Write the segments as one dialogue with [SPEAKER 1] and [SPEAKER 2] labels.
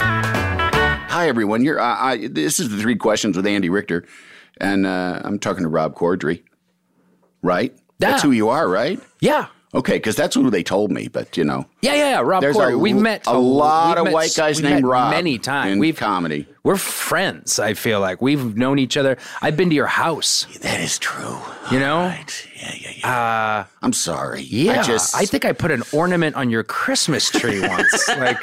[SPEAKER 1] Hi, everyone. You're, I, I, this is the three questions with Andy Richter, and uh, I'm talking to Rob Corddry, right? That's
[SPEAKER 2] Yeah.
[SPEAKER 1] who you are, right?
[SPEAKER 2] Yeah.
[SPEAKER 1] Okay, because that's who they told me. But you know,
[SPEAKER 2] Yeah, yeah, yeah. Rob
[SPEAKER 1] There's
[SPEAKER 2] Corey.
[SPEAKER 1] a-
[SPEAKER 2] We've met
[SPEAKER 1] a lot of white guys
[SPEAKER 2] we
[SPEAKER 1] named
[SPEAKER 2] met
[SPEAKER 1] Rob
[SPEAKER 2] Many times.
[SPEAKER 1] in
[SPEAKER 2] We've
[SPEAKER 1] comedy.
[SPEAKER 2] We're friends. I feel like we've known each other. I've been to your house.
[SPEAKER 1] that is true.
[SPEAKER 2] You know.
[SPEAKER 1] Yeah, yeah, yeah. Uh, I'm sorry.
[SPEAKER 2] Yeah,
[SPEAKER 1] I just,
[SPEAKER 2] I think I put an ornament on your Christmas tree once. like,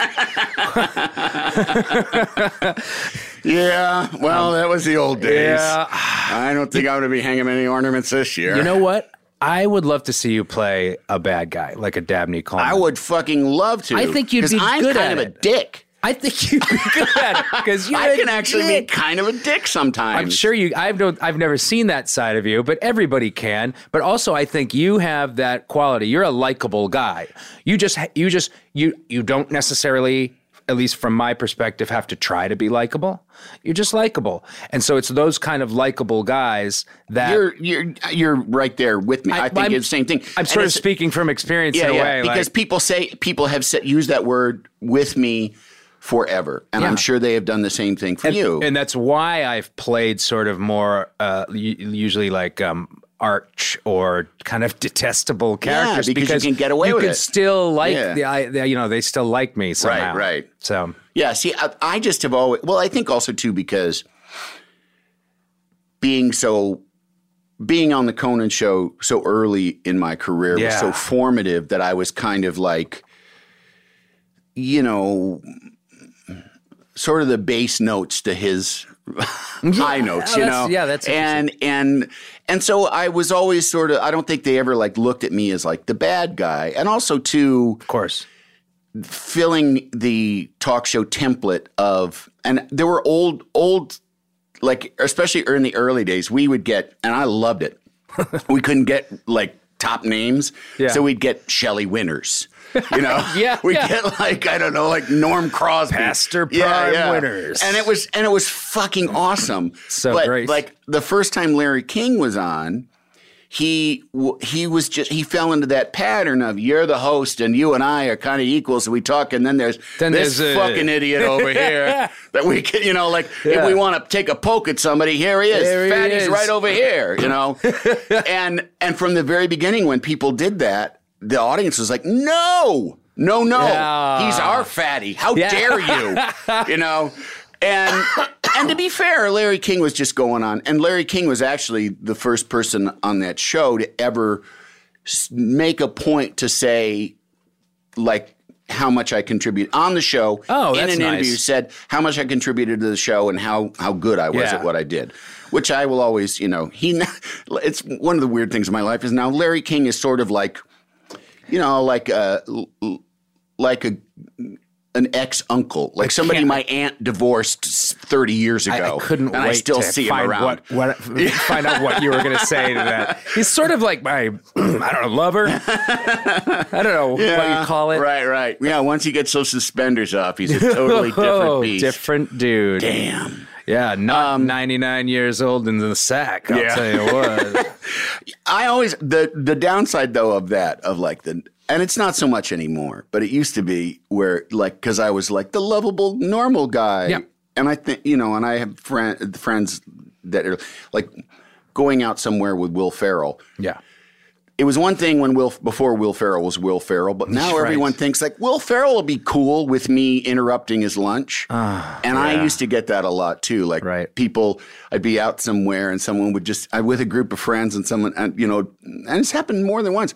[SPEAKER 1] yeah. Well, that was the old days.
[SPEAKER 2] yeah.
[SPEAKER 1] I don't think I'm going to be hanging any ornaments this year.
[SPEAKER 2] you know what? I would love to see you play a bad guy, like a Dabney Coleman.
[SPEAKER 1] I would fucking love to.
[SPEAKER 2] I think you'd
[SPEAKER 1] 'cause
[SPEAKER 2] be
[SPEAKER 1] I'm
[SPEAKER 2] good
[SPEAKER 1] kind
[SPEAKER 2] at
[SPEAKER 1] of a
[SPEAKER 2] it.
[SPEAKER 1] dick.
[SPEAKER 2] I think you'd be good at it because you.
[SPEAKER 1] I can actually be kind of a dick sometimes.
[SPEAKER 2] I'm sure you. I've don't. I've never seen that side of you, but everybody can. But also, I think you have that quality. You're a likable guy. You just. ha- You just. You. You don't necessarily, at least from my perspective, have to try to be likable. You're just likable, and so it's those kind of likable guys that.
[SPEAKER 1] you're you're you're right there with me. I, think
[SPEAKER 2] I'm-
[SPEAKER 1] it's the same thing.
[SPEAKER 2] I'm
[SPEAKER 1] And
[SPEAKER 2] sort of
[SPEAKER 1] it's-
[SPEAKER 2] speaking from experience in a way,
[SPEAKER 1] because
[SPEAKER 2] like,
[SPEAKER 1] people say people have said, used that word with me forever, and I'm
[SPEAKER 2] Yeah.
[SPEAKER 1] sure they have done the same thing for
[SPEAKER 2] and,
[SPEAKER 1] you.
[SPEAKER 2] and that's why I've played sort of more, uh, u- usually like um, arch or kind of detestable characters
[SPEAKER 1] because you can get away
[SPEAKER 2] you
[SPEAKER 1] with
[SPEAKER 2] can
[SPEAKER 1] it.
[SPEAKER 2] still like
[SPEAKER 1] Yeah.
[SPEAKER 2] the, I, the, you know, they still like me somehow.
[SPEAKER 1] right.
[SPEAKER 2] So
[SPEAKER 1] yeah, see, I, I just have always. Well, I think also too because being so being on the Conan show so early in my career was
[SPEAKER 2] Yeah.
[SPEAKER 1] so formative that I was kind of like, you know, sort of the bass notes to his high notes, you
[SPEAKER 2] that's-
[SPEAKER 1] know.
[SPEAKER 2] yeah, that's
[SPEAKER 1] and and and so I was always sort of. I don't think they ever like looked at me as like the bad guy, and also too
[SPEAKER 2] of course,
[SPEAKER 1] filling the talk show template of and there were old old like especially in the early days we would get and i loved it we couldn't get like top names
[SPEAKER 2] Yeah.
[SPEAKER 1] so we'd get Shelley winners you know
[SPEAKER 2] Yeah,
[SPEAKER 1] we
[SPEAKER 2] yeah.
[SPEAKER 1] get like i don't know like norm crosby
[SPEAKER 2] Pastor Prime Winners.
[SPEAKER 1] and it was and it was fucking awesome
[SPEAKER 2] So
[SPEAKER 1] but
[SPEAKER 2] great.
[SPEAKER 1] like the first time larry king was on he w- he was just he fell into that pattern of you're the host and you and I are kind of equal, so we talk, and then there's
[SPEAKER 2] Then
[SPEAKER 1] this
[SPEAKER 2] there's a-
[SPEAKER 1] fucking idiot over here that we can, you know, like if
[SPEAKER 2] Yeah.
[SPEAKER 1] we want to take a poke at somebody, here he is,
[SPEAKER 2] There he
[SPEAKER 1] fatty's
[SPEAKER 2] is.
[SPEAKER 1] right over here, you know, and and from the very beginning when people did that, the audience was like, no, no, no,
[SPEAKER 2] Yeah.
[SPEAKER 1] he's our fatty, how
[SPEAKER 2] Yeah.
[SPEAKER 1] dare you, you know. And and to be fair, Larry King was just going on, and Larry King was actually the first person on that show to ever s- make a point to say, like how much I contribute on the show.
[SPEAKER 2] Oh, that's
[SPEAKER 1] in an interview,
[SPEAKER 2] nice.
[SPEAKER 1] said how much I contributed to the show and how how good I was
[SPEAKER 2] Yeah.
[SPEAKER 1] at what I did. Which I will always, you know, he. It's one of the weird things in my life is now Larry King is sort of like, you know, like uh, a like a an ex uncle, like somebody my aunt divorced s- thirty years ago.
[SPEAKER 2] I, I couldn't
[SPEAKER 1] Oh. and
[SPEAKER 2] wait
[SPEAKER 1] I still
[SPEAKER 2] to
[SPEAKER 1] see
[SPEAKER 2] find
[SPEAKER 1] him around.
[SPEAKER 2] what, what find out what you were going to say to that. He's sort of like my, I don't know, lover. I don't know what you call it.
[SPEAKER 1] Right, right. Yeah, once he gets those suspenders off, he's a totally different
[SPEAKER 2] Oh,
[SPEAKER 1] beast.
[SPEAKER 2] different dude.
[SPEAKER 1] Damn.
[SPEAKER 2] Yeah, not 99 years old in the sack. I'll
[SPEAKER 1] Yeah.
[SPEAKER 2] tell you what.
[SPEAKER 1] I always the the downside though of that of like the and it's not so much anymore, but it used to be where like because I was like the lovable normal guy,
[SPEAKER 2] Yeah.
[SPEAKER 1] and I think you know, and I have friend, friends that are like going out somewhere with Will Ferrell.
[SPEAKER 2] Yeah.
[SPEAKER 1] It was one thing when Will before Will Ferrell was Will Ferrell, but now
[SPEAKER 2] Right.
[SPEAKER 1] everyone thinks like Will Ferrell will be cool with me interrupting his lunch. and I used to get that a lot too. Like
[SPEAKER 2] Ah, Right.
[SPEAKER 1] people, I'd be out somewhere and someone would just I with a group of friends and someone and you know, and it's happened more than once.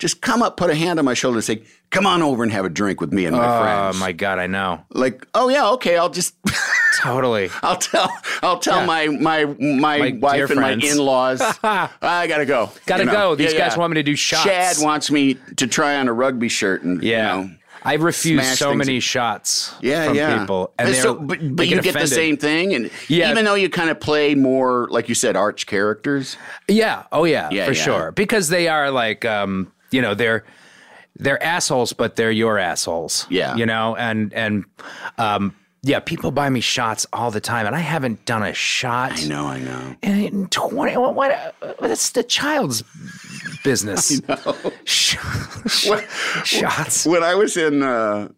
[SPEAKER 1] Just come up, put a hand on my shoulder, and say, "Come on over and have a drink with me and my
[SPEAKER 2] Oh
[SPEAKER 1] friends."
[SPEAKER 2] my god, I know.
[SPEAKER 1] Like, oh yeah, okay, I'll just
[SPEAKER 2] Totally.
[SPEAKER 1] I'll tell I'll tell
[SPEAKER 2] Yeah.
[SPEAKER 1] my my my,
[SPEAKER 2] My dear
[SPEAKER 1] wife and
[SPEAKER 2] friends.
[SPEAKER 1] my in-laws. I gotta go.
[SPEAKER 2] Gotta go. These guys want me to do shots.
[SPEAKER 1] Chad wants me to try on a rugby shirt and
[SPEAKER 2] Yeah.
[SPEAKER 1] you know.
[SPEAKER 2] I refuse
[SPEAKER 1] smash
[SPEAKER 2] so
[SPEAKER 1] things-
[SPEAKER 2] many shots
[SPEAKER 1] Yeah,
[SPEAKER 2] from
[SPEAKER 1] yeah.
[SPEAKER 2] people. And
[SPEAKER 1] And
[SPEAKER 2] they're,
[SPEAKER 1] so, but
[SPEAKER 2] they
[SPEAKER 1] but you get
[SPEAKER 2] offended.
[SPEAKER 1] the same thing, and
[SPEAKER 2] Yeah.
[SPEAKER 1] even though you kind of play more, like you said, arch characters.
[SPEAKER 2] Yeah. Oh yeah.
[SPEAKER 1] Yeah,
[SPEAKER 2] for
[SPEAKER 1] yeah.
[SPEAKER 2] sure. Because they are like, um, you know, they're they're assholes, but they're your assholes.
[SPEAKER 1] Yeah.
[SPEAKER 2] You know, and and um, yeah, people buy me shots all the time, and I haven't done a shot. I
[SPEAKER 1] know, I know.
[SPEAKER 2] In twenty, what? what that's the child's business. Sh- sh- shots.
[SPEAKER 1] When I was in uh,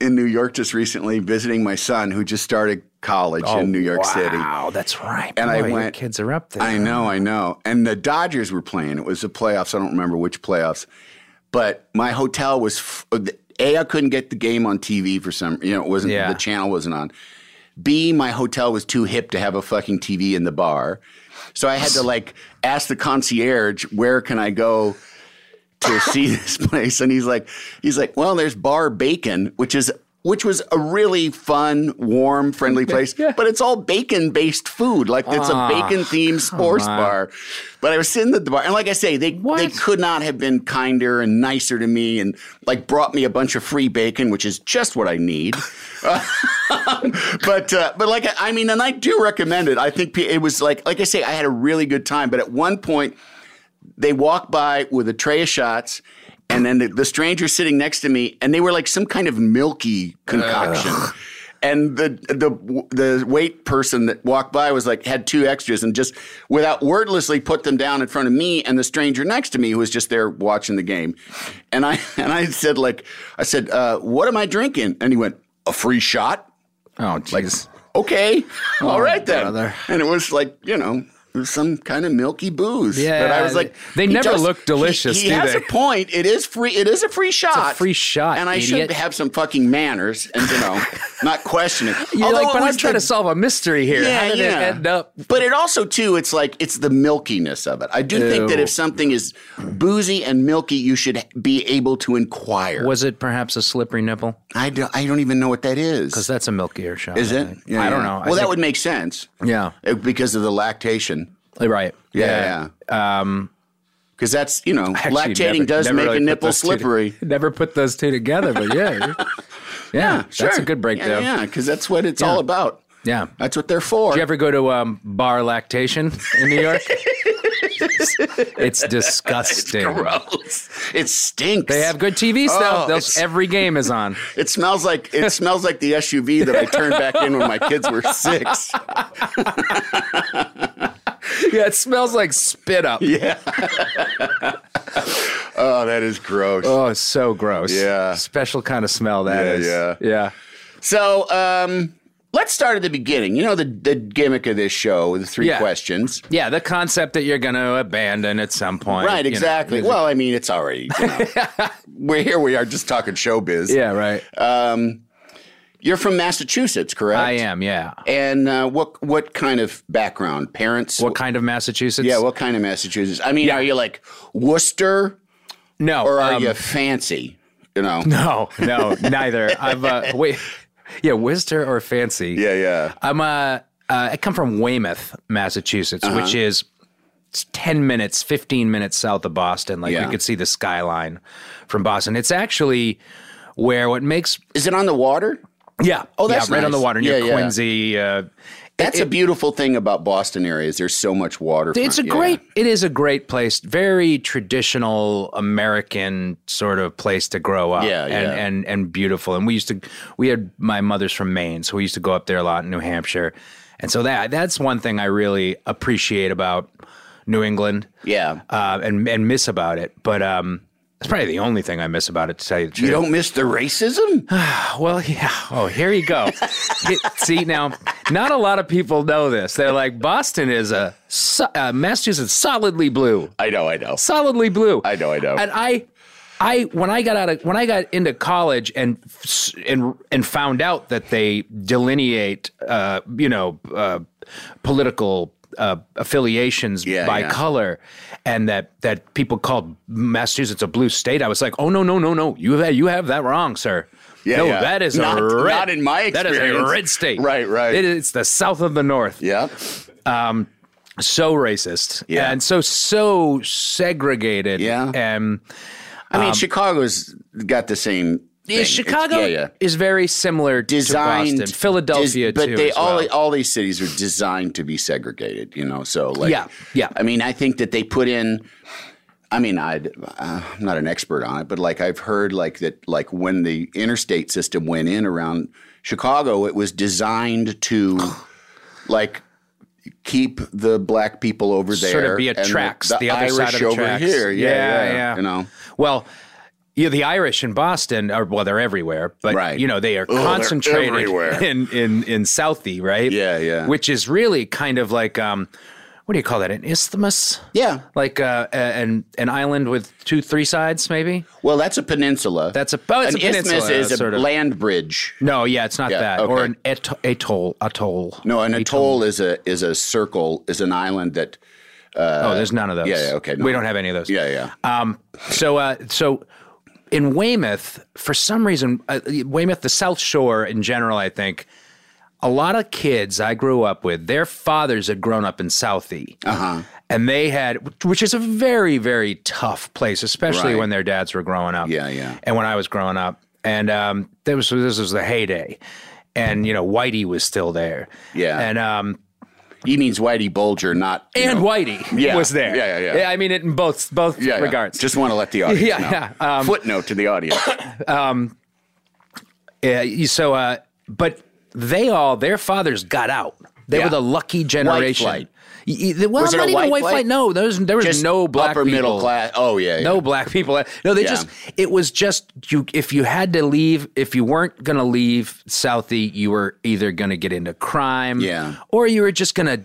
[SPEAKER 1] in New York just recently, visiting my son who just started college in New York City.
[SPEAKER 2] Oh, Wow, that's right.
[SPEAKER 1] And I
[SPEAKER 2] Boy, your
[SPEAKER 1] went-
[SPEAKER 2] Kids are up there.
[SPEAKER 1] I know, I know. And the Dodgers were playing. It was the playoffs. I don't remember which playoffs, but my hotel was f- uh, a. I couldn't get the game on TV for some. You know, it wasn't
[SPEAKER 2] Yeah.
[SPEAKER 1] the channel wasn't on. B, my hotel was too hip to have a fucking TV in the bar, so I had to like ask the concierge where can I go to see this place and he's like he's like well there's bar bacon which is which was a really fun warm friendly place but it's all bacon based food like it's a bacon themed sports bar but i was sitting at the bar and like i say they they
[SPEAKER 2] What?
[SPEAKER 1] could not have been kinder and nicer to me and like brought me a bunch of free bacon which is just what i need but uh, but like I mean, and I do recommend it. I think pe- it was like like I say, I had a really good time. But at one point, they walked by with a tray of shots, and then the, the stranger sitting next to me, and they were like some kind of milky concoction. And the the the wait person that walked by was like had two extras and just without wordlessly put them down in front of me and the stranger next to me who was just there watching the game, and I and I said like I said uh, what am I drinking and he went a free shot
[SPEAKER 2] oh, jeez.
[SPEAKER 1] okay, all right then.
[SPEAKER 2] Oh, brother.
[SPEAKER 1] And it was like, you know, it was some kind of milky booze.
[SPEAKER 2] Yeah,
[SPEAKER 1] But I was like,
[SPEAKER 2] they
[SPEAKER 1] he
[SPEAKER 2] never look delicious,
[SPEAKER 1] He, he
[SPEAKER 2] do
[SPEAKER 1] has
[SPEAKER 2] they?
[SPEAKER 1] a point. It is free. It is a free shot.
[SPEAKER 2] free shot,
[SPEAKER 1] And I
[SPEAKER 2] idiot.
[SPEAKER 1] should have some fucking manners and you know, not question it.
[SPEAKER 2] You're
[SPEAKER 1] Although
[SPEAKER 2] like,
[SPEAKER 1] it
[SPEAKER 2] but
[SPEAKER 1] was
[SPEAKER 2] I'm trying
[SPEAKER 1] the-
[SPEAKER 2] to solve a mystery here. How did it end up?
[SPEAKER 1] But it also too, it's like it's the milkiness of it. I do think that
[SPEAKER 2] Ew.
[SPEAKER 1] if something is boozy and milky, you should be able to inquire.
[SPEAKER 2] Was it perhaps a slippery nipple?
[SPEAKER 1] I don't, I don't even know what that is.
[SPEAKER 2] Because that's a milkier shot.
[SPEAKER 1] Is
[SPEAKER 2] I
[SPEAKER 1] it?
[SPEAKER 2] think. I don't know. I
[SPEAKER 1] Well, that
[SPEAKER 2] think-
[SPEAKER 1] would make sense.
[SPEAKER 2] Yeah. uh,
[SPEAKER 1] Uh, because of the lactation.
[SPEAKER 2] Right. Um,
[SPEAKER 1] Yeah, Because that's you know,
[SPEAKER 2] Actually,
[SPEAKER 1] lactating
[SPEAKER 2] never-
[SPEAKER 1] does
[SPEAKER 2] never
[SPEAKER 1] make
[SPEAKER 2] really
[SPEAKER 1] a
[SPEAKER 2] put
[SPEAKER 1] nipple
[SPEAKER 2] those two to-
[SPEAKER 1] slippery.
[SPEAKER 2] never put those two together, but yeah. yeah. That's a good breakdown.
[SPEAKER 1] Yeah, because that's what it's all about.
[SPEAKER 2] Yeah.
[SPEAKER 1] that's what they're for.
[SPEAKER 2] Do you ever go to um, bar lactation in New York? it's disgusting.
[SPEAKER 1] Gross. It stinks.
[SPEAKER 2] They have good TV
[SPEAKER 1] Oh,
[SPEAKER 2] stuff. They'll-
[SPEAKER 1] it's-
[SPEAKER 2] every game is on.
[SPEAKER 1] It smells like it smells like the SUV that I turned back in when my kids were six.
[SPEAKER 2] yeah, it smells like spit up.
[SPEAKER 1] Oh, that is gross.
[SPEAKER 2] Oh, it's so gross.
[SPEAKER 1] Yeah.
[SPEAKER 2] Special kind of smell that
[SPEAKER 1] Yeah,
[SPEAKER 2] is.
[SPEAKER 1] yeah.
[SPEAKER 2] Yeah.
[SPEAKER 1] So, um, let's start at the beginning. You know the the gimmick of this show, the three
[SPEAKER 2] Yeah.
[SPEAKER 1] questions.
[SPEAKER 2] Yeah, the concept that you're going to abandon at some point.
[SPEAKER 1] Right,
[SPEAKER 2] you know.
[SPEAKER 1] exactly. well, I mean, it's already. You know, we're here. We are just talking showbiz.
[SPEAKER 2] yeah, right.
[SPEAKER 1] Uh, You're from Massachusetts, correct?
[SPEAKER 2] I am, yeah.
[SPEAKER 1] And uh, what what kind of background? Parents?
[SPEAKER 2] What kind of Massachusetts?
[SPEAKER 1] yeah, what kind of Massachusetts? I mean, are you like Worcester
[SPEAKER 2] No.
[SPEAKER 1] or are
[SPEAKER 2] um,
[SPEAKER 1] you fancy? You know?
[SPEAKER 2] No, no, neither. I've uh, wait. Yeah, Worcester or fancy?
[SPEAKER 1] yeah.
[SPEAKER 2] I'm uh, uh I come from Weymouth, Massachusetts,
[SPEAKER 1] Uh-huh.
[SPEAKER 2] which is it's 10 minutes, 15 minutes south of Boston. Like
[SPEAKER 1] Yeah.
[SPEAKER 2] you could see the skyline from Boston. It's actually where what makes
[SPEAKER 1] Is it on the water?
[SPEAKER 2] yeah, oh
[SPEAKER 1] that's
[SPEAKER 2] yeah, right on the
[SPEAKER 1] nice.
[SPEAKER 2] water near
[SPEAKER 1] Yeah, yeah.
[SPEAKER 2] Quincy. Uh,
[SPEAKER 1] That's a beautiful thing about Boston areas. there's so much water.
[SPEAKER 2] it's a great it is a great place very traditional american sort of place to grow up
[SPEAKER 1] Yeah,
[SPEAKER 2] and
[SPEAKER 1] yeah.
[SPEAKER 2] and and beautiful and we used to we had my mother's from maine so we used to go up there a lot in new hampshire and so that that's one thing i really appreciate about new england
[SPEAKER 1] Yeah.
[SPEAKER 2] uh, and and miss about it but um That's probably the only thing I miss about it, to tell you the truth.
[SPEAKER 1] You don't miss the racism?
[SPEAKER 2] Well, yeah. Oh, here you go. It- see now, not a lot of people know this. They're like Boston is a so- uh, Massachusetts solidly blue,
[SPEAKER 1] I know, I know.
[SPEAKER 2] solidly blue.
[SPEAKER 1] I know, I know.
[SPEAKER 2] And I, I when I got out of when I got into college and s- and and found out that they delineate, uh, you know, uh, political. Uh, affiliations
[SPEAKER 1] Yeah,
[SPEAKER 2] by
[SPEAKER 1] yeah.
[SPEAKER 2] color, and that that people called Massachusetts a blue state. I was like, oh no no no no, you have you have that wrong, sir.
[SPEAKER 1] Yeah,
[SPEAKER 2] no,
[SPEAKER 1] yeah.
[SPEAKER 2] that is
[SPEAKER 1] Not-
[SPEAKER 2] a red.
[SPEAKER 1] not in my
[SPEAKER 2] That is a
[SPEAKER 1] experience.
[SPEAKER 2] red state.
[SPEAKER 1] Right, right.
[SPEAKER 2] It is the south of the north.
[SPEAKER 1] Yeah.
[SPEAKER 2] um, So racist.
[SPEAKER 1] Yeah.
[SPEAKER 2] And so so segregated.
[SPEAKER 1] Yeah.
[SPEAKER 2] And
[SPEAKER 1] I mean, Chicago's got the same. thing. It's-
[SPEAKER 2] Um, Chicago
[SPEAKER 1] yeah, yeah.
[SPEAKER 2] is very similar
[SPEAKER 1] Designed
[SPEAKER 2] to Boston, Philadelphia
[SPEAKER 1] dis- but
[SPEAKER 2] too.
[SPEAKER 1] they
[SPEAKER 2] as
[SPEAKER 1] all
[SPEAKER 2] well.
[SPEAKER 1] all these cities are designed to be segregated, you know. So like,
[SPEAKER 2] Yeah, yeah.
[SPEAKER 1] I mean, I think that they put in. I mean, I'd, uh, I'm not an expert on it, but like I've heard like that, like when the interstate system went in around Chicago, it was designed to, like. Keep the black people over there.
[SPEAKER 2] Sort of be a
[SPEAKER 1] and the-
[SPEAKER 2] tracks,
[SPEAKER 1] The,
[SPEAKER 2] the other
[SPEAKER 1] Irish
[SPEAKER 2] side of the
[SPEAKER 1] over
[SPEAKER 2] tracks.
[SPEAKER 1] here. Yeah,
[SPEAKER 2] Yeah,
[SPEAKER 1] yeah,
[SPEAKER 2] yeah.
[SPEAKER 1] You know,
[SPEAKER 2] Well, yeah, the Irish in Boston are well, they're everywhere, but
[SPEAKER 1] Right. Oh,
[SPEAKER 2] you know they are
[SPEAKER 1] they're
[SPEAKER 2] concentrated
[SPEAKER 1] everywhere.
[SPEAKER 2] in in in Southie, right?
[SPEAKER 1] Yeah, yeah.
[SPEAKER 2] Which is really kind of like um, what do you call that? An isthmus?
[SPEAKER 1] yeah.
[SPEAKER 2] like uh, a- an an island with two, three sides, maybe.
[SPEAKER 1] Well, that's a peninsula.
[SPEAKER 2] That's a- oh, it's
[SPEAKER 1] an
[SPEAKER 2] a peninsula,
[SPEAKER 1] isthmus is a
[SPEAKER 2] sort of.
[SPEAKER 1] land bridge.
[SPEAKER 2] No, yeah, it's not
[SPEAKER 1] Yeah,
[SPEAKER 2] that,
[SPEAKER 1] okay.
[SPEAKER 2] or an ato- atoll, atoll.
[SPEAKER 1] No, an atoll is a is a circle is an island that
[SPEAKER 2] oh, there's none of those.
[SPEAKER 1] yeah, yeah, okay, no.
[SPEAKER 2] we don't have any of those.
[SPEAKER 1] yeah yeah
[SPEAKER 2] Um. So, uh, so in Weymouth, for some reason, uh, Weymouth, the South Shore in general, I think. A lot of kids I grew up with, their fathers had grown up in Southie. Uh-huh. And they had, which is a very, very tough place, especially
[SPEAKER 1] Right.
[SPEAKER 2] when their dads were growing up.
[SPEAKER 1] Yeah, yeah.
[SPEAKER 2] And when I was growing up, and um, there was this was the heyday, and you know Whitey was still there.
[SPEAKER 1] Yeah.
[SPEAKER 2] and um,
[SPEAKER 1] he means Whitey Bulger not you
[SPEAKER 2] and
[SPEAKER 1] know,
[SPEAKER 2] Whitey
[SPEAKER 1] Yeah,
[SPEAKER 2] was there.
[SPEAKER 1] yeah, yeah, yeah.
[SPEAKER 2] I mean it in both both
[SPEAKER 1] yeah, yeah.
[SPEAKER 2] regards.
[SPEAKER 1] Just want to let the audience
[SPEAKER 2] Yeah,
[SPEAKER 1] know.
[SPEAKER 2] yeah, um,
[SPEAKER 1] Footnote to the audience.
[SPEAKER 2] Yeah, you- so uh, but they all their fathers got out. They
[SPEAKER 1] Yeah.
[SPEAKER 2] were the lucky generation.
[SPEAKER 1] flight.
[SPEAKER 2] Y- y- the- well,
[SPEAKER 1] Was it
[SPEAKER 2] not
[SPEAKER 1] a
[SPEAKER 2] even
[SPEAKER 1] white
[SPEAKER 2] white flight.
[SPEAKER 1] flight?
[SPEAKER 2] No, there was, there was
[SPEAKER 1] Just
[SPEAKER 2] no black
[SPEAKER 1] upper
[SPEAKER 2] people.
[SPEAKER 1] middle class. Oh yeah, yeah.
[SPEAKER 2] No black people. No, they
[SPEAKER 1] Yeah.
[SPEAKER 2] just it was just you if you had to leave, if you weren't gonna leave Southie, you were either gonna get into crime
[SPEAKER 1] Yeah.
[SPEAKER 2] or you were just gonna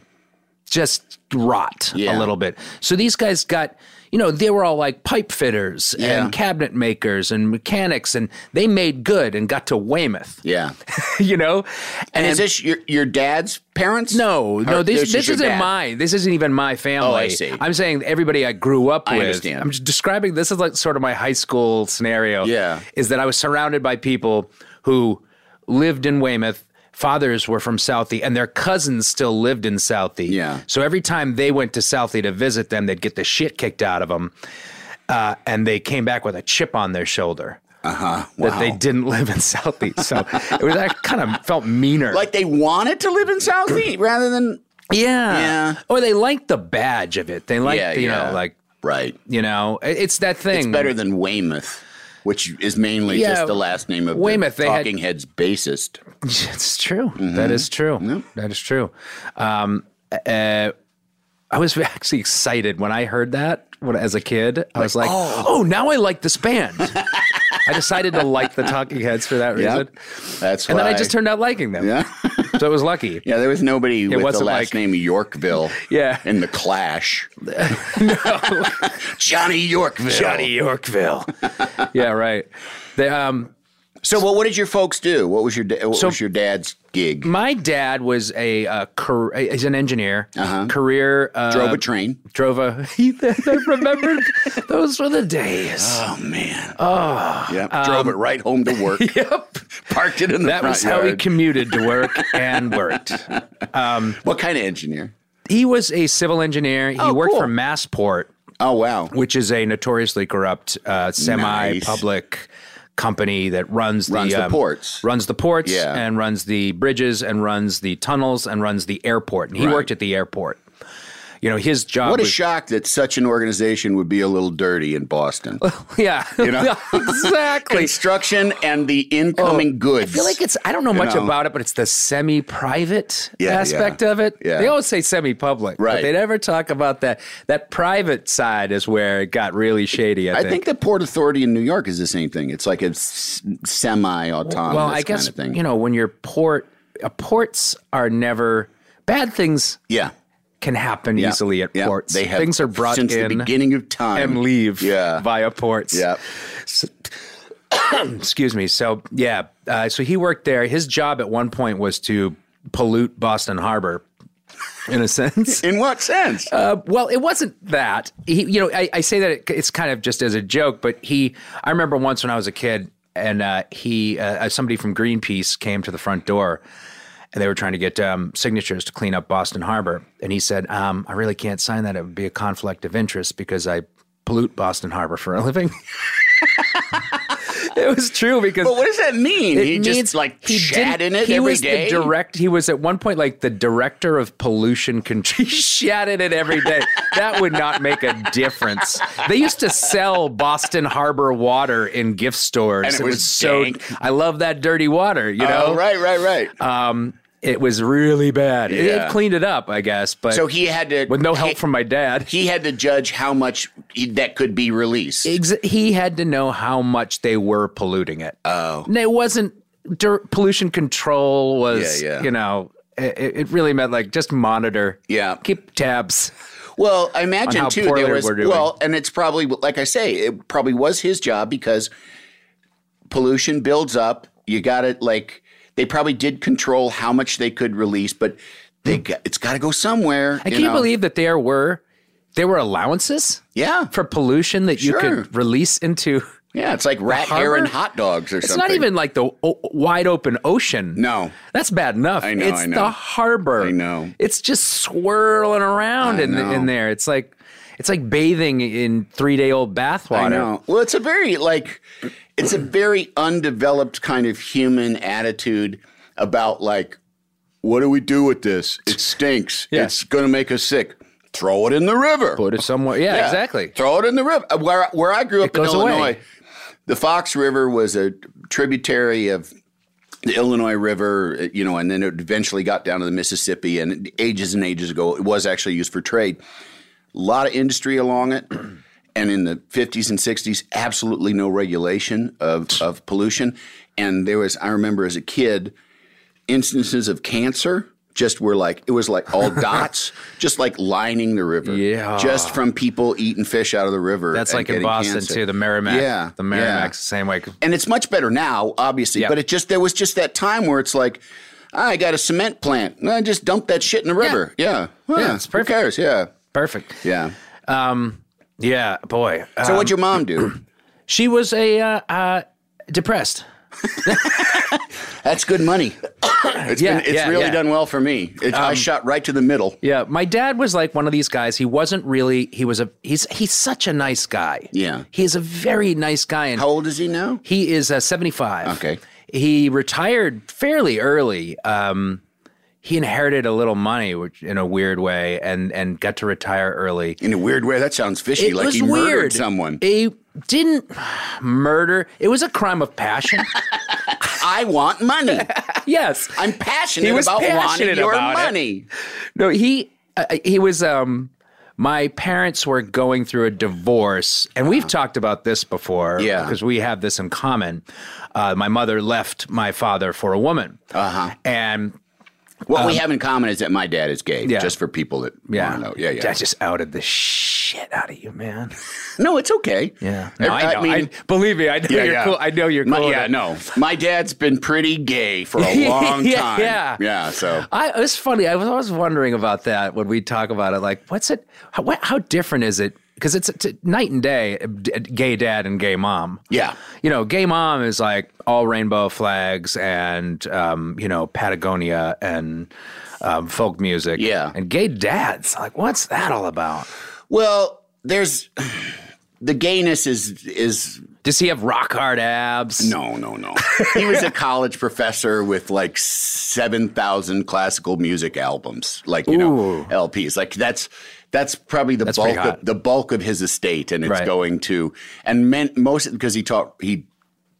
[SPEAKER 2] just rot
[SPEAKER 1] Yeah.
[SPEAKER 2] a little bit. So these guys got you know, they were all like pipe fitters
[SPEAKER 1] Yeah.
[SPEAKER 2] and cabinet makers and mechanics and they made good and got to Weymouth.
[SPEAKER 1] Yeah.
[SPEAKER 2] you know?
[SPEAKER 1] And, is this your your dad's parents?
[SPEAKER 2] No, no.
[SPEAKER 1] Or
[SPEAKER 2] This
[SPEAKER 1] is
[SPEAKER 2] this,
[SPEAKER 1] your
[SPEAKER 2] isn't
[SPEAKER 1] dad?
[SPEAKER 2] my. This isn't even my family.
[SPEAKER 1] Oh, I see.
[SPEAKER 2] I'm saying everybody I grew up
[SPEAKER 1] I
[SPEAKER 2] with.
[SPEAKER 1] understand.
[SPEAKER 2] I'm just describing. This is like sort of my high school scenario.
[SPEAKER 1] Yeah.
[SPEAKER 2] is that I was surrounded by people who lived in Weymouth. Fathers were from Southie, and their cousins still lived in Southie.
[SPEAKER 1] Yeah.
[SPEAKER 2] So every time they went to Southie to visit them, they'd get the shit kicked out of them, uh, and they came back with a chip on their shoulder.
[SPEAKER 1] Uh-huh.
[SPEAKER 2] That they didn't live in Southie, so it was I kind of felt meaner.
[SPEAKER 1] Like they wanted to live in Southie rather than
[SPEAKER 2] Yeah.
[SPEAKER 1] Yeah.
[SPEAKER 2] Or they like the badge of it. They like,
[SPEAKER 1] yeah,
[SPEAKER 2] you
[SPEAKER 1] yeah.
[SPEAKER 2] know, like,
[SPEAKER 1] right.
[SPEAKER 2] you know, it- it's that thing.
[SPEAKER 1] It's better than Weymouth, which is mainly
[SPEAKER 2] Yeah,
[SPEAKER 1] just the last name of
[SPEAKER 2] Weymouth,
[SPEAKER 1] the
[SPEAKER 2] they had-
[SPEAKER 1] Talking Heads bassist.
[SPEAKER 2] It's true.
[SPEAKER 1] Mm-hmm.
[SPEAKER 2] That is true. That is true. Um, uh, I was actually excited when I heard that when, as a kid. I was like, oh, now I like this band. I decided to like the Talking Heads for that
[SPEAKER 1] Yeah.
[SPEAKER 2] reason.
[SPEAKER 1] That's
[SPEAKER 2] And
[SPEAKER 1] why.
[SPEAKER 2] then I just turned out liking them.
[SPEAKER 1] Yeah.
[SPEAKER 2] so it was lucky.
[SPEAKER 1] Yeah, there was nobody with the
[SPEAKER 2] wasn't
[SPEAKER 1] last
[SPEAKER 2] like-
[SPEAKER 1] name Yorkville.
[SPEAKER 2] Yeah.
[SPEAKER 1] in the Clash. Johnny Yorkville.
[SPEAKER 2] Yorkville. yeah, right. They, um,
[SPEAKER 1] So, well, what did your folks do? What was your da- what
[SPEAKER 2] So- Mm,
[SPEAKER 1] was your dad's gig?
[SPEAKER 2] my dad was a uh, car- he's an engineer, career uh,
[SPEAKER 1] Uh-huh. Drove a train.
[SPEAKER 2] drove a. He, I remembered those were the days.
[SPEAKER 1] Oh man. Oh.
[SPEAKER 2] uh,
[SPEAKER 1] Yeah. Drove it right home to work.
[SPEAKER 2] Yep,
[SPEAKER 1] Parked it in Oh. the
[SPEAKER 2] um, that
[SPEAKER 1] front
[SPEAKER 2] was how he
[SPEAKER 1] yard.
[SPEAKER 2] commuted to work and worked.
[SPEAKER 1] What kind of engineer?
[SPEAKER 2] He was a civil engineer. He worked for Massport,
[SPEAKER 1] Oh wow.
[SPEAKER 2] which is a notoriously corrupt uh, semi-public. Company that runs the, um,
[SPEAKER 1] Runs the ports.
[SPEAKER 2] runs the ports,
[SPEAKER 1] Yeah.
[SPEAKER 2] and runs the bridges, and runs the tunnels, and runs the airport. And he worked at the airport. you know, his job.
[SPEAKER 1] What a
[SPEAKER 2] was-
[SPEAKER 1] shock that such an organization would be a little dirty in Boston.
[SPEAKER 2] Yeah,
[SPEAKER 1] You know?
[SPEAKER 2] exactly. Oh,
[SPEAKER 1] Construction and the incoming goods.
[SPEAKER 2] I feel like it's I don't know
[SPEAKER 1] You
[SPEAKER 2] much
[SPEAKER 1] know?
[SPEAKER 2] about it, but it's the semi-private
[SPEAKER 1] Yeah,
[SPEAKER 2] aspect
[SPEAKER 1] yeah.
[SPEAKER 2] of it.
[SPEAKER 1] Yeah.
[SPEAKER 2] They always say semi-public, But
[SPEAKER 1] Right.
[SPEAKER 2] they never talk about that. That private side is where it got really shady. I,
[SPEAKER 1] I think the Port Authority in New York is the same thing. It's like a s- semi-autonomous
[SPEAKER 2] well, I guess
[SPEAKER 1] kind of thing.
[SPEAKER 2] you know when your port uh, ports are never bad things
[SPEAKER 1] yeah,
[SPEAKER 2] can happen
[SPEAKER 1] yeah,
[SPEAKER 2] easily at
[SPEAKER 1] yeah.
[SPEAKER 2] ports.
[SPEAKER 1] They have
[SPEAKER 2] things are brought
[SPEAKER 1] since
[SPEAKER 2] in
[SPEAKER 1] the beginning of time
[SPEAKER 2] and leave
[SPEAKER 1] Yeah,
[SPEAKER 2] via ports.
[SPEAKER 1] yeah.
[SPEAKER 2] Excuse me. So yeah, uh, so he worked there. His job at one point was to pollute Boston Harbor, in a sense.
[SPEAKER 1] In what sense?
[SPEAKER 2] Uh, well, it wasn't that. He, you know, I, I say that it, it's kind of just as a joke, but he. I remember once when I was a kid, and uh, he, uh, somebody from Greenpeace came to the front door, and they were trying to get um, signatures to clean up Boston Harbor, and he said, um, "I really can't sign that. It would be a conflict of interest because I pollute Boston Harbor for a living." it was true because
[SPEAKER 1] but what does that mean?
[SPEAKER 2] it
[SPEAKER 1] he
[SPEAKER 2] means
[SPEAKER 1] just like
[SPEAKER 2] he
[SPEAKER 1] shat
[SPEAKER 2] didn't-
[SPEAKER 1] in it
[SPEAKER 2] he
[SPEAKER 1] every
[SPEAKER 2] was
[SPEAKER 1] day?
[SPEAKER 2] The direct. He was at one point like the director of pollution control. He shat in it every day. that would not make a difference. They used to sell Boston Harbor water in gift stores.
[SPEAKER 1] And it was
[SPEAKER 2] so.
[SPEAKER 1] dank.
[SPEAKER 2] I love that dirty water. You know.
[SPEAKER 1] Oh, right, right, right.
[SPEAKER 2] Um, it was really bad. It-
[SPEAKER 1] Yeah.
[SPEAKER 2] It cleaned it up, I guess. But
[SPEAKER 1] so he had to
[SPEAKER 2] with no
[SPEAKER 1] he-
[SPEAKER 2] help from my dad.
[SPEAKER 1] He had to judge how much he, that could be released.
[SPEAKER 2] Ex- he had to know how much they were polluting it. Oh, and it wasn't dir- pollution control was
[SPEAKER 1] Yeah, yeah.
[SPEAKER 2] you know it, it really meant like just monitor,
[SPEAKER 1] Yeah.
[SPEAKER 2] keep tabs.
[SPEAKER 1] Well, I
[SPEAKER 2] on
[SPEAKER 1] imagine
[SPEAKER 2] how
[SPEAKER 1] too
[SPEAKER 2] poorly
[SPEAKER 1] there was
[SPEAKER 2] we're doing.
[SPEAKER 1] well, and it's probably like I say, it probably was his job because pollution builds up. You got to like they probably did control how much they could release, but they got, it's got to go somewhere.
[SPEAKER 2] And can you Hmm. believe that there were there were allowances
[SPEAKER 1] Yeah,
[SPEAKER 2] for pollution that you
[SPEAKER 1] Sure.
[SPEAKER 2] could release into.
[SPEAKER 1] yeah, it's like rat
[SPEAKER 2] harbor?
[SPEAKER 1] hair and hot dogs or
[SPEAKER 2] It's
[SPEAKER 1] something.
[SPEAKER 2] not even like the o- wide open ocean.
[SPEAKER 1] No.
[SPEAKER 2] that's bad enough.
[SPEAKER 1] I know,
[SPEAKER 2] It's
[SPEAKER 1] I know.
[SPEAKER 2] the harbor.
[SPEAKER 1] I know.
[SPEAKER 2] It's just swirling around
[SPEAKER 1] I
[SPEAKER 2] in
[SPEAKER 1] know.
[SPEAKER 2] in there. It's like it's like bathing in three day old bathwater.
[SPEAKER 1] I know. Well, it's a very like it's a very undeveloped kind of human attitude about like what do we do with this? It stinks.
[SPEAKER 2] Yeah.
[SPEAKER 1] It's going to make us sick. Throw it in the river.
[SPEAKER 2] Put it somewhere. Yeah,
[SPEAKER 1] Yeah.
[SPEAKER 2] exactly.
[SPEAKER 1] Throw it in the river. Uh, Where where I grew up in
[SPEAKER 2] goes away.
[SPEAKER 1] Illinois, the Fox River was a tributary of the Illinois River, uh, you know, and then it eventually got down to the Mississippi. And ages and ages ago, it was actually used for trade. A lot of industry along it. And in the 50s and 60s, absolutely no regulation of, of pollution. And there was, I remember as a kid, instances of cancer just were like it was like all dots just like lining the river
[SPEAKER 2] Yeah.
[SPEAKER 1] just from people eating fish out of the river
[SPEAKER 2] That's
[SPEAKER 1] and
[SPEAKER 2] like in
[SPEAKER 1] getting
[SPEAKER 2] Boston
[SPEAKER 1] cancer.
[SPEAKER 2] too. The Merrimack.
[SPEAKER 1] Yeah,
[SPEAKER 2] the Merrimack's
[SPEAKER 1] yeah.
[SPEAKER 2] the same way.
[SPEAKER 1] and it's much better now obviously
[SPEAKER 2] Yeah.
[SPEAKER 1] but it just there was just that time where it's like "Ah, i got a cement plant i just dumped that shit in the river yeah yeah,
[SPEAKER 2] it's perfect.
[SPEAKER 1] who cares yeah
[SPEAKER 2] Perfect.
[SPEAKER 1] yeah
[SPEAKER 2] Um, yeah, boy. Uh,
[SPEAKER 1] so what'd your mom do
[SPEAKER 2] she was a uh, uh, depressed.
[SPEAKER 1] that's good money It's
[SPEAKER 2] Yeah,
[SPEAKER 1] been, it's
[SPEAKER 2] yeah, Um,
[SPEAKER 1] really
[SPEAKER 2] yeah.
[SPEAKER 1] done well for me it, i shot right to the middle
[SPEAKER 2] Yeah, my dad was like one of these guys. He wasn't really. He was a. He's he's such a nice guy.
[SPEAKER 1] Yeah.
[SPEAKER 2] he's a very nice guy. And
[SPEAKER 1] how old is he now
[SPEAKER 2] He is uh, 75.
[SPEAKER 1] Okay.
[SPEAKER 2] He retired fairly early. Um, he inherited a little money, which in a weird way, and and got to retire early.
[SPEAKER 1] in a weird way that sounds fishy
[SPEAKER 2] it
[SPEAKER 1] like
[SPEAKER 2] was
[SPEAKER 1] he
[SPEAKER 2] weird.
[SPEAKER 1] murdered someone
[SPEAKER 2] He didn't murder. It was a crime of passion.
[SPEAKER 1] i want money
[SPEAKER 2] yes,
[SPEAKER 1] I'm passionate
[SPEAKER 2] He was
[SPEAKER 1] about
[SPEAKER 2] passionate
[SPEAKER 1] wanting your
[SPEAKER 2] about it.
[SPEAKER 1] money.
[SPEAKER 2] no. He uh, he was. Um, my parents were going through a divorce, and we've talked about this before.
[SPEAKER 1] Ah. Yeah.
[SPEAKER 2] because we have this in common. Uh, my mother left my father for a woman. Uh
[SPEAKER 1] Uh-huh.
[SPEAKER 2] huh. And
[SPEAKER 1] What we have in common is that my dad is gay.
[SPEAKER 2] Um, Yeah.
[SPEAKER 1] Just for people that
[SPEAKER 2] yeah,
[SPEAKER 1] want to know. Yeah, yeah.
[SPEAKER 2] I just outed the shit out of you, man.
[SPEAKER 1] no, it's okay. Er,
[SPEAKER 2] no, I, know. I, believe me, I know
[SPEAKER 1] Yeah,
[SPEAKER 2] you're
[SPEAKER 1] yeah.
[SPEAKER 2] cool. I know you're
[SPEAKER 1] my,
[SPEAKER 2] cool. with
[SPEAKER 1] yeah,
[SPEAKER 2] it.
[SPEAKER 1] no. My dad's been pretty gay for a long
[SPEAKER 2] Yeah,
[SPEAKER 1] time.
[SPEAKER 2] yeah.
[SPEAKER 1] yeah. So
[SPEAKER 2] I, it's funny. I was always wondering about that when we talk about it. Like, what's it? How, what, how different is it? Because it's, it's night and day, uh, d- gay dad and gay mom.
[SPEAKER 1] Yeah.
[SPEAKER 2] You know, gay mom is like all rainbow flags and, um, you know, Patagonia and um, folk music.
[SPEAKER 1] Yeah.
[SPEAKER 2] And gay dad's like, what's that all about?
[SPEAKER 1] Well, there's the gayness is is
[SPEAKER 2] Does he have rock hard abs?
[SPEAKER 1] no, no, no. he was a college professor with like 7,000 classical music albums, like, you know, LPs. Like that's that's probably the bulk
[SPEAKER 2] pretty hot.
[SPEAKER 1] of the bulk of his estate and it's
[SPEAKER 2] Right.
[SPEAKER 1] going to and meant most because he taught he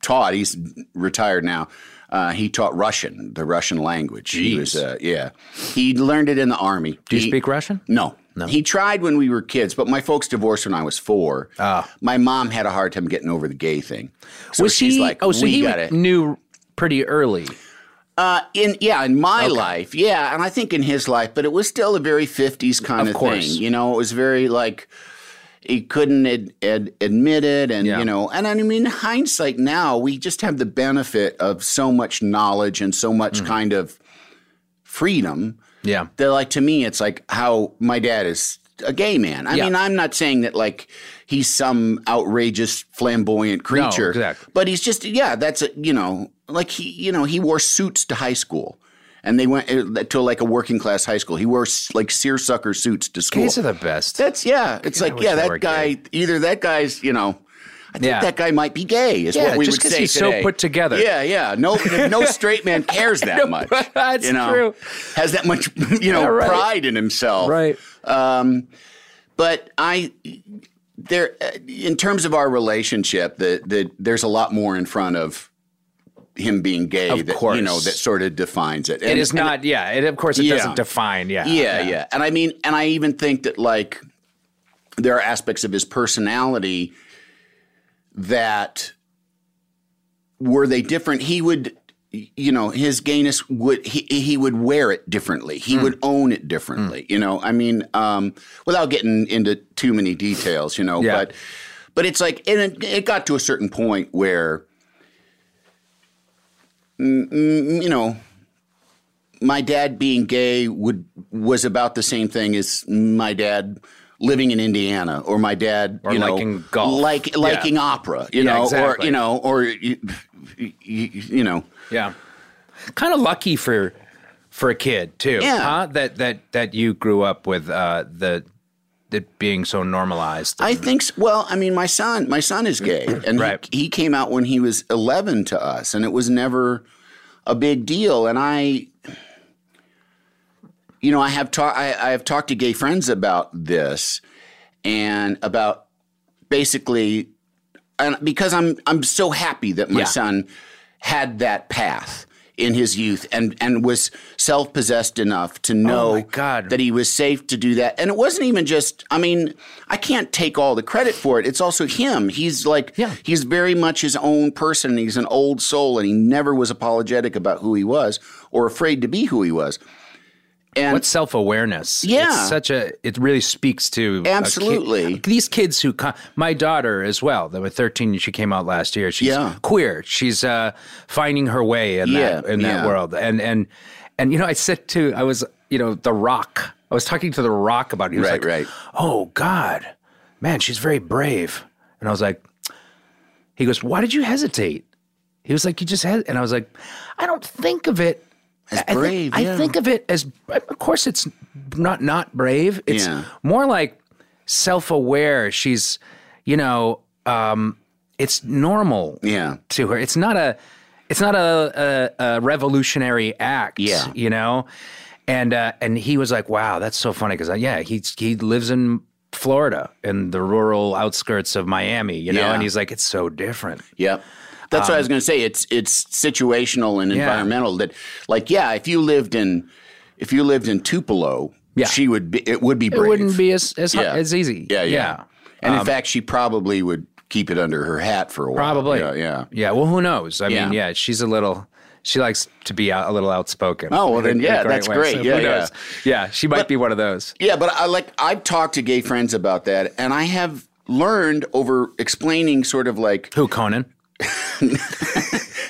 [SPEAKER 1] taught he's retired now. Uh, he taught Russian, the Russian language. He was, uh, yeah. He learned it in the army.
[SPEAKER 2] Do you
[SPEAKER 1] He-
[SPEAKER 2] speak Russian?
[SPEAKER 1] no. No. He tried when we were kids, but my folks divorced when I was four. My mom had a hard time getting over the gay thing. So
[SPEAKER 2] Ah. was
[SPEAKER 1] she's
[SPEAKER 2] he?
[SPEAKER 1] like,
[SPEAKER 2] oh, so
[SPEAKER 1] we
[SPEAKER 2] he
[SPEAKER 1] got it.
[SPEAKER 2] knew pretty early.
[SPEAKER 1] Uh, in yeah, in my life, yeah, and I think in his life, but it was still a very fifties kind of,
[SPEAKER 2] course.
[SPEAKER 1] thing. You know, it was very like he couldn't ad, ad, admit it, and
[SPEAKER 2] Yeah.
[SPEAKER 1] you know, and I mean, in hindsight now we just have the benefit of so much knowledge and so
[SPEAKER 2] Hmm.
[SPEAKER 1] much kind of freedom.
[SPEAKER 2] Yeah.
[SPEAKER 1] They're like to me, it's like how my dad is a gay man. I
[SPEAKER 2] Yeah.
[SPEAKER 1] mean, I'm not saying that like he's some outrageous flamboyant creature,
[SPEAKER 2] exactly.
[SPEAKER 1] but he's just yeah. That's a, you know like he you know he wore suits to high school. And they went uh, to like a working class high school. He wore s- like seersucker suits to school.
[SPEAKER 2] Gays are the best.
[SPEAKER 1] That's yeah. It's like
[SPEAKER 2] wish
[SPEAKER 1] yeah,
[SPEAKER 2] I
[SPEAKER 1] that
[SPEAKER 2] were
[SPEAKER 1] guy. Either that guy's you know, I think
[SPEAKER 2] Yeah.
[SPEAKER 1] that guy might be gay. Is
[SPEAKER 2] Yeah,
[SPEAKER 1] what we
[SPEAKER 2] just
[SPEAKER 1] would
[SPEAKER 2] 'cause
[SPEAKER 1] say
[SPEAKER 2] he's so
[SPEAKER 1] today.
[SPEAKER 2] put together.
[SPEAKER 1] Yeah, yeah. No, no straight man cares that much.
[SPEAKER 2] that's
[SPEAKER 1] you know,
[SPEAKER 2] true.
[SPEAKER 1] Has that much you know
[SPEAKER 2] Yeah, right.
[SPEAKER 1] pride in himself.
[SPEAKER 2] Right.
[SPEAKER 1] Um, but I there uh, in terms of our relationship, the, the there's a lot more in front of him being gay
[SPEAKER 2] Of
[SPEAKER 1] that
[SPEAKER 2] course.
[SPEAKER 1] you know that sort of defines it.
[SPEAKER 2] It
[SPEAKER 1] And-
[SPEAKER 2] is
[SPEAKER 1] and-
[SPEAKER 2] not. Yeah. It of course it
[SPEAKER 1] Yeah.
[SPEAKER 2] doesn't define. Yeah.
[SPEAKER 1] yeah, yeah. And I mean, and I even think that like there are aspects of his personality that were they different, he would you know his gayness would he he would wear it differently he
[SPEAKER 2] Hmm.
[SPEAKER 1] would own it differently you know i mean um without getting into too many details you know
[SPEAKER 2] Yeah.
[SPEAKER 1] but but it's like and it, it got to a certain point where you know, my dad being gay would was about the same thing as my dad living in Indiana or my dad
[SPEAKER 2] Or
[SPEAKER 1] you know,
[SPEAKER 2] liking golf.
[SPEAKER 1] like
[SPEAKER 2] Yeah.
[SPEAKER 1] liking opera, you
[SPEAKER 2] Yeah,
[SPEAKER 1] know, or
[SPEAKER 2] exactly.
[SPEAKER 1] you know, or you, you, you know,
[SPEAKER 2] Yeah. Kind of lucky for for a kid too.
[SPEAKER 1] Yeah.
[SPEAKER 2] Huh? That that that you grew up with uh the it being so normalized.
[SPEAKER 1] I think s well, I mean, my son, my son is gay, and
[SPEAKER 2] Right.
[SPEAKER 1] he, he came out when he was eleven to us, and it was never a big deal. And I, you know, I have talked, I, I have talked to gay friends about this, and about basically, and because I'm, I'm so happy that my
[SPEAKER 2] Yeah.
[SPEAKER 1] son had that path in his youth and and was self-possessed enough to know
[SPEAKER 2] Oh my God.
[SPEAKER 1] that he was safe to do that. And it wasn't even just, I mean, I can't take all the credit for it. It's also him. He's like,
[SPEAKER 2] Yeah.
[SPEAKER 1] he's very much his own person. He's an old soul and he never was apologetic about who he was or afraid to be who he was. And
[SPEAKER 2] What self awareness?
[SPEAKER 1] Yeah.
[SPEAKER 2] it's such a. It really speaks to a kid-
[SPEAKER 1] Absolutely.
[SPEAKER 2] these kids who. co- My daughter as well. That was thirteen. She came out last year. She's
[SPEAKER 1] Yeah.
[SPEAKER 2] queer. She's uh, finding her way in that
[SPEAKER 1] Yeah,
[SPEAKER 2] in that
[SPEAKER 1] yeah.
[SPEAKER 2] world. And and and you know, I said to I was you know the Rock. I was talking to the Rock about. It. He was
[SPEAKER 1] Right,
[SPEAKER 2] like,
[SPEAKER 1] right.
[SPEAKER 2] Oh God, man, she's very brave. And I was like, he goes, why did you hesitate? He was like, you just had, and I was like, I don't think of it as
[SPEAKER 1] brave,
[SPEAKER 2] I think,
[SPEAKER 1] yeah.
[SPEAKER 2] of it as, of course, it's not not brave. It's
[SPEAKER 1] Yeah.
[SPEAKER 2] more like self aware. She's, you know, um, it's normal
[SPEAKER 1] Yeah.
[SPEAKER 2] to her. It's not a, it's not a, a, a revolutionary act.
[SPEAKER 1] Yeah.
[SPEAKER 2] you know, and uh, and he was like, wow, that's so funny because yeah, he he lives in. Florida in the rural outskirts of Miami, you know,
[SPEAKER 1] Yeah.
[SPEAKER 2] and he's like, it's so different.
[SPEAKER 1] Yeah. That's what I was
[SPEAKER 2] Um,
[SPEAKER 1] going to say. It's it's situational and environmental. That like yeah, if you lived in if you lived in Tupelo,
[SPEAKER 2] Yeah.
[SPEAKER 1] she would be. It would be brave.
[SPEAKER 2] It wouldn't be as as, hu-
[SPEAKER 1] Yeah.
[SPEAKER 2] as easy.
[SPEAKER 1] Yeah, yeah. And
[SPEAKER 2] Um,
[SPEAKER 1] in fact, she probably would keep it under her hat for a while.
[SPEAKER 2] Probably.
[SPEAKER 1] Yeah, yeah.
[SPEAKER 2] Yeah. Well, who knows? I mean,
[SPEAKER 1] Yeah.
[SPEAKER 2] yeah, she's a little. She likes to be out, a little outspoken.
[SPEAKER 1] Oh, well, then,
[SPEAKER 2] In a
[SPEAKER 1] yeah, that's great. Yeah,
[SPEAKER 2] who
[SPEAKER 1] yeah.
[SPEAKER 2] knows? Yeah, she might be one of those.
[SPEAKER 1] Yeah, but I like I've talked to gay friends about that, and I have learned over explaining sort of like
[SPEAKER 2] Who Conan?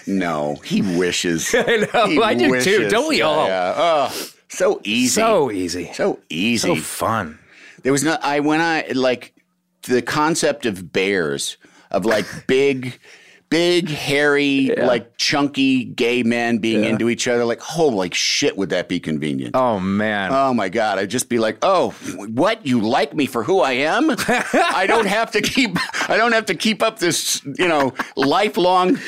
[SPEAKER 1] no, he wishes.
[SPEAKER 2] I know.
[SPEAKER 1] He
[SPEAKER 2] I do too. Don't we
[SPEAKER 1] Yeah,
[SPEAKER 2] all?
[SPEAKER 1] Yeah. Oh, so easy.
[SPEAKER 2] So easy. So,
[SPEAKER 1] so easy.
[SPEAKER 2] fun.
[SPEAKER 1] there was no I when I like the concept of bears of like big big, hairy, like chunky gay men being into each other. Like, oh, like shit, would that be convenient?
[SPEAKER 2] Oh man.
[SPEAKER 1] Oh my God. I'd just be like, oh, what? You like me for who I am? I don't have to keep, I don't have to keep up this, you know, lifelong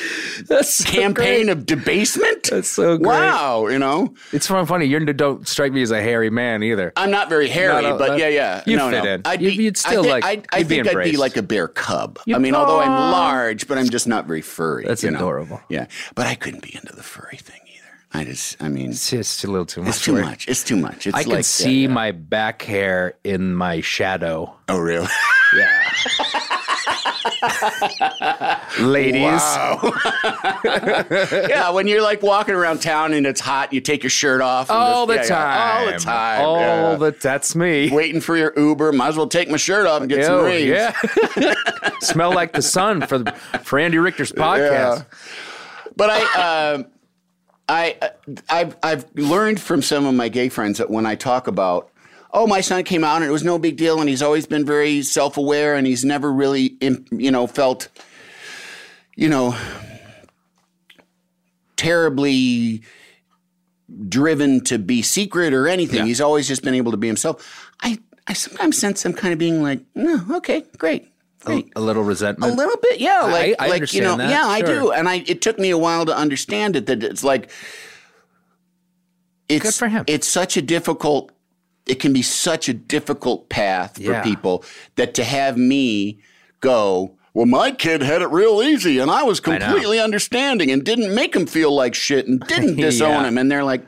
[SPEAKER 2] That's so
[SPEAKER 1] campaign
[SPEAKER 2] great.
[SPEAKER 1] of debasement.
[SPEAKER 2] That's so great.
[SPEAKER 1] Wow. You know,
[SPEAKER 2] It's so funny. You don't strike me as a hairy man either.
[SPEAKER 1] I'm not very hairy,
[SPEAKER 2] Not a-
[SPEAKER 1] but
[SPEAKER 2] not-
[SPEAKER 1] yeah, yeah.
[SPEAKER 2] you
[SPEAKER 1] no,
[SPEAKER 2] fit
[SPEAKER 1] no.
[SPEAKER 2] in.
[SPEAKER 1] I'd
[SPEAKER 2] You-
[SPEAKER 1] be,
[SPEAKER 2] you'd
[SPEAKER 1] I
[SPEAKER 2] still,
[SPEAKER 1] thi-
[SPEAKER 2] like,
[SPEAKER 1] I'd, I
[SPEAKER 2] you'd be
[SPEAKER 1] think I'd be
[SPEAKER 2] embraced.
[SPEAKER 1] like a bear cub.
[SPEAKER 2] You-
[SPEAKER 1] I mean, although
[SPEAKER 2] Aw.
[SPEAKER 1] I'm large, but I'm just not very furry.
[SPEAKER 2] That's
[SPEAKER 1] you know?
[SPEAKER 2] adorable.
[SPEAKER 1] Yeah. But I couldn't be into the furry thing either. I just, I mean,
[SPEAKER 2] It's
[SPEAKER 1] it's,
[SPEAKER 2] just a little too much.
[SPEAKER 1] too
[SPEAKER 2] work.
[SPEAKER 1] much. It's too much. It's
[SPEAKER 2] I
[SPEAKER 1] like,
[SPEAKER 2] can
[SPEAKER 1] yeah,
[SPEAKER 2] see
[SPEAKER 1] yeah.
[SPEAKER 2] my back hair in my shadow.
[SPEAKER 1] Oh, really?
[SPEAKER 2] Yeah. Ladies.
[SPEAKER 1] yeah, when you're like walking around town and it's hot, you take your shirt off and
[SPEAKER 2] All the
[SPEAKER 1] just- yeah,
[SPEAKER 2] time.
[SPEAKER 1] yeah, all the time,
[SPEAKER 2] All
[SPEAKER 1] yeah.
[SPEAKER 2] the that's me.
[SPEAKER 1] waiting for your Uber. Might as well take my shirt off and get some
[SPEAKER 2] Ew,
[SPEAKER 1] rays.
[SPEAKER 2] yeah. Smell like the sun for the, for Andy Richter's podcast.
[SPEAKER 1] But I, um I, uh, I've I've learned from some of my gay friends that when I talk about, oh, my son came out and it was no big deal, and he's always been very self aware, and he's never really, im- you know, felt, you know, terribly driven to be secret or anything. He's always just been able to be himself. I I sometimes sense them kind of being like, no, okay, great, great.
[SPEAKER 2] A little resentment.
[SPEAKER 1] A little bit, yeah.
[SPEAKER 2] I-
[SPEAKER 1] Like,
[SPEAKER 2] I
[SPEAKER 1] like you know,
[SPEAKER 2] understand that,
[SPEAKER 1] yeah, I do.
[SPEAKER 2] sure.
[SPEAKER 1] And I, it took me a while to understand it. That it's like, it's
[SPEAKER 2] Good for him.
[SPEAKER 1] It's such a difficult. It can be such a difficult path
[SPEAKER 2] Yeah.
[SPEAKER 1] for people that to have me go. Well, my kid had it real easy, and I was completely understanding, and didn't make him feel like shit, and didn't
[SPEAKER 2] Yeah.
[SPEAKER 1] disown him. And they're like,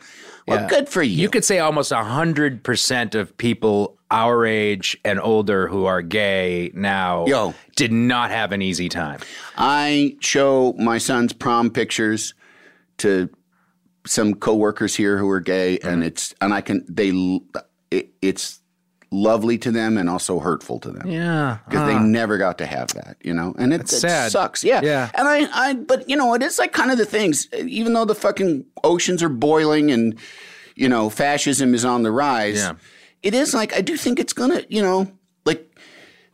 [SPEAKER 1] "Well,
[SPEAKER 2] Yeah.
[SPEAKER 1] good for you."
[SPEAKER 2] You could say almost 100% of people our age and older who are gay now
[SPEAKER 1] Yo.
[SPEAKER 2] did not have an easy time.
[SPEAKER 1] I show my son's prom pictures to some coworkers here who are gay, and it's and I can they l- it, it's lovely to them and also hurtful to them.
[SPEAKER 2] Yeah.
[SPEAKER 1] Because they never got to have that, you know, and it, it
[SPEAKER 2] sad.
[SPEAKER 1] sucks. Yeah,
[SPEAKER 2] Yeah.
[SPEAKER 1] And I, I, but you know, it is like kind of the things. eh, Even though the fucking oceans are boiling and you know fascism is on the rise,
[SPEAKER 2] Yeah.
[SPEAKER 1] it is like I do think it's gonna, you know, like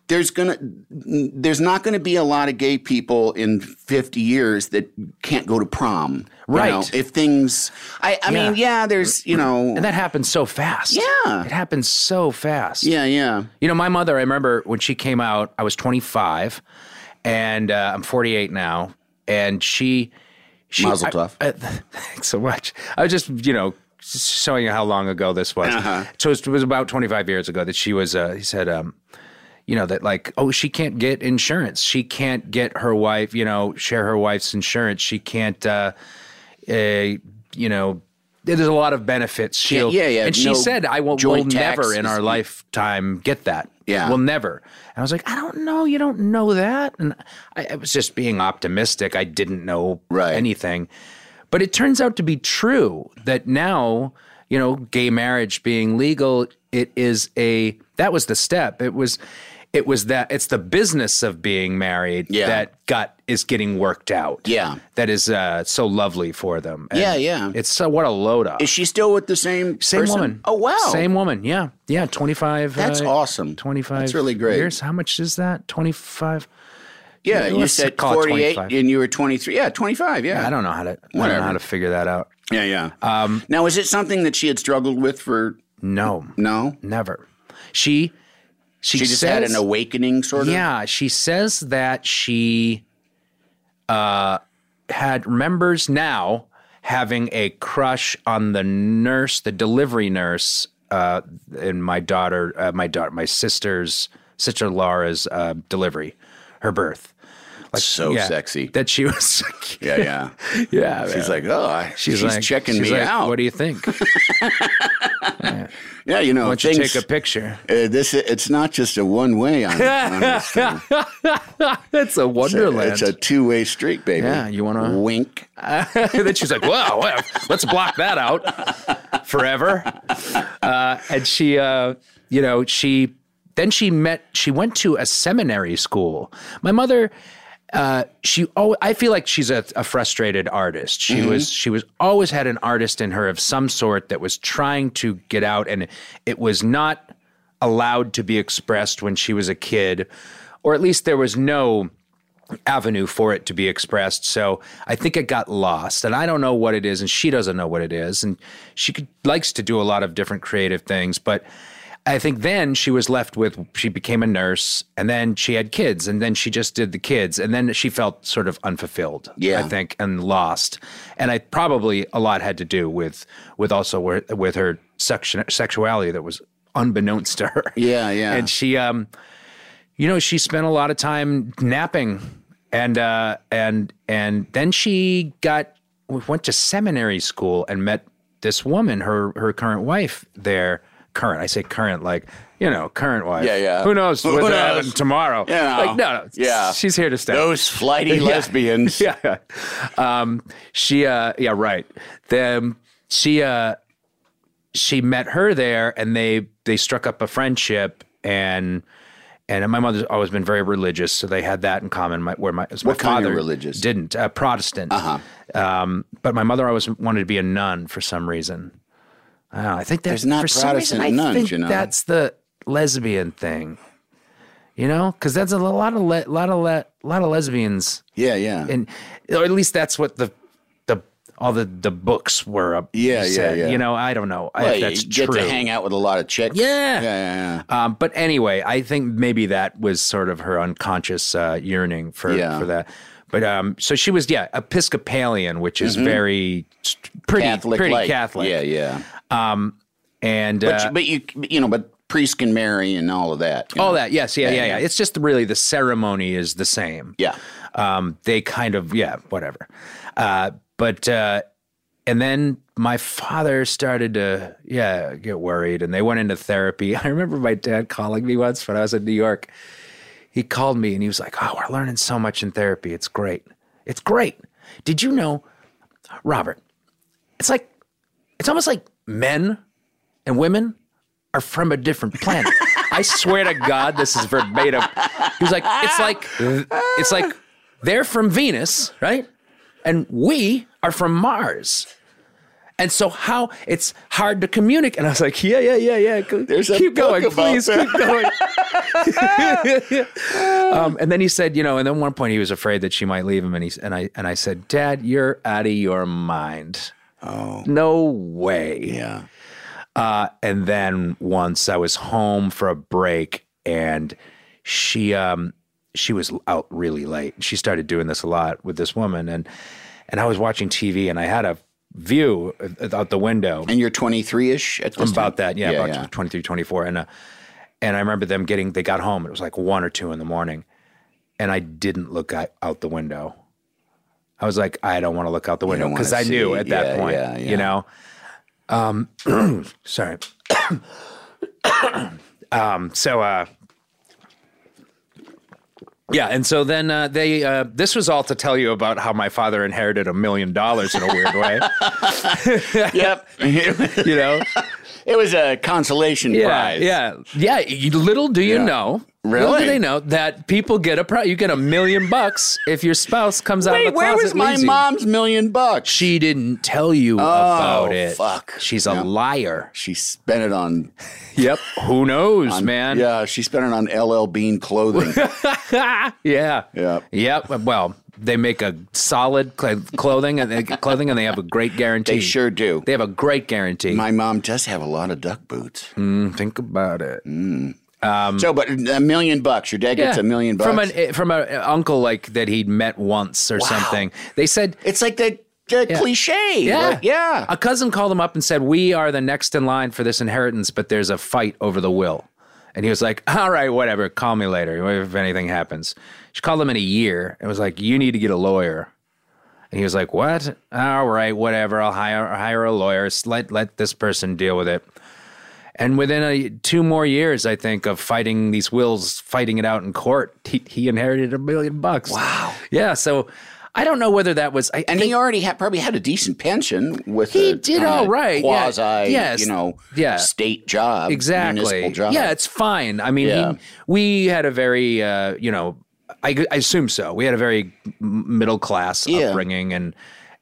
[SPEAKER 1] there's gonna there's not gonna be a lot of gay people in 50 years that can't go to prom you
[SPEAKER 2] Right.
[SPEAKER 1] know, if things i i mean yeah there's you know
[SPEAKER 2] And that happens so fast.
[SPEAKER 1] Yeah.
[SPEAKER 2] It happens so fast.
[SPEAKER 1] yeah yeah
[SPEAKER 2] You know, my mother, I remember when she came out, I was 25 and uh, I'm 48 now. And she, she
[SPEAKER 1] Mazel
[SPEAKER 2] I-
[SPEAKER 1] tov.
[SPEAKER 2] I- thanks so much. I was just, you know, s- showing you how long ago this was.
[SPEAKER 1] Uh-huh.
[SPEAKER 2] So it was about 25 years ago that she was, uh, he said, um, you know, that like, oh, she can't get insurance. She can't get her wife, you know, share her wife's insurance. She can't, uh, uh, you know, there's a lot of benefits. She'll,
[SPEAKER 1] yeah, yeah,
[SPEAKER 2] And she
[SPEAKER 1] no
[SPEAKER 2] said, I will we'll
[SPEAKER 1] joint tax
[SPEAKER 2] never in
[SPEAKER 1] is-
[SPEAKER 2] our lifetime get that.
[SPEAKER 1] Yeah.
[SPEAKER 2] We'll never. And I was like, I don't know. You don't know that. And I, I was just being optimistic. I didn't know
[SPEAKER 1] Right.
[SPEAKER 2] anything. But it turns out to be true that now, you know, gay marriage being legal, it is a that was the step. It was it was that it's the business of being married
[SPEAKER 1] Yeah.
[SPEAKER 2] that got is getting worked out.
[SPEAKER 1] Yeah.
[SPEAKER 2] That is uh, so lovely for them. And
[SPEAKER 1] Yeah, yeah.
[SPEAKER 2] It's so what a load up.
[SPEAKER 1] is she still with the same
[SPEAKER 2] Same
[SPEAKER 1] person?
[SPEAKER 2] woman.
[SPEAKER 1] oh wow
[SPEAKER 2] Same woman. Yeah. Yeah. 25.
[SPEAKER 1] That's
[SPEAKER 2] uh,
[SPEAKER 1] awesome.
[SPEAKER 2] 25.
[SPEAKER 1] That's really great.
[SPEAKER 2] Years. How much is that? 25.
[SPEAKER 1] yeah,
[SPEAKER 2] Yeah,
[SPEAKER 1] you
[SPEAKER 2] let's
[SPEAKER 1] said
[SPEAKER 2] call it
[SPEAKER 1] 48
[SPEAKER 2] 25.
[SPEAKER 1] and you were 23 yeah 25 yeah
[SPEAKER 2] I don't Um, know how to, I don't know
[SPEAKER 1] Whatever.
[SPEAKER 2] how to figure that out.
[SPEAKER 1] yeah yeah now is it something that she had struggled with for
[SPEAKER 2] No,
[SPEAKER 1] no
[SPEAKER 2] never. She, she,
[SPEAKER 1] she just had
[SPEAKER 2] says-
[SPEAKER 1] an awakening sort of
[SPEAKER 2] Yeah, she says that she uh, had remembers now having a crush on the nurse, the delivery nurse, uh, in my daughter, uh, my daughter, my sister's sister Laura's uh, delivery, her birth. Like,
[SPEAKER 1] So sexy.
[SPEAKER 2] that she was.
[SPEAKER 1] yeah yeah
[SPEAKER 2] yeah,
[SPEAKER 1] she's
[SPEAKER 2] man.
[SPEAKER 1] like oh I, she's,
[SPEAKER 2] like-
[SPEAKER 1] checking
[SPEAKER 2] she's
[SPEAKER 1] me
[SPEAKER 2] like,
[SPEAKER 1] out
[SPEAKER 2] What do you think? Why
[SPEAKER 1] yeah you know
[SPEAKER 2] don't you
[SPEAKER 1] things-
[SPEAKER 2] take a picture?
[SPEAKER 1] Uh, this it's not just a one way on, on this thing.
[SPEAKER 2] That's a wonderland.
[SPEAKER 1] It's a two way street, baby.
[SPEAKER 2] Yeah, you wanna-
[SPEAKER 1] wink?
[SPEAKER 2] and then she's like, "Wow, well, let's block that out forever." Uh, and she, uh, you know, she then she met. She went to a seminary school. My mother, uh, she. Oh, I feel like she's a, a frustrated artist. She was. She was always had an artist in her of some sort that was trying to get out, and it was not allowed to be expressed when she was a kid, or at least there was no avenue for it to be expressed. So I think it got lost, and I don't know what it is, and she doesn't know what it is, and she could, likes to do a lot of different creative things, but. I think then she was left with she became a nurse and then she had kids and then she just did the kids and then she felt sort of unfulfilled
[SPEAKER 1] Yeah.
[SPEAKER 2] I think and lost and I probably a lot had to do with with also where, with her section sexuality that was unbeknownst to her
[SPEAKER 1] Yeah, yeah.
[SPEAKER 2] and she um you know she spent a lot of time napping and uh and and then she got went to seminary school and met this woman her her current wife there current i say current like you know current wife
[SPEAKER 1] Yeah, yeah.
[SPEAKER 2] who knows
[SPEAKER 1] Who
[SPEAKER 2] what's
[SPEAKER 1] knows?
[SPEAKER 2] happening tomorrow
[SPEAKER 1] You know.
[SPEAKER 2] like no, no
[SPEAKER 1] Yeah.
[SPEAKER 2] she's here to stay
[SPEAKER 1] Those flighty lesbians.
[SPEAKER 2] yeah. Um, she, uh, yeah, right. Then she, uh, she met her there, and they they struck up a friendship, and and my mother's always been very religious, so they had that in common. My, where my, my
[SPEAKER 1] What kind of
[SPEAKER 2] father
[SPEAKER 1] religious?
[SPEAKER 2] didn't uh, Protestant, uh-huh. um, but my mother always wanted to be a nun for some reason. I, don't know, I think that's
[SPEAKER 1] There's not
[SPEAKER 2] for some reason,
[SPEAKER 1] Protestant
[SPEAKER 2] I
[SPEAKER 1] nuns,
[SPEAKER 2] think
[SPEAKER 1] you know?
[SPEAKER 2] that's the lesbian thing. You know, because that's a lot of le- lot of le- lot of lesbians
[SPEAKER 1] Yeah, yeah.
[SPEAKER 2] and or at least that's what the the all the the books were up.
[SPEAKER 1] Yeah, yeah,
[SPEAKER 2] said.
[SPEAKER 1] yeah.
[SPEAKER 2] You know, I don't know
[SPEAKER 1] Well,
[SPEAKER 2] if that's
[SPEAKER 1] you get
[SPEAKER 2] true.
[SPEAKER 1] to hang out with a lot of chicks.
[SPEAKER 2] Yeah.
[SPEAKER 1] Yeah, yeah, yeah.
[SPEAKER 2] um, but anyway, I think maybe that was sort of her unconscious uh, yearning for
[SPEAKER 1] Yeah.
[SPEAKER 2] for that. But um, so she was, yeah, Episcopalian, which is very st- pretty
[SPEAKER 1] Catholic,
[SPEAKER 2] pretty
[SPEAKER 1] like.
[SPEAKER 2] Catholic.
[SPEAKER 1] Mm-hmm. Yeah, yeah.
[SPEAKER 2] and
[SPEAKER 1] But,
[SPEAKER 2] uh,
[SPEAKER 1] you, but you, you know, but priests can marry and all of that. you
[SPEAKER 2] all
[SPEAKER 1] know?
[SPEAKER 2] that, yes, yeah, yeah,
[SPEAKER 1] Yeah,
[SPEAKER 2] yeah,
[SPEAKER 1] yeah.
[SPEAKER 2] It's just really the ceremony is the same.
[SPEAKER 1] Yeah.
[SPEAKER 2] um, they kind of yeah whatever uh, but uh, and then my father started to yeah get worried and they went into therapy i remember my dad calling me once when i was in new york he called me and he was like oh we're learning so much in therapy it's great it's great did you know robert it's like it's almost like men and women are from a different planet. I swear to God, this is verbatim. He was like, it's like, it's like they're from Venus, right? And we are from Mars. And so how it's hard to communicate. And I was like, yeah, yeah, yeah, yeah. Go-
[SPEAKER 1] There's a
[SPEAKER 2] keep
[SPEAKER 1] book
[SPEAKER 2] going,
[SPEAKER 1] about
[SPEAKER 2] please,
[SPEAKER 1] that.
[SPEAKER 2] keep going. um, and then he said, you know, and then one point he was afraid that she might leave him. And he and I and I said, Dad, you're out of your mind. Oh, no way.
[SPEAKER 1] Yeah.
[SPEAKER 2] Uh, and then once I was home for a break, and she um, she was out really late. She started doing this a lot with this woman, and and I was watching TV, and I had a view out the window
[SPEAKER 1] And you're 23 ish at this
[SPEAKER 2] about
[SPEAKER 1] time?
[SPEAKER 2] that. Yeah,
[SPEAKER 1] yeah,
[SPEAKER 2] about
[SPEAKER 1] yeah.
[SPEAKER 2] 23, 24. And, uh, and I remember them getting, they got home. It was like one or two in the morning. And I didn't look out out the window. I was like, I don't want to look out the window
[SPEAKER 1] don't
[SPEAKER 2] because
[SPEAKER 1] wanna
[SPEAKER 2] I knew
[SPEAKER 1] see.
[SPEAKER 2] at that
[SPEAKER 1] Yeah,
[SPEAKER 2] point,
[SPEAKER 1] yeah, yeah.
[SPEAKER 2] you know? Um, sorry. um, so, uh, yeah, and so then uh, they. Uh, this was all to tell you about how my father inherited a million dollars in a weird way,
[SPEAKER 1] Yep. it
[SPEAKER 2] you know.
[SPEAKER 1] was a consolation prize.
[SPEAKER 2] Yeah, yeah. You, little do you
[SPEAKER 1] Yeah.
[SPEAKER 2] know. Little do
[SPEAKER 1] Really?
[SPEAKER 2] they know that people get a prize. You get a million bucks if your spouse comes out of
[SPEAKER 1] Wait,
[SPEAKER 2] the
[SPEAKER 1] where
[SPEAKER 2] closet.
[SPEAKER 1] was my
[SPEAKER 2] leaves you.
[SPEAKER 1] mom's million bucks?
[SPEAKER 2] She didn't tell you about it.
[SPEAKER 1] fuck.
[SPEAKER 2] She's
[SPEAKER 1] Yeah.
[SPEAKER 2] a liar.
[SPEAKER 1] She spent it on,
[SPEAKER 2] Yep. Who knows, man?
[SPEAKER 1] yeah, she spent it on LL Bean clothing.
[SPEAKER 2] Yeah.
[SPEAKER 1] Yep.
[SPEAKER 2] Yep. Well, they make a solid cl- clothing and they, clothing, and they have a great guarantee.
[SPEAKER 1] they sure do.
[SPEAKER 2] They have a great guarantee. Mm,
[SPEAKER 1] My mom does have a lot of duck boots.
[SPEAKER 2] Think about it.
[SPEAKER 1] So, but a million bucks. Your dad gets a million bucks.
[SPEAKER 2] from an eh, from a uncle like that he'd met once or something. They said
[SPEAKER 1] it's like the, the cliche.
[SPEAKER 2] Yeah.
[SPEAKER 1] Like, yeah.
[SPEAKER 2] A cousin called him up and said, We are the next in line for this inheritance, but there's a fight over the will. And he was like, All right, whatever. Call me later if anything happens. She called him in a year and was like, You need to get a lawyer. And he was like, What? All right, whatever. I'll hire, hire a lawyer. S- Let, let this person deal with it. And within a, two more years, I think, of fighting these wills, fighting it out in court, he, he inherited a million bucks. Wow. Yeah. So I don't know whether that was. I
[SPEAKER 1] And
[SPEAKER 2] think-
[SPEAKER 1] he already had probably had a decent pension with
[SPEAKER 2] He
[SPEAKER 1] a
[SPEAKER 2] did
[SPEAKER 1] kinda
[SPEAKER 2] all right, yeah.
[SPEAKER 1] quasi
[SPEAKER 2] Yes.
[SPEAKER 1] you know
[SPEAKER 2] Yeah.
[SPEAKER 1] state job
[SPEAKER 2] exactly
[SPEAKER 1] municipal job
[SPEAKER 2] yeah it's fine i mean he-
[SPEAKER 1] Yeah.
[SPEAKER 2] we had a very uh, you know I, I assume so we had a very m- middle class
[SPEAKER 1] Yeah.
[SPEAKER 2] upbringing and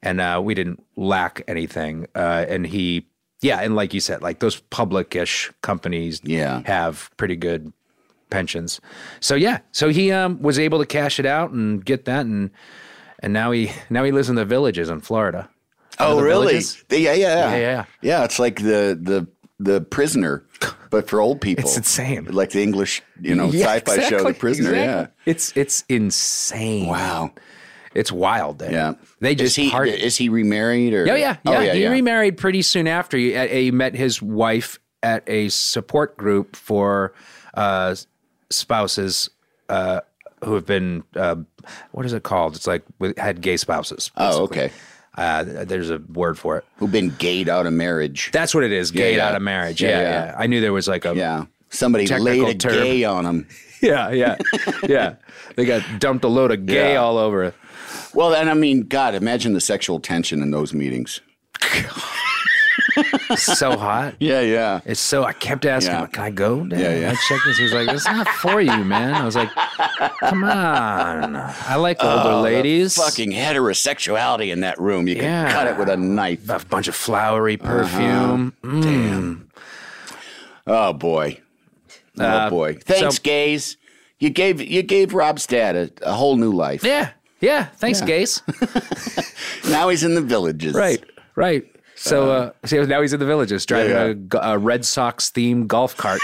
[SPEAKER 2] and uh, we didn't lack anything uh, and he yeah and like you said like those public-ish companies
[SPEAKER 1] Yeah.
[SPEAKER 2] have pretty good pensions. So yeah, so he um, was able to cash it out and get that, and and now he now he lives in the villages in Florida.
[SPEAKER 1] Oh,
[SPEAKER 2] the
[SPEAKER 1] really?
[SPEAKER 2] villages?
[SPEAKER 1] The- yeah, yeah,
[SPEAKER 2] Yeah, yeah.
[SPEAKER 1] Yeah, it's like the the the prisoner, but for old people.
[SPEAKER 2] It's insane.
[SPEAKER 1] Like the English, you know,
[SPEAKER 2] Yeah,
[SPEAKER 1] sci-fi show,
[SPEAKER 2] exactly,
[SPEAKER 1] The Prisoner.
[SPEAKER 2] exactly. it's it's insane.
[SPEAKER 1] Yeah. Wow.
[SPEAKER 2] it's wild. There.
[SPEAKER 1] Yeah.
[SPEAKER 2] they
[SPEAKER 1] Is
[SPEAKER 2] just
[SPEAKER 1] he
[SPEAKER 2] partied.
[SPEAKER 1] is he remarried or?
[SPEAKER 2] Yeah, yeah, yeah.
[SPEAKER 1] Oh, yeah,
[SPEAKER 2] he
[SPEAKER 1] yeah.
[SPEAKER 2] remarried pretty soon after. He, uh, he met his wife at a support group for uh, spouses uh, who have been uh, what is it called? It's like with- had gay spouses.
[SPEAKER 1] Oh, okay.
[SPEAKER 2] Uh, there's a word for it.
[SPEAKER 1] Who've been gayed out of marriage?
[SPEAKER 2] That's what it is. Gay
[SPEAKER 1] yeah.
[SPEAKER 2] out of marriage.
[SPEAKER 1] Yeah,
[SPEAKER 2] Yeah,
[SPEAKER 1] yeah.
[SPEAKER 2] yeah, I knew there was like a
[SPEAKER 1] yeah. Somebody laid
[SPEAKER 2] Technical
[SPEAKER 1] a
[SPEAKER 2] term.
[SPEAKER 1] gay on him.
[SPEAKER 2] yeah, yeah, yeah. They got dumped a load of gay
[SPEAKER 1] Yeah.
[SPEAKER 2] all over. it.
[SPEAKER 1] Well, and I mean, God, imagine the sexual tension in those meetings.
[SPEAKER 2] So hot.
[SPEAKER 1] Yeah, yeah.
[SPEAKER 2] It's so I kept asking,
[SPEAKER 1] Yeah.
[SPEAKER 2] "Can I go?" Dad?
[SPEAKER 1] Yeah, yeah.
[SPEAKER 2] I checked this. He was like, "It's not for you, man." I was like, "Come on, I like older ladies."
[SPEAKER 1] Oh, Fucking heterosexuality in that room. You could
[SPEAKER 2] Yeah.
[SPEAKER 1] cut it with a knife.
[SPEAKER 2] a bunch of flowery perfume.
[SPEAKER 1] Uh-huh.
[SPEAKER 2] Mm.
[SPEAKER 1] Oh boy. Oh boy. Thanks,
[SPEAKER 2] Uh, so-
[SPEAKER 1] gays. You gave you gave Rob's dad a, a whole new life.
[SPEAKER 2] Yeah, yeah. Thanks, gays.
[SPEAKER 1] Now he's in the villages.
[SPEAKER 2] right, right. So, uh, so now he's in the villages driving
[SPEAKER 1] Uh-huh. Yeah, yeah.
[SPEAKER 2] a go- A, Red Sox themed golf cart.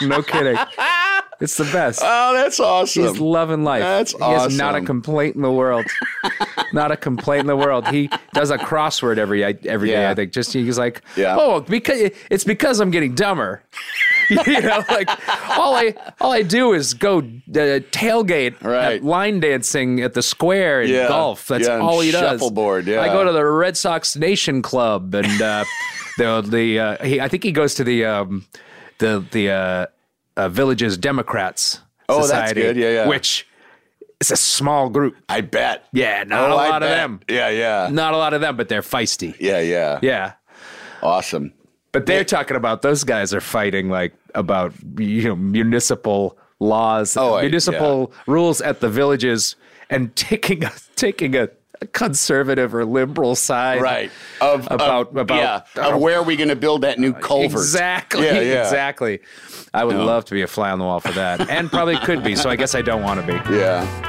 [SPEAKER 2] no kidding. It's the best.
[SPEAKER 1] Oh, that's awesome.
[SPEAKER 2] He's loving life.
[SPEAKER 1] That's
[SPEAKER 2] he Has not a
[SPEAKER 1] awesome.
[SPEAKER 2] complaint in the world. not a complaint in the world. He does a crossword every every day.
[SPEAKER 1] Yeah.
[SPEAKER 2] I think. Just he's like,
[SPEAKER 1] Yeah.
[SPEAKER 2] oh, because it's because I'm getting dumber. you know, like all I all I do is go uh, tailgate,
[SPEAKER 1] Right.
[SPEAKER 2] at line dancing at the square and
[SPEAKER 1] Yeah.
[SPEAKER 2] golf. That's
[SPEAKER 1] Yeah, and
[SPEAKER 2] all he does.
[SPEAKER 1] shuffleboard, yeah.
[SPEAKER 2] I go to the Red Sox Nation Club and uh, the the uh, he, I think he goes to the um, the the uh, uh, villages Democrats
[SPEAKER 1] Oh, that's
[SPEAKER 2] Society,
[SPEAKER 1] good. Yeah, yeah.
[SPEAKER 2] which it's a small group.
[SPEAKER 1] I bet.
[SPEAKER 2] Yeah, not
[SPEAKER 1] Oh,
[SPEAKER 2] a
[SPEAKER 1] I
[SPEAKER 2] lot of
[SPEAKER 1] bet.
[SPEAKER 2] them.
[SPEAKER 1] Yeah, yeah.
[SPEAKER 2] Not a lot of them, but they're feisty.
[SPEAKER 1] Yeah, yeah.
[SPEAKER 2] Yeah.
[SPEAKER 1] Awesome.
[SPEAKER 2] But they're talking about those guys are fighting like about you know municipal laws,
[SPEAKER 1] Oh, I-
[SPEAKER 2] municipal rules at the villages, and taking a, taking a, conservative or liberal side,
[SPEAKER 1] Right. Of
[SPEAKER 2] About-
[SPEAKER 1] of,
[SPEAKER 2] about-
[SPEAKER 1] yeah, of where are we going to build that new culvert?
[SPEAKER 2] Exactly.
[SPEAKER 1] Yeah, yeah.
[SPEAKER 2] Exactly. I would love to be a fly on the wall for that, and probably could be. So I guess I don't want to be.
[SPEAKER 1] Yeah.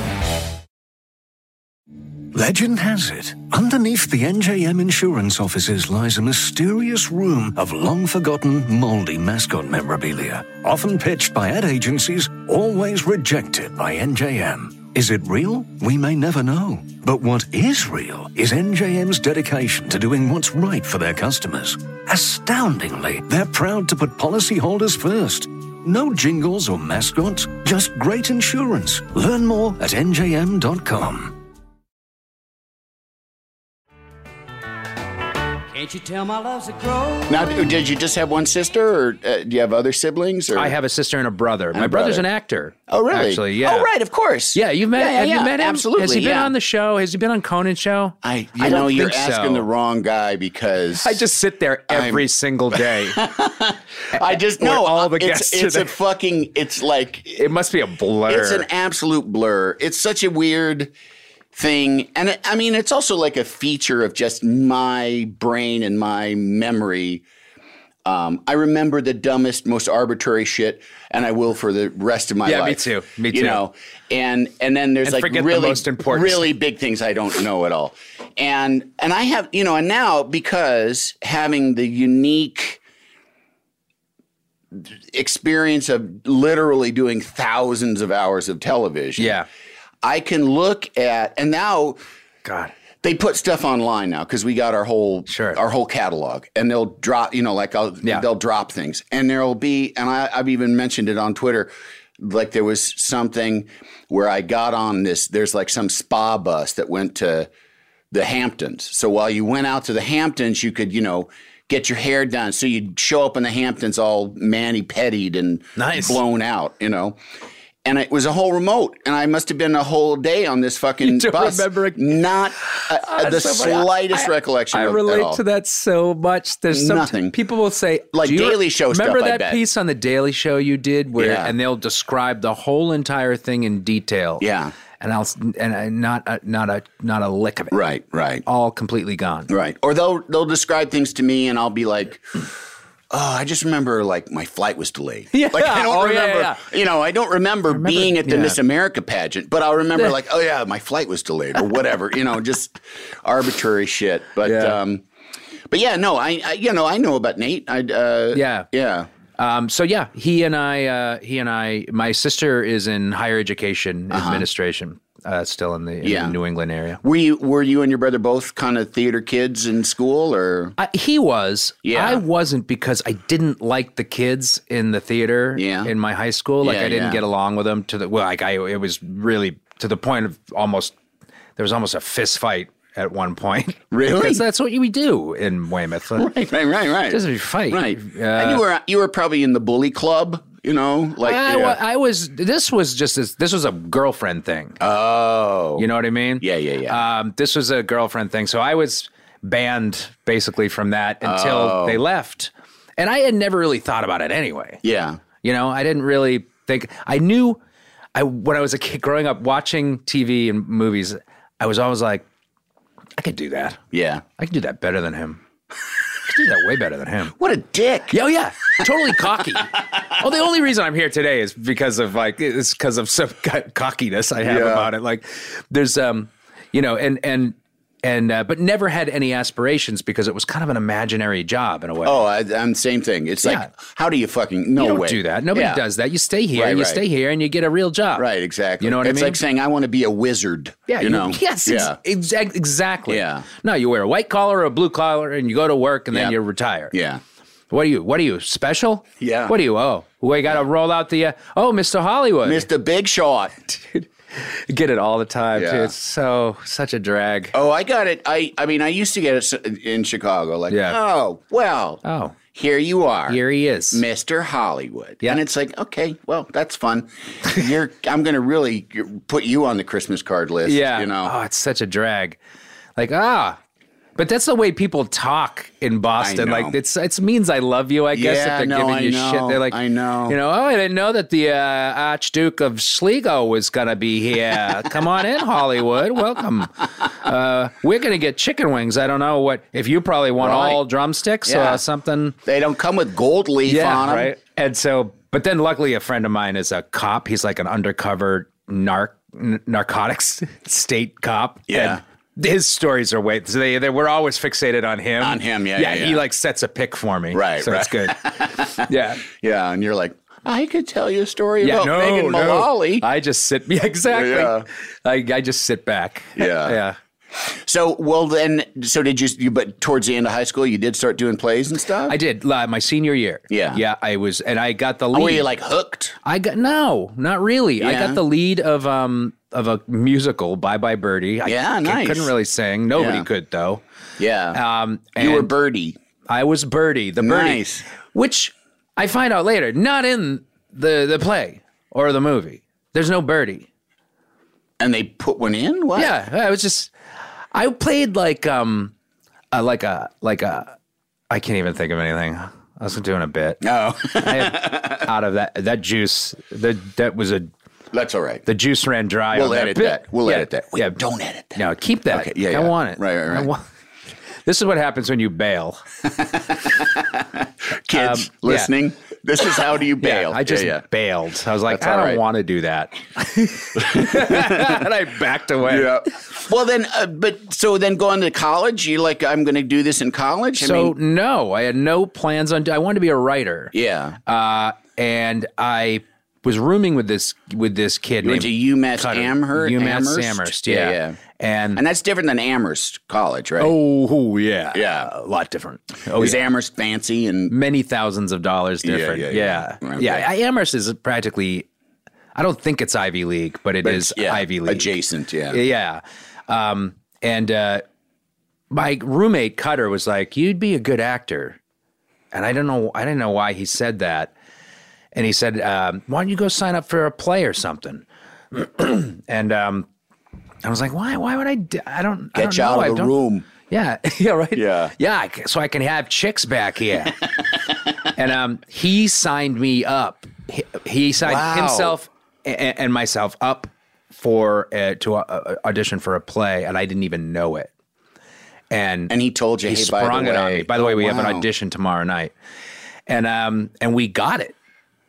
[SPEAKER 3] Legend has it, underneath the NJM insurance offices lies a mysterious room of long forgotten, moldy mascot memorabilia, often pitched by ad agencies, always rejected by NJM. Is it real? We may never know. But what is real is NJM's dedication to doing what's right for their customers. Astoundingly, they're proud to put policyholders first. No jingles or mascots, just great insurance. Learn more at njm.com.
[SPEAKER 4] Can't you tell my love's a crow?
[SPEAKER 1] Now, did you just have one sister, or uh, do you have other siblings? Or
[SPEAKER 2] I have a sister and a brother. My
[SPEAKER 1] a
[SPEAKER 2] brother's
[SPEAKER 1] brother.
[SPEAKER 2] an actor.
[SPEAKER 1] Oh, really?
[SPEAKER 2] Actually, yeah.
[SPEAKER 1] Oh, right. Of course.
[SPEAKER 2] Yeah, you've met.
[SPEAKER 1] Yeah, yeah,
[SPEAKER 2] have
[SPEAKER 1] yeah,
[SPEAKER 2] you met him?
[SPEAKER 1] Absolutely.
[SPEAKER 2] Has he been
[SPEAKER 1] yeah.
[SPEAKER 2] on the show? Has he been on Conan's show?
[SPEAKER 1] I, you
[SPEAKER 2] I
[SPEAKER 1] know,
[SPEAKER 2] don't
[SPEAKER 1] you're
[SPEAKER 2] think so.
[SPEAKER 1] asking the wrong guy because
[SPEAKER 2] I just sit there every
[SPEAKER 1] I'm-
[SPEAKER 2] single day.
[SPEAKER 1] I just
[SPEAKER 2] We're
[SPEAKER 1] know
[SPEAKER 2] all the
[SPEAKER 1] it's,
[SPEAKER 2] guests
[SPEAKER 1] it's a
[SPEAKER 2] today.
[SPEAKER 1] fucking, it's like,
[SPEAKER 2] it must be a blur.
[SPEAKER 1] it's an absolute blur. It's such a weird thing, and it, I mean, it's also like a feature of just my brain and my memory Um, I remember the dumbest, most arbitrary shit, and I will for the rest of my
[SPEAKER 2] Yeah, me
[SPEAKER 1] life.
[SPEAKER 2] too. Me
[SPEAKER 1] You
[SPEAKER 2] too.
[SPEAKER 1] know, and and then there's
[SPEAKER 2] And
[SPEAKER 1] like
[SPEAKER 2] forget the
[SPEAKER 1] really,
[SPEAKER 2] most important.
[SPEAKER 1] really big things I don't know at all, and and I have you know, and now because having the unique experience of literally doing thousands of hours of television.
[SPEAKER 2] Yeah.
[SPEAKER 1] I can look at and now
[SPEAKER 2] God.
[SPEAKER 1] they put stuff online now because we got our whole
[SPEAKER 2] Sure.
[SPEAKER 1] our whole catalog, and they'll drop you know like I'll,
[SPEAKER 2] Yeah.
[SPEAKER 1] they'll drop things, and there'll be and I, I've even mentioned it on Twitter. Like there was something where I got on this. There's like some spa bus that went to the Hamptons. So while you went out to the Hamptons, you could you know get your hair done. So you'd show up in the Hamptons all manny pettied and
[SPEAKER 2] Nice.
[SPEAKER 1] blown out, you know. And it was a whole remote, and I must have been a whole day on this fucking
[SPEAKER 2] You don't
[SPEAKER 1] bus.
[SPEAKER 2] remember it.
[SPEAKER 1] Not a,
[SPEAKER 2] Ah,
[SPEAKER 1] Uh, the
[SPEAKER 2] so funny.
[SPEAKER 1] slightest
[SPEAKER 2] I-
[SPEAKER 1] recollection.
[SPEAKER 2] I
[SPEAKER 1] of,
[SPEAKER 2] relate
[SPEAKER 1] at all.
[SPEAKER 2] to that so much. There's some,
[SPEAKER 1] Nothing.
[SPEAKER 2] People will say,
[SPEAKER 1] Like
[SPEAKER 2] "Do you
[SPEAKER 1] Daily Show
[SPEAKER 2] Remember
[SPEAKER 1] stuff, I
[SPEAKER 2] that
[SPEAKER 1] bet.
[SPEAKER 2] piece on the Daily Show you did, where
[SPEAKER 1] Yeah.
[SPEAKER 2] and they'll describe the whole entire thing in detail.
[SPEAKER 1] Yeah.
[SPEAKER 2] and I'll s- and I, not a, not a not a lick of it.
[SPEAKER 1] Right, right,
[SPEAKER 2] all completely gone.
[SPEAKER 1] right. Or they'll they'll describe things to me, and I'll be like. Oh, I just remember like my flight was delayed.
[SPEAKER 2] Yeah.
[SPEAKER 1] Like I don't
[SPEAKER 2] Oh, yeah,
[SPEAKER 1] remember,
[SPEAKER 2] yeah,
[SPEAKER 1] you know, I don't remember, being at the
[SPEAKER 2] yeah.
[SPEAKER 1] Miss America pageant, but I'll remember
[SPEAKER 2] Yeah.
[SPEAKER 1] like, oh yeah, my flight was delayed or whatever, you know, just arbitrary shit. But
[SPEAKER 2] Yeah.
[SPEAKER 1] um but yeah, no, I, I you know, I know about Nate. I uh
[SPEAKER 2] Yeah.
[SPEAKER 1] Yeah.
[SPEAKER 2] Um, so yeah, he and I, uh, he and I, my sister is in higher education administration, uh, still in the, in the
[SPEAKER 1] Uh-huh. Yeah.
[SPEAKER 2] New England area.
[SPEAKER 1] Were you were you and your brother both kind of theater kids in school or
[SPEAKER 2] I, he was.
[SPEAKER 1] Yeah.
[SPEAKER 2] I wasn't because I didn't like the kids in the theater.
[SPEAKER 1] Yeah.
[SPEAKER 2] In my high school, like
[SPEAKER 1] Yeah,
[SPEAKER 2] I didn't
[SPEAKER 1] yeah.
[SPEAKER 2] get along with them to the well. Like I, it was really to the point of almost there was almost a fist fight at one point.
[SPEAKER 1] Really?
[SPEAKER 2] Because that's what we do in Weymouth.
[SPEAKER 1] Right, right, right, right.
[SPEAKER 2] Just a fight.
[SPEAKER 1] Right.
[SPEAKER 2] Uh,
[SPEAKER 1] and you were you were probably in the bully club, you know, like yeah.
[SPEAKER 2] I, wa- I was. This was just. This, this was a girlfriend thing.
[SPEAKER 1] oh.
[SPEAKER 2] You know what I mean?
[SPEAKER 1] Yeah, yeah, yeah.
[SPEAKER 2] Um, this was a girlfriend thing. So I was banned basically from that until they left. And I had never really thought about it anyway.
[SPEAKER 1] yeah.
[SPEAKER 2] You know, I didn't really think I knew I when I was a kid growing up watching TV and movies, I was always like, I could do that.
[SPEAKER 1] Yeah.
[SPEAKER 2] I could do that better than him. I could do that way better than him.
[SPEAKER 1] What a dick.
[SPEAKER 2] Yeah, oh, yeah, totally cocky. well, the only reason I'm here today is because of like it's because of some co- cockiness I have
[SPEAKER 1] Yeah.
[SPEAKER 2] about it. Like, there's um, you know, and and and uh, but never had any aspirations because it was kind of an imaginary job in a way.
[SPEAKER 1] Oh, I, I'm same thing. It's
[SPEAKER 2] Yeah.
[SPEAKER 1] like how do you fucking no
[SPEAKER 2] you don't
[SPEAKER 1] way
[SPEAKER 2] do that. Nobody
[SPEAKER 1] Yeah.
[SPEAKER 2] does that. You stay here,
[SPEAKER 1] Right,
[SPEAKER 2] you
[SPEAKER 1] right.
[SPEAKER 2] stay here, and you get a real job.
[SPEAKER 1] Right, exactly.
[SPEAKER 2] You know what
[SPEAKER 1] it's
[SPEAKER 2] I mean?
[SPEAKER 1] like saying I want to be a wizard.
[SPEAKER 2] yeah,
[SPEAKER 1] you know.
[SPEAKER 2] Yes,
[SPEAKER 1] Yeah.
[SPEAKER 2] yeah. exactly.
[SPEAKER 1] Yeah.
[SPEAKER 2] No, you wear a white collar or a blue collar, and you go to work, and
[SPEAKER 1] Yeah.
[SPEAKER 2] then you retire.
[SPEAKER 1] yeah.
[SPEAKER 2] What are you? What are you special?
[SPEAKER 1] Yeah.
[SPEAKER 2] What are you? Oh, we got to roll out the. Uh, oh, Mr. Hollywood.
[SPEAKER 1] Mr. Big Shot.
[SPEAKER 2] get it all the time.
[SPEAKER 1] Yeah.
[SPEAKER 2] Too. It's so such a drag.
[SPEAKER 1] Oh, I got it. I I mean, I used to get it s- in Chicago. Like,
[SPEAKER 2] Yeah.
[SPEAKER 1] oh well,
[SPEAKER 2] Oh.
[SPEAKER 1] here you are.
[SPEAKER 2] Here he is.
[SPEAKER 1] Mr. Hollywood.
[SPEAKER 2] Yeah.
[SPEAKER 1] And it's like, okay, well, that's fun. You're, I'm going to really put you on the Christmas card list.
[SPEAKER 2] yeah.
[SPEAKER 1] You know,
[SPEAKER 2] Oh, it's such a drag. Like ah. But that's the way people talk in Boston.
[SPEAKER 1] know.
[SPEAKER 2] Like it's it means I love you. I guess
[SPEAKER 1] Yeah,
[SPEAKER 2] if they're
[SPEAKER 1] no,
[SPEAKER 2] giving
[SPEAKER 1] I
[SPEAKER 2] you shit,
[SPEAKER 1] know,
[SPEAKER 2] they're like,
[SPEAKER 1] I know.
[SPEAKER 2] You know, oh, I didn't know that the uh, Archduke of Sligo was gonna be here. Come on in, Hollywood. Welcome. Uh, we're gonna get chicken wings. I don't know what if you probably want
[SPEAKER 1] Right.
[SPEAKER 2] all drumsticks
[SPEAKER 1] Yeah.
[SPEAKER 2] or something.
[SPEAKER 1] they don't come with gold leaf on them.
[SPEAKER 2] And so, but then luckily, a friend of mine is a cop. He's like an undercover narc n- narcotics state cop.
[SPEAKER 1] Yeah.
[SPEAKER 2] And his stories are way. So they, they were always fixated on him.
[SPEAKER 1] On him, yeah, yeah,
[SPEAKER 2] He
[SPEAKER 1] yeah.
[SPEAKER 2] like sets a pick for me.
[SPEAKER 1] Right,
[SPEAKER 2] So it's good. yeah.
[SPEAKER 1] Yeah. And you're like, I could tell you a story
[SPEAKER 2] Yeah.
[SPEAKER 1] about
[SPEAKER 2] no.
[SPEAKER 1] Megan
[SPEAKER 2] no.
[SPEAKER 1] Mullally.
[SPEAKER 2] I just sit. Yeah, exactly.
[SPEAKER 1] Yeah.
[SPEAKER 2] I I just sit back.
[SPEAKER 1] Yeah.
[SPEAKER 2] yeah.
[SPEAKER 1] so, well, then, so did you, you, but towards the end of high school, you did start doing plays and stuff?
[SPEAKER 2] I did uh, my senior year.
[SPEAKER 1] Yeah. Oh,
[SPEAKER 2] Yeah. I was, and I got the lead.
[SPEAKER 1] Were you like hooked?
[SPEAKER 2] I got no, not really. I
[SPEAKER 1] Yeah.
[SPEAKER 2] got the lead of um of a musical, Bye Bye Birdie. I
[SPEAKER 1] Yeah,
[SPEAKER 2] c-
[SPEAKER 1] nice.
[SPEAKER 2] Couldn't really sing. Nobody
[SPEAKER 1] Yeah.
[SPEAKER 2] could though.
[SPEAKER 1] Yeah.
[SPEAKER 2] Um,
[SPEAKER 1] you were
[SPEAKER 2] and
[SPEAKER 1] Birdie.
[SPEAKER 2] I was Birdie, the Birdie,
[SPEAKER 1] Nice.
[SPEAKER 2] which I find out later, not in the the play or the movie. There's no Birdie.
[SPEAKER 1] And they put one in? What?
[SPEAKER 2] Yeah, I was just I played like um uh, like a like a I can't even think of anything. I was doing a bit
[SPEAKER 1] No.
[SPEAKER 2] out of that that juice. That that was a
[SPEAKER 1] That's all right.
[SPEAKER 2] the juice ran dry.
[SPEAKER 1] We'll
[SPEAKER 2] on that
[SPEAKER 1] edit
[SPEAKER 2] bit.
[SPEAKER 1] that. We'll
[SPEAKER 2] Yeah,
[SPEAKER 1] edit that. Wait,
[SPEAKER 2] yeah.
[SPEAKER 1] Don't edit that.
[SPEAKER 2] No, keep that.
[SPEAKER 1] Okay, yeah,
[SPEAKER 2] I
[SPEAKER 1] yeah.
[SPEAKER 2] want it.
[SPEAKER 1] Right, right,
[SPEAKER 2] I
[SPEAKER 1] right.
[SPEAKER 2] want- this is what happens when you bail.
[SPEAKER 1] kids
[SPEAKER 2] Um, yeah.
[SPEAKER 1] listening, this is how do you
[SPEAKER 2] Yeah,
[SPEAKER 1] bail?
[SPEAKER 2] I just
[SPEAKER 1] yeah,
[SPEAKER 2] bailed. I was like,
[SPEAKER 1] That's
[SPEAKER 2] I
[SPEAKER 1] all
[SPEAKER 2] don't
[SPEAKER 1] right.
[SPEAKER 2] want to do that, and I backed away.
[SPEAKER 1] yeah. Yeah. Well, then, uh, but so then going to college, you like, I'm going to do this in college. I
[SPEAKER 2] So
[SPEAKER 1] mean,
[SPEAKER 2] no, I had no plans on. I wanted to be a writer.
[SPEAKER 1] yeah,
[SPEAKER 2] uh, and I was rooming with this with this kid.
[SPEAKER 1] you went to
[SPEAKER 2] named
[SPEAKER 1] UMass
[SPEAKER 2] Cutter.
[SPEAKER 1] Amherst.
[SPEAKER 2] UMass Amherst. yeah. And,
[SPEAKER 1] And that's different than Amherst College, right?
[SPEAKER 2] oh, oh, yeah,
[SPEAKER 1] Yeah.
[SPEAKER 2] a lot different.
[SPEAKER 1] oh,
[SPEAKER 2] Oh,
[SPEAKER 1] is
[SPEAKER 2] yeah.
[SPEAKER 1] Amherst fancy and
[SPEAKER 2] many thousands of dollars
[SPEAKER 1] Yeah,
[SPEAKER 2] different.
[SPEAKER 1] yeah,
[SPEAKER 2] Yeah,
[SPEAKER 1] yeah.
[SPEAKER 2] yeah.
[SPEAKER 1] Okay.
[SPEAKER 2] I- Amherst is practically. I don't think it's Ivy League, but it
[SPEAKER 1] but
[SPEAKER 2] is
[SPEAKER 1] yeah,
[SPEAKER 2] Ivy League
[SPEAKER 1] adjacent? Yeah.
[SPEAKER 2] Yeah. Um, and uh, my roommate Cutter was like, "You'd be a good actor," and I don't know. I didn't know why he said that. And he said, um, "Why don't you go sign up for a play or something?" and um, I was like, "Why? Why would I? d- I don't I
[SPEAKER 1] Get
[SPEAKER 2] don't
[SPEAKER 1] you out
[SPEAKER 2] know. I
[SPEAKER 1] of the
[SPEAKER 2] don't-
[SPEAKER 1] room.
[SPEAKER 2] yeah, yeah, right.
[SPEAKER 1] Yeah.
[SPEAKER 2] yeah. I c- So I can have chicks back here. and um, he signed me up. He, he signed
[SPEAKER 1] Wow.
[SPEAKER 2] himself and, and myself up for uh, to uh, audition for a play, and I didn't even know it. And
[SPEAKER 1] And he told you,
[SPEAKER 2] he
[SPEAKER 1] "Hey, by the
[SPEAKER 2] sprung it on
[SPEAKER 1] way." Oh,
[SPEAKER 2] me. By the way, we have an
[SPEAKER 1] Wow.
[SPEAKER 2] audition tomorrow night, and um, and we got it.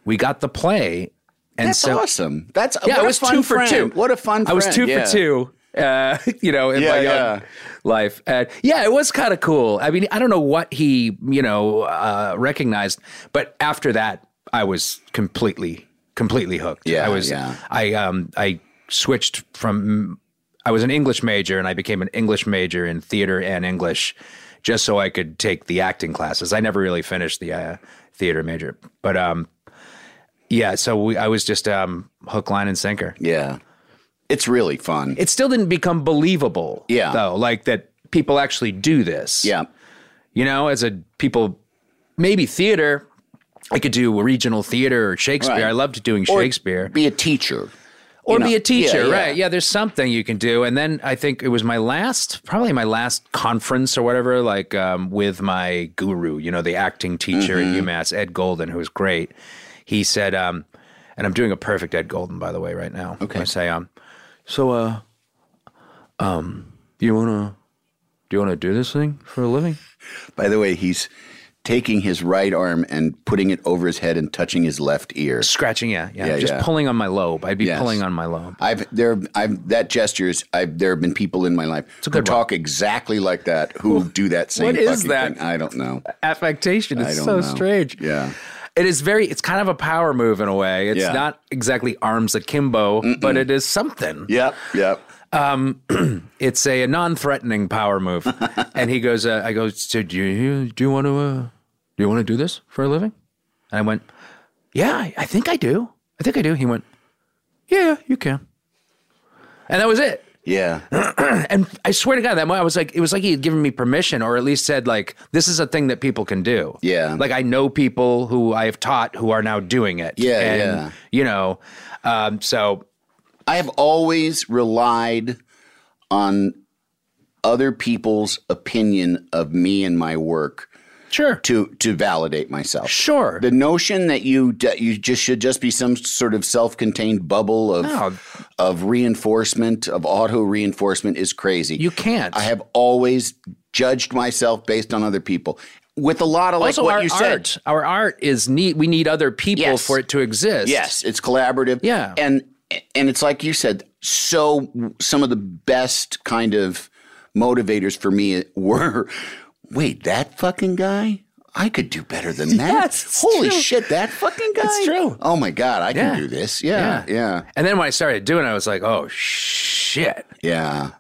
[SPEAKER 2] We got the play, and
[SPEAKER 1] That's
[SPEAKER 2] so
[SPEAKER 1] awesome. That's
[SPEAKER 2] yeah,
[SPEAKER 1] what
[SPEAKER 2] I
[SPEAKER 1] a
[SPEAKER 2] was
[SPEAKER 1] fun
[SPEAKER 2] two for
[SPEAKER 1] friend.
[SPEAKER 2] two.
[SPEAKER 1] What a fun.
[SPEAKER 2] I was
[SPEAKER 1] friend.
[SPEAKER 2] two
[SPEAKER 1] Yeah.
[SPEAKER 2] for two. Uh, you know, in
[SPEAKER 1] Yeah,
[SPEAKER 2] my young
[SPEAKER 1] yeah.
[SPEAKER 2] life, and yeah, it was kind of cool. I mean, I don't know what he you know uh, recognized, but after that, I was completely completely hooked.
[SPEAKER 1] Yeah,
[SPEAKER 2] I was.
[SPEAKER 1] yeah.
[SPEAKER 2] I um I switched from I was an English major and I became an English major in theater and English, just so I could take the acting classes. I never really finished the uh, theater major, but um. Yeah, so we, I was just um, hook, line, and sinker
[SPEAKER 1] Yeah. It's really fun.
[SPEAKER 2] it still didn't become believable.
[SPEAKER 1] Yeah.
[SPEAKER 2] Though, like that people actually do this.
[SPEAKER 1] yeah.
[SPEAKER 2] You know, as a people, maybe theater, I could do regional theater or Shakespeare.
[SPEAKER 1] Right.
[SPEAKER 2] I loved doing
[SPEAKER 1] Or
[SPEAKER 2] Shakespeare.
[SPEAKER 1] Be a teacher.
[SPEAKER 2] Or,
[SPEAKER 1] you know,
[SPEAKER 2] be a teacher,
[SPEAKER 1] yeah, yeah.
[SPEAKER 2] right? Yeah, there's something you can do. And then I think it was my last, probably my last conference or whatever, like um, with my guru, you know, the acting teacher at UMass, Ed Golden, who was great. He said, um, and I'm doing a perfect Ed Golden, by the way, right now. Okay. I say, um, so, uh, um, you wanna, do you wanna do this thing for a living?
[SPEAKER 1] By the way, he's taking his right arm and putting it over his head and touching his left ear.
[SPEAKER 2] Scratching, yeah, yeah,
[SPEAKER 1] Yeah,
[SPEAKER 2] just
[SPEAKER 1] yeah.
[SPEAKER 2] pulling on my lobe. I'd be
[SPEAKER 1] Yes.
[SPEAKER 2] pulling on my lobe.
[SPEAKER 1] I've there I've that gesture is I've there have been people in my life
[SPEAKER 2] good
[SPEAKER 1] who
[SPEAKER 2] one.
[SPEAKER 1] talk exactly like that who do that same
[SPEAKER 2] what is
[SPEAKER 1] fucking
[SPEAKER 2] that?
[SPEAKER 1] thing. I don't know.
[SPEAKER 2] Affectation
[SPEAKER 1] I
[SPEAKER 2] is
[SPEAKER 1] don't
[SPEAKER 2] so
[SPEAKER 1] know.
[SPEAKER 2] strange.
[SPEAKER 1] Yeah.
[SPEAKER 2] It is very. It's kind of a power move in a way. It's
[SPEAKER 1] Yeah.
[SPEAKER 2] not exactly arms akimbo, but it is something.
[SPEAKER 1] Yep. Yep.
[SPEAKER 2] It's a, non-threatening power move. and he goes, uh, I go, so do you do you want to uh, do you want to do this for a living? And I went, yeah, I- I think I do. I think I do. He went, yeah, you can. And that was it.
[SPEAKER 1] Yeah.
[SPEAKER 2] And I swear to God, that moment I was like, it was like he had given me permission, or at least said like, this is a thing that people can do.
[SPEAKER 1] Yeah.
[SPEAKER 2] Like I know people who I have taught who are now doing it.
[SPEAKER 1] Yeah,
[SPEAKER 2] And,
[SPEAKER 1] yeah.
[SPEAKER 2] You know, um, so
[SPEAKER 1] I have always relied on other people's opinion of me and my work
[SPEAKER 2] sure,
[SPEAKER 1] to to validate myself.
[SPEAKER 2] sure.
[SPEAKER 1] The notion that you d- you just should just be some sort of self-contained bubble of
[SPEAKER 2] No.
[SPEAKER 1] of reinforcement of auto reinforcement is crazy.
[SPEAKER 2] you can't.
[SPEAKER 1] I have always judged myself based on other people with a lot of like
[SPEAKER 2] also
[SPEAKER 1] what
[SPEAKER 2] our
[SPEAKER 1] you said.
[SPEAKER 2] art. Our art is neat. We need other people
[SPEAKER 1] Yes.
[SPEAKER 2] for it to exist.
[SPEAKER 1] Yes, it's collaborative.
[SPEAKER 2] Yeah.
[SPEAKER 1] and and it's like you said. So some of the best kind of motivators for me were, wait, that fucking guy. I could do better than that.
[SPEAKER 2] Yes, it's
[SPEAKER 1] Holy
[SPEAKER 2] true.
[SPEAKER 1] shit, that fucking guy.
[SPEAKER 2] It's true.
[SPEAKER 1] Oh my god, I
[SPEAKER 2] Yeah.
[SPEAKER 1] can do this. Yeah, yeah, yeah.
[SPEAKER 2] And then when I started doing it, I was like, oh shit. Oh, yeah.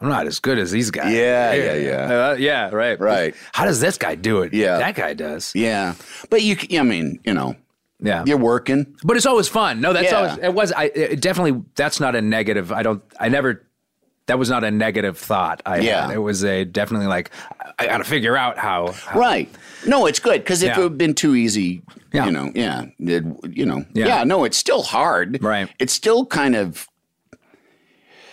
[SPEAKER 2] I'm not as good as these guys.
[SPEAKER 1] Yeah, yeah, yeah.
[SPEAKER 2] Uh, yeah, right.
[SPEAKER 1] Right.
[SPEAKER 2] How does this guy do it?
[SPEAKER 1] Yeah.
[SPEAKER 2] That guy does.
[SPEAKER 1] Yeah. But you, c- I mean, you know,
[SPEAKER 2] Yeah.
[SPEAKER 1] you're working.
[SPEAKER 2] But it's always fun. No, that's
[SPEAKER 1] Yeah.
[SPEAKER 2] always it was. I it definitely that's not a negative. I don't. I never. That was not a negative thought. I
[SPEAKER 1] Yeah.
[SPEAKER 2] had. It was a definitely like I- I got to figure out how. how-
[SPEAKER 1] Right. No, it's good because if
[SPEAKER 2] Yeah.
[SPEAKER 1] it would have been too easy,
[SPEAKER 2] Yeah.
[SPEAKER 1] you know, yeah, it, you know, yeah.
[SPEAKER 2] Yeah.
[SPEAKER 1] no, it's still hard.
[SPEAKER 2] Right.
[SPEAKER 1] It's still kind of,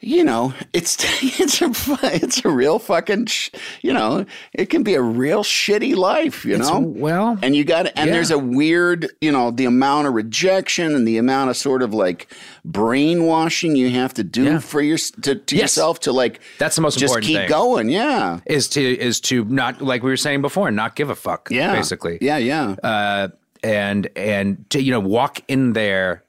[SPEAKER 1] you know, it's it's a fu- it's a real fucking sh- you know, it can be a real shitty life, you
[SPEAKER 2] It's-
[SPEAKER 1] know?
[SPEAKER 2] well,
[SPEAKER 1] and you got to, and
[SPEAKER 2] yeah.
[SPEAKER 1] there's a weird, you know, the amount of rejection and the amount of sort of like brainwashing you have to do
[SPEAKER 2] Yeah.
[SPEAKER 1] for your, to, to
[SPEAKER 2] Yes.
[SPEAKER 1] yourself to like,
[SPEAKER 2] That's the most
[SPEAKER 1] just
[SPEAKER 2] important
[SPEAKER 1] keep
[SPEAKER 2] thing.
[SPEAKER 1] going. Yeah.
[SPEAKER 2] is to is to not like we were saying before, not give a fuck.
[SPEAKER 1] Yeah.
[SPEAKER 2] basically.
[SPEAKER 1] Yeah. Yeah.
[SPEAKER 2] Uh, and and to you know walk in there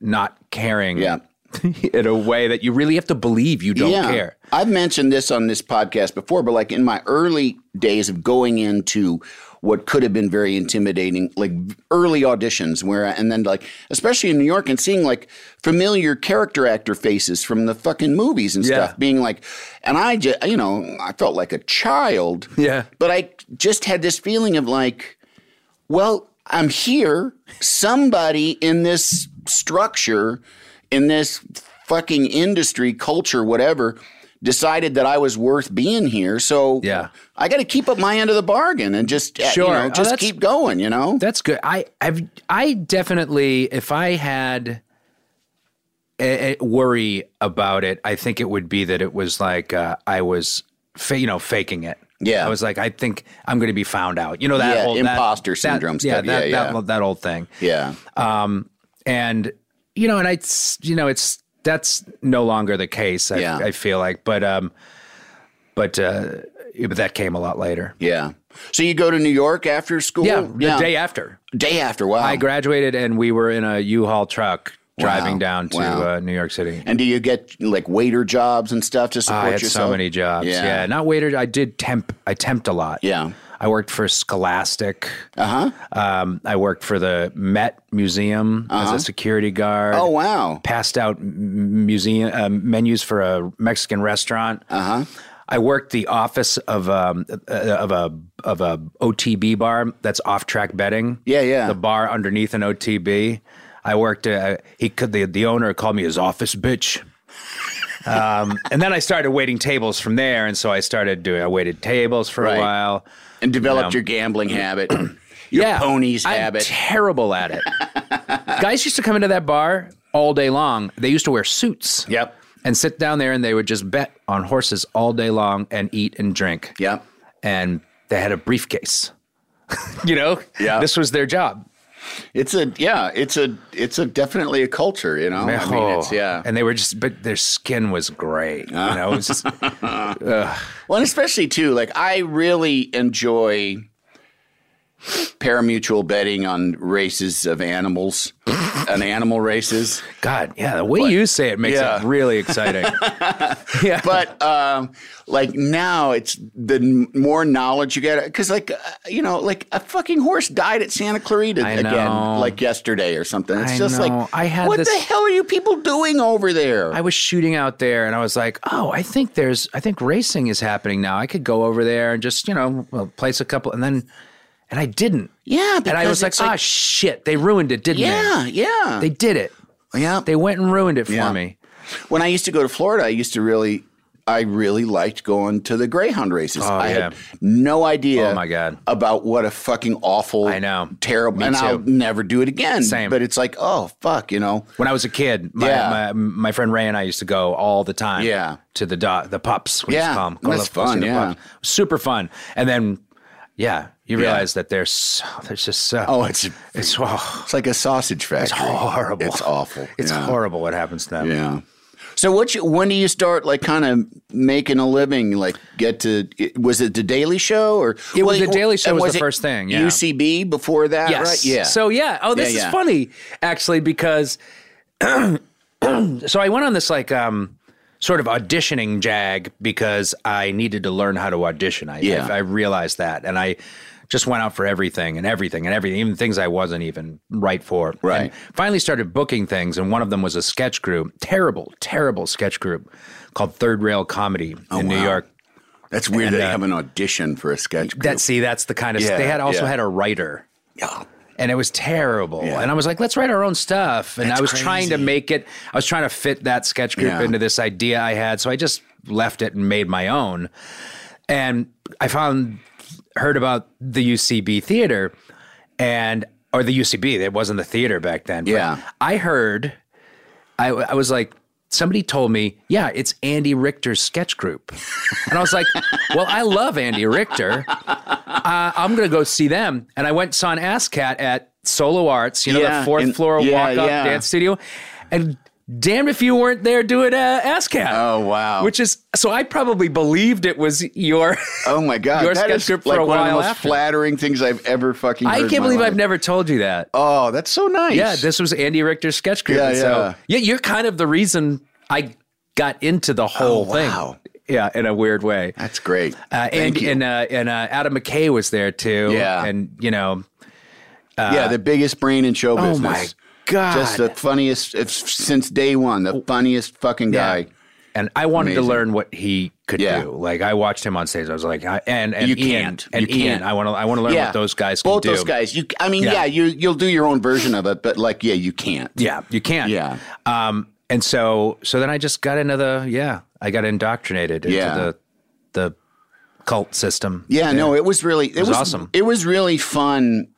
[SPEAKER 2] not caring.
[SPEAKER 1] Yeah.
[SPEAKER 2] in a way that you really have to believe you don't care.
[SPEAKER 1] I've mentioned this on this podcast before, but like in my early days of going into what could have been very intimidating, like early auditions where, I- and then like, especially in New York and seeing like familiar character actor faces from the fucking movies and
[SPEAKER 2] Yeah.
[SPEAKER 1] stuff being like, and I just, you know, I felt like a child.
[SPEAKER 2] Yeah.
[SPEAKER 1] But I just had this feeling of like, well, I'm here. Somebody in this structure, in this fucking industry, culture, whatever, decided that I was worth being here. So
[SPEAKER 2] Yeah.
[SPEAKER 1] I got to keep up my end of the bargain and just uh,
[SPEAKER 2] Sure.
[SPEAKER 1] you know,
[SPEAKER 2] Oh,
[SPEAKER 1] just
[SPEAKER 2] that's-
[SPEAKER 1] keep going. You know,
[SPEAKER 2] That's good. I I've, I definitely, if I had a, a worry about it, I think it would be that it was like uh, I was, fa- you know, faking it.
[SPEAKER 1] Yeah.
[SPEAKER 2] I was like, I think I'm going to be found out. You know that
[SPEAKER 1] Yeah,
[SPEAKER 2] whole that-
[SPEAKER 1] imposter
[SPEAKER 2] that-
[SPEAKER 1] syndrome
[SPEAKER 2] Yeah,
[SPEAKER 1] stuff.
[SPEAKER 2] that,
[SPEAKER 1] Yeah,
[SPEAKER 2] that
[SPEAKER 1] yeah.
[SPEAKER 2] that old thing.
[SPEAKER 1] yeah,
[SPEAKER 2] and you know, and I, s- you know, it's that's no longer the case. I,
[SPEAKER 1] Yeah.
[SPEAKER 2] I feel like, but um, but uh, yeah, but that came a lot later.
[SPEAKER 1] yeah. So you go to New York after school?
[SPEAKER 2] Yeah, the day after.
[SPEAKER 1] Day after. Wow.
[SPEAKER 2] I graduated and we were in a U-Haul truck driving
[SPEAKER 1] Wow.
[SPEAKER 2] down to
[SPEAKER 1] Wow.
[SPEAKER 2] uh, New York City.
[SPEAKER 1] and do you get like waiter jobs and stuff to support
[SPEAKER 2] I had
[SPEAKER 1] yourself?
[SPEAKER 2] so many jobs.
[SPEAKER 1] Yeah.
[SPEAKER 2] Yeah. not waiter. I did temp. I temped a lot.
[SPEAKER 1] Yeah.
[SPEAKER 2] I worked for Scholastic.
[SPEAKER 1] Uh huh.
[SPEAKER 2] Um, I worked for the Met Museum as a security guard.
[SPEAKER 1] Uh-huh. Oh wow.
[SPEAKER 2] Passed out m- museum uh, menus for a Mexican restaurant.
[SPEAKER 1] Uh-huh.
[SPEAKER 2] Uh huh. I worked the office of um, uh, of a of a OTB bar that's off track betting.
[SPEAKER 1] Yeah, yeah.
[SPEAKER 2] The bar underneath an OTB. I worked. Uh, he could the the owner called me his office bitch. um, and then I started waiting tables from there, and so I started doing. I waited tables for
[SPEAKER 1] Right.
[SPEAKER 2] a while.
[SPEAKER 1] And developed
[SPEAKER 2] Yeah.
[SPEAKER 1] your gambling habit, your
[SPEAKER 2] yeah,
[SPEAKER 1] ponies
[SPEAKER 2] I'm
[SPEAKER 1] habit.
[SPEAKER 2] Terrible at it. Guys used to come into that bar all day long. They used to wear suits.
[SPEAKER 1] Yep.
[SPEAKER 2] And sit down there, and they would just bet on horses all day long, and eat and drink.
[SPEAKER 1] Yep.
[SPEAKER 2] and they had a briefcase. you know,
[SPEAKER 1] Yeah.
[SPEAKER 2] this was their job.
[SPEAKER 1] It's a yeah. It's a it's a definitely a culture. You know. I mean, it's Oh, yeah.
[SPEAKER 2] Oh.
[SPEAKER 1] Uh.
[SPEAKER 2] and they were just, but their skin was gray. You know, it was just,
[SPEAKER 1] Well, and especially too, like I really enjoy paramutual betting on races of animals, on animal races.
[SPEAKER 2] God, yeah. The way you say it makes
[SPEAKER 1] Yeah.
[SPEAKER 2] it really exciting. yeah,
[SPEAKER 1] But um, like now, it's the n- more knowledge you get because, like uh, you know, like a fucking horse died at Santa Clarita
[SPEAKER 2] I know.
[SPEAKER 1] again, like yesterday or something. It's
[SPEAKER 2] I
[SPEAKER 1] just
[SPEAKER 2] know.
[SPEAKER 1] like
[SPEAKER 2] I had
[SPEAKER 1] what the
[SPEAKER 2] this-
[SPEAKER 1] hell are you people doing over there?
[SPEAKER 2] I was shooting out there, and I was like, oh, I think there's, I think racing is happening now. I could go over there and just, you know, well, place a couple, and then, and I didn't.
[SPEAKER 1] yeah,
[SPEAKER 2] and I
[SPEAKER 1] because
[SPEAKER 2] was like,
[SPEAKER 1] it's
[SPEAKER 2] ah, shit, they ruined it, didn't
[SPEAKER 1] yeah,
[SPEAKER 2] they?
[SPEAKER 1] yeah,
[SPEAKER 2] They did it.
[SPEAKER 1] yeah.
[SPEAKER 2] They went and ruined it for
[SPEAKER 1] Yeah.
[SPEAKER 2] me.
[SPEAKER 1] when I used to go to Florida, I used to really, I really liked going to the Greyhound races. I had
[SPEAKER 2] Oh, yeah.
[SPEAKER 1] no idea.
[SPEAKER 2] Oh, my God.
[SPEAKER 1] About what a fucking awful,
[SPEAKER 2] I know.
[SPEAKER 1] terrible,
[SPEAKER 2] Me
[SPEAKER 1] and
[SPEAKER 2] too.
[SPEAKER 1] I'll never do it again.
[SPEAKER 2] Same.
[SPEAKER 1] But it's like, oh fuck, you know.
[SPEAKER 2] When I was a kid, my,
[SPEAKER 1] Yeah.
[SPEAKER 2] my, my friend Ray and I used to go all the time.
[SPEAKER 1] Yeah.
[SPEAKER 2] To the do- the pups. We
[SPEAKER 1] Yeah.
[SPEAKER 2] Used to call 'em.
[SPEAKER 1] That's
[SPEAKER 2] Go to- go see
[SPEAKER 1] fun,
[SPEAKER 2] the
[SPEAKER 1] yeah.
[SPEAKER 2] pups. Super fun. And then, yeah, you realize that there's so, there's just so.
[SPEAKER 1] Oh, it's
[SPEAKER 2] it's oh,
[SPEAKER 1] it's like a sausage factory. It's
[SPEAKER 2] horrible.
[SPEAKER 1] It's awful.
[SPEAKER 2] it's
[SPEAKER 1] yeah.
[SPEAKER 2] horrible what happens to them.
[SPEAKER 1] Yeah. So what? You, when do you start like kind of making a living? Like get to it- was it the Daily Show or
[SPEAKER 2] It was
[SPEAKER 1] well,
[SPEAKER 2] The Daily Show
[SPEAKER 1] and
[SPEAKER 2] was the
[SPEAKER 1] it
[SPEAKER 2] first thing, yeah.
[SPEAKER 1] UCB before that,
[SPEAKER 2] Yes.
[SPEAKER 1] right? Yeah.
[SPEAKER 2] So yeah. Oh, this
[SPEAKER 1] Yeah, yeah.
[SPEAKER 2] is funny actually because so I went on this like um sort of auditioning jag because I needed to learn how to audition. I
[SPEAKER 1] Yeah.
[SPEAKER 2] I, I realized that and I just went out for everything and everything and everything, even things I wasn't even right for.
[SPEAKER 1] Right.
[SPEAKER 2] And finally started booking things and one of them was a sketch group, terrible, terrible sketch group called Third Rail Comedy in New
[SPEAKER 1] Oh, wow.
[SPEAKER 2] York.
[SPEAKER 1] that's weird
[SPEAKER 2] and,
[SPEAKER 1] that they
[SPEAKER 2] uh,
[SPEAKER 1] have an audition for a sketch. Group.
[SPEAKER 2] That see, that's the kind of
[SPEAKER 1] Yeah,
[SPEAKER 2] they had also
[SPEAKER 1] yeah.
[SPEAKER 2] had a writer
[SPEAKER 1] yeah.
[SPEAKER 2] and it was terrible.
[SPEAKER 1] Yeah.
[SPEAKER 2] And I was like, let's write our own stuff. And
[SPEAKER 1] That's
[SPEAKER 2] I was trying to
[SPEAKER 1] crazy.
[SPEAKER 2] make it, I was trying to fit that sketch group
[SPEAKER 1] Yeah.
[SPEAKER 2] into this idea I had. So I just left it and made my own. And I found, heard about the UCB theater and, or the UCB, it wasn't the theater back then. but
[SPEAKER 1] Yeah.
[SPEAKER 2] I heard, I, I was like, somebody told me, yeah, it's Andy Richter's sketch group. And I was like, well, I love Andy Richter. Uh, I'm going to go see them. And I went saw an ass cat at Solo Arts, you know,
[SPEAKER 1] Yeah,
[SPEAKER 2] the fourth
[SPEAKER 1] in-
[SPEAKER 2] floor
[SPEAKER 1] yeah,
[SPEAKER 2] walk up
[SPEAKER 1] yeah.
[SPEAKER 2] dance studio. And damned if you weren't there doing uh, ass cat.
[SPEAKER 1] Oh, wow.
[SPEAKER 2] Which is, so I probably believed it was your.
[SPEAKER 1] Oh my God,
[SPEAKER 2] Your
[SPEAKER 1] that
[SPEAKER 2] sketch
[SPEAKER 1] is
[SPEAKER 2] group for
[SPEAKER 1] like
[SPEAKER 2] a
[SPEAKER 1] one of the
[SPEAKER 2] while
[SPEAKER 1] most
[SPEAKER 2] after.
[SPEAKER 1] flattering things I've ever fucking.
[SPEAKER 2] I
[SPEAKER 1] heard in
[SPEAKER 2] can't
[SPEAKER 1] my
[SPEAKER 2] believe I've
[SPEAKER 1] life.
[SPEAKER 2] never told you that.
[SPEAKER 1] Oh, that's so nice.
[SPEAKER 2] Yeah, this was Andy Richter's sketch group.
[SPEAKER 1] Yeah,
[SPEAKER 2] and
[SPEAKER 1] yeah.
[SPEAKER 2] So yeah, you're kind of the reason I got into the whole
[SPEAKER 1] Oh,
[SPEAKER 2] thing.
[SPEAKER 1] wow.
[SPEAKER 2] Yeah, in a weird way.
[SPEAKER 1] That's great.
[SPEAKER 2] Uh, and
[SPEAKER 1] Thank you.
[SPEAKER 2] and uh, and uh, Adam McKay was there too.
[SPEAKER 1] Yeah.
[SPEAKER 2] and you know,
[SPEAKER 1] yeah, the biggest brain in show
[SPEAKER 2] oh
[SPEAKER 1] business.
[SPEAKER 2] my god, Oh.
[SPEAKER 1] Just the funniest if, since day one. The funniest fucking
[SPEAKER 2] Yeah.
[SPEAKER 1] guy.
[SPEAKER 2] And I wanted
[SPEAKER 1] Amazing.
[SPEAKER 2] to learn what he could
[SPEAKER 1] Yeah.
[SPEAKER 2] do. Like I watched him on stage. I was like, I, and and
[SPEAKER 1] You
[SPEAKER 2] Ian,
[SPEAKER 1] can't.
[SPEAKER 2] and
[SPEAKER 1] You
[SPEAKER 2] Ian.
[SPEAKER 1] can't.
[SPEAKER 2] I want to I want to learn
[SPEAKER 1] yeah,
[SPEAKER 2] what those guys can
[SPEAKER 1] both
[SPEAKER 2] do.
[SPEAKER 1] those guys. You, I mean, yeah,
[SPEAKER 2] Yeah.
[SPEAKER 1] you you'll do your own version of it, but like, yeah, you can't.
[SPEAKER 2] Yeah, you can.
[SPEAKER 1] Yeah.
[SPEAKER 2] Um, and so so then I just got into the yeah, I got indoctrinated into
[SPEAKER 1] Yeah.
[SPEAKER 2] the the cult system.
[SPEAKER 1] Yeah, no, it was really it,
[SPEAKER 2] was awesome.
[SPEAKER 1] It was really fun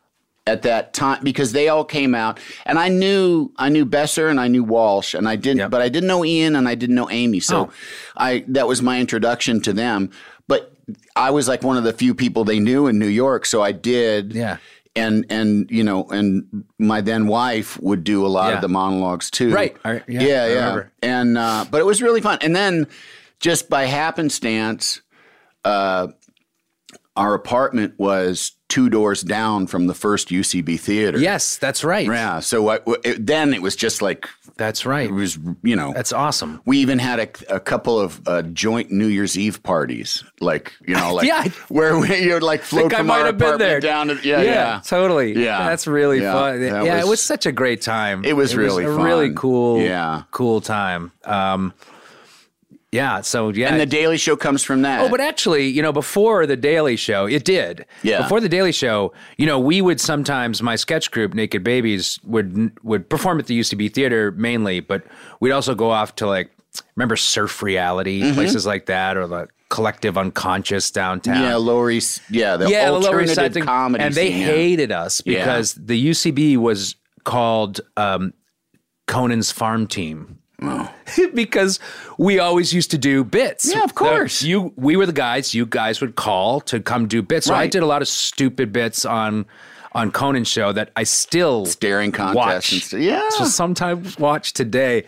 [SPEAKER 1] at that time because they all came out, and I knew I knew Besser and I knew Walsh, and I didn't,
[SPEAKER 2] Yep.
[SPEAKER 1] but I didn't know Ian and I didn't know Amy, so
[SPEAKER 2] Oh.
[SPEAKER 1] I that was my introduction to them. But I was like one of the few people they knew in New York, so I did.
[SPEAKER 2] Yeah.
[SPEAKER 1] And and you know and my then wife would do a lot
[SPEAKER 2] Yeah.
[SPEAKER 1] of the monologues too.
[SPEAKER 2] Right. I-
[SPEAKER 1] yeah.
[SPEAKER 2] yeah,
[SPEAKER 1] Yeah.
[SPEAKER 2] I remember.
[SPEAKER 1] And uh, but it was really fun. And then just by happenstance, our apartment was two doors down from the first UCB theater.
[SPEAKER 2] Yes, that's right.
[SPEAKER 1] Yeah. So I, it, then it was just like,
[SPEAKER 2] That's right.
[SPEAKER 1] it was, you know.
[SPEAKER 2] That's awesome.
[SPEAKER 1] we even had a, a couple of uh, joint New Year's Eve parties, like you know, like
[SPEAKER 2] Yeah.
[SPEAKER 1] where we, you're like
[SPEAKER 2] I
[SPEAKER 1] float
[SPEAKER 2] think I
[SPEAKER 1] from
[SPEAKER 2] might
[SPEAKER 1] our
[SPEAKER 2] have been
[SPEAKER 1] apartment
[SPEAKER 2] there.
[SPEAKER 1] down to yeah, yeah,
[SPEAKER 2] totally.
[SPEAKER 1] Yeah.
[SPEAKER 2] that's really
[SPEAKER 1] Yeah,
[SPEAKER 2] fun.
[SPEAKER 1] that
[SPEAKER 2] Yeah,
[SPEAKER 1] was-
[SPEAKER 2] it was such a great time.
[SPEAKER 1] It was really
[SPEAKER 2] a really
[SPEAKER 1] fun.
[SPEAKER 2] cool.
[SPEAKER 1] Yeah.
[SPEAKER 2] cool time. Um, yeah. So yeah,
[SPEAKER 1] And the Daily Show comes from that.
[SPEAKER 2] Oh, but actually, you know, before the Daily Show, it did.
[SPEAKER 1] Yeah.
[SPEAKER 2] Before the Daily Show, you know, we would sometimes my sketch group, Naked Babies, would would perform at the UCB Theater mainly, but we'd also go off to like remember Surf Reality
[SPEAKER 1] Mm-hmm.
[SPEAKER 2] places like that, or the Collective Unconscious downtown.
[SPEAKER 1] yeah, Lower East, yeah, the
[SPEAKER 2] yeah, the Lower East
[SPEAKER 1] alternative
[SPEAKER 2] Side thing.
[SPEAKER 1] comedy,
[SPEAKER 2] and they
[SPEAKER 1] scene, yeah.
[SPEAKER 2] hated us
[SPEAKER 1] Yeah.
[SPEAKER 2] because the UCB was called um, Conan's Farm Team. because we always used to do bits.
[SPEAKER 1] Oh. Yeah, of course.
[SPEAKER 2] The- you, we were the guys. You guys would call to come do bits. So I
[SPEAKER 1] Right.
[SPEAKER 2] did a lot of stupid bits on on Conan's show that I still
[SPEAKER 1] Staring contests
[SPEAKER 2] watch.
[SPEAKER 1] and st- yeah.
[SPEAKER 2] so sometimes watch today.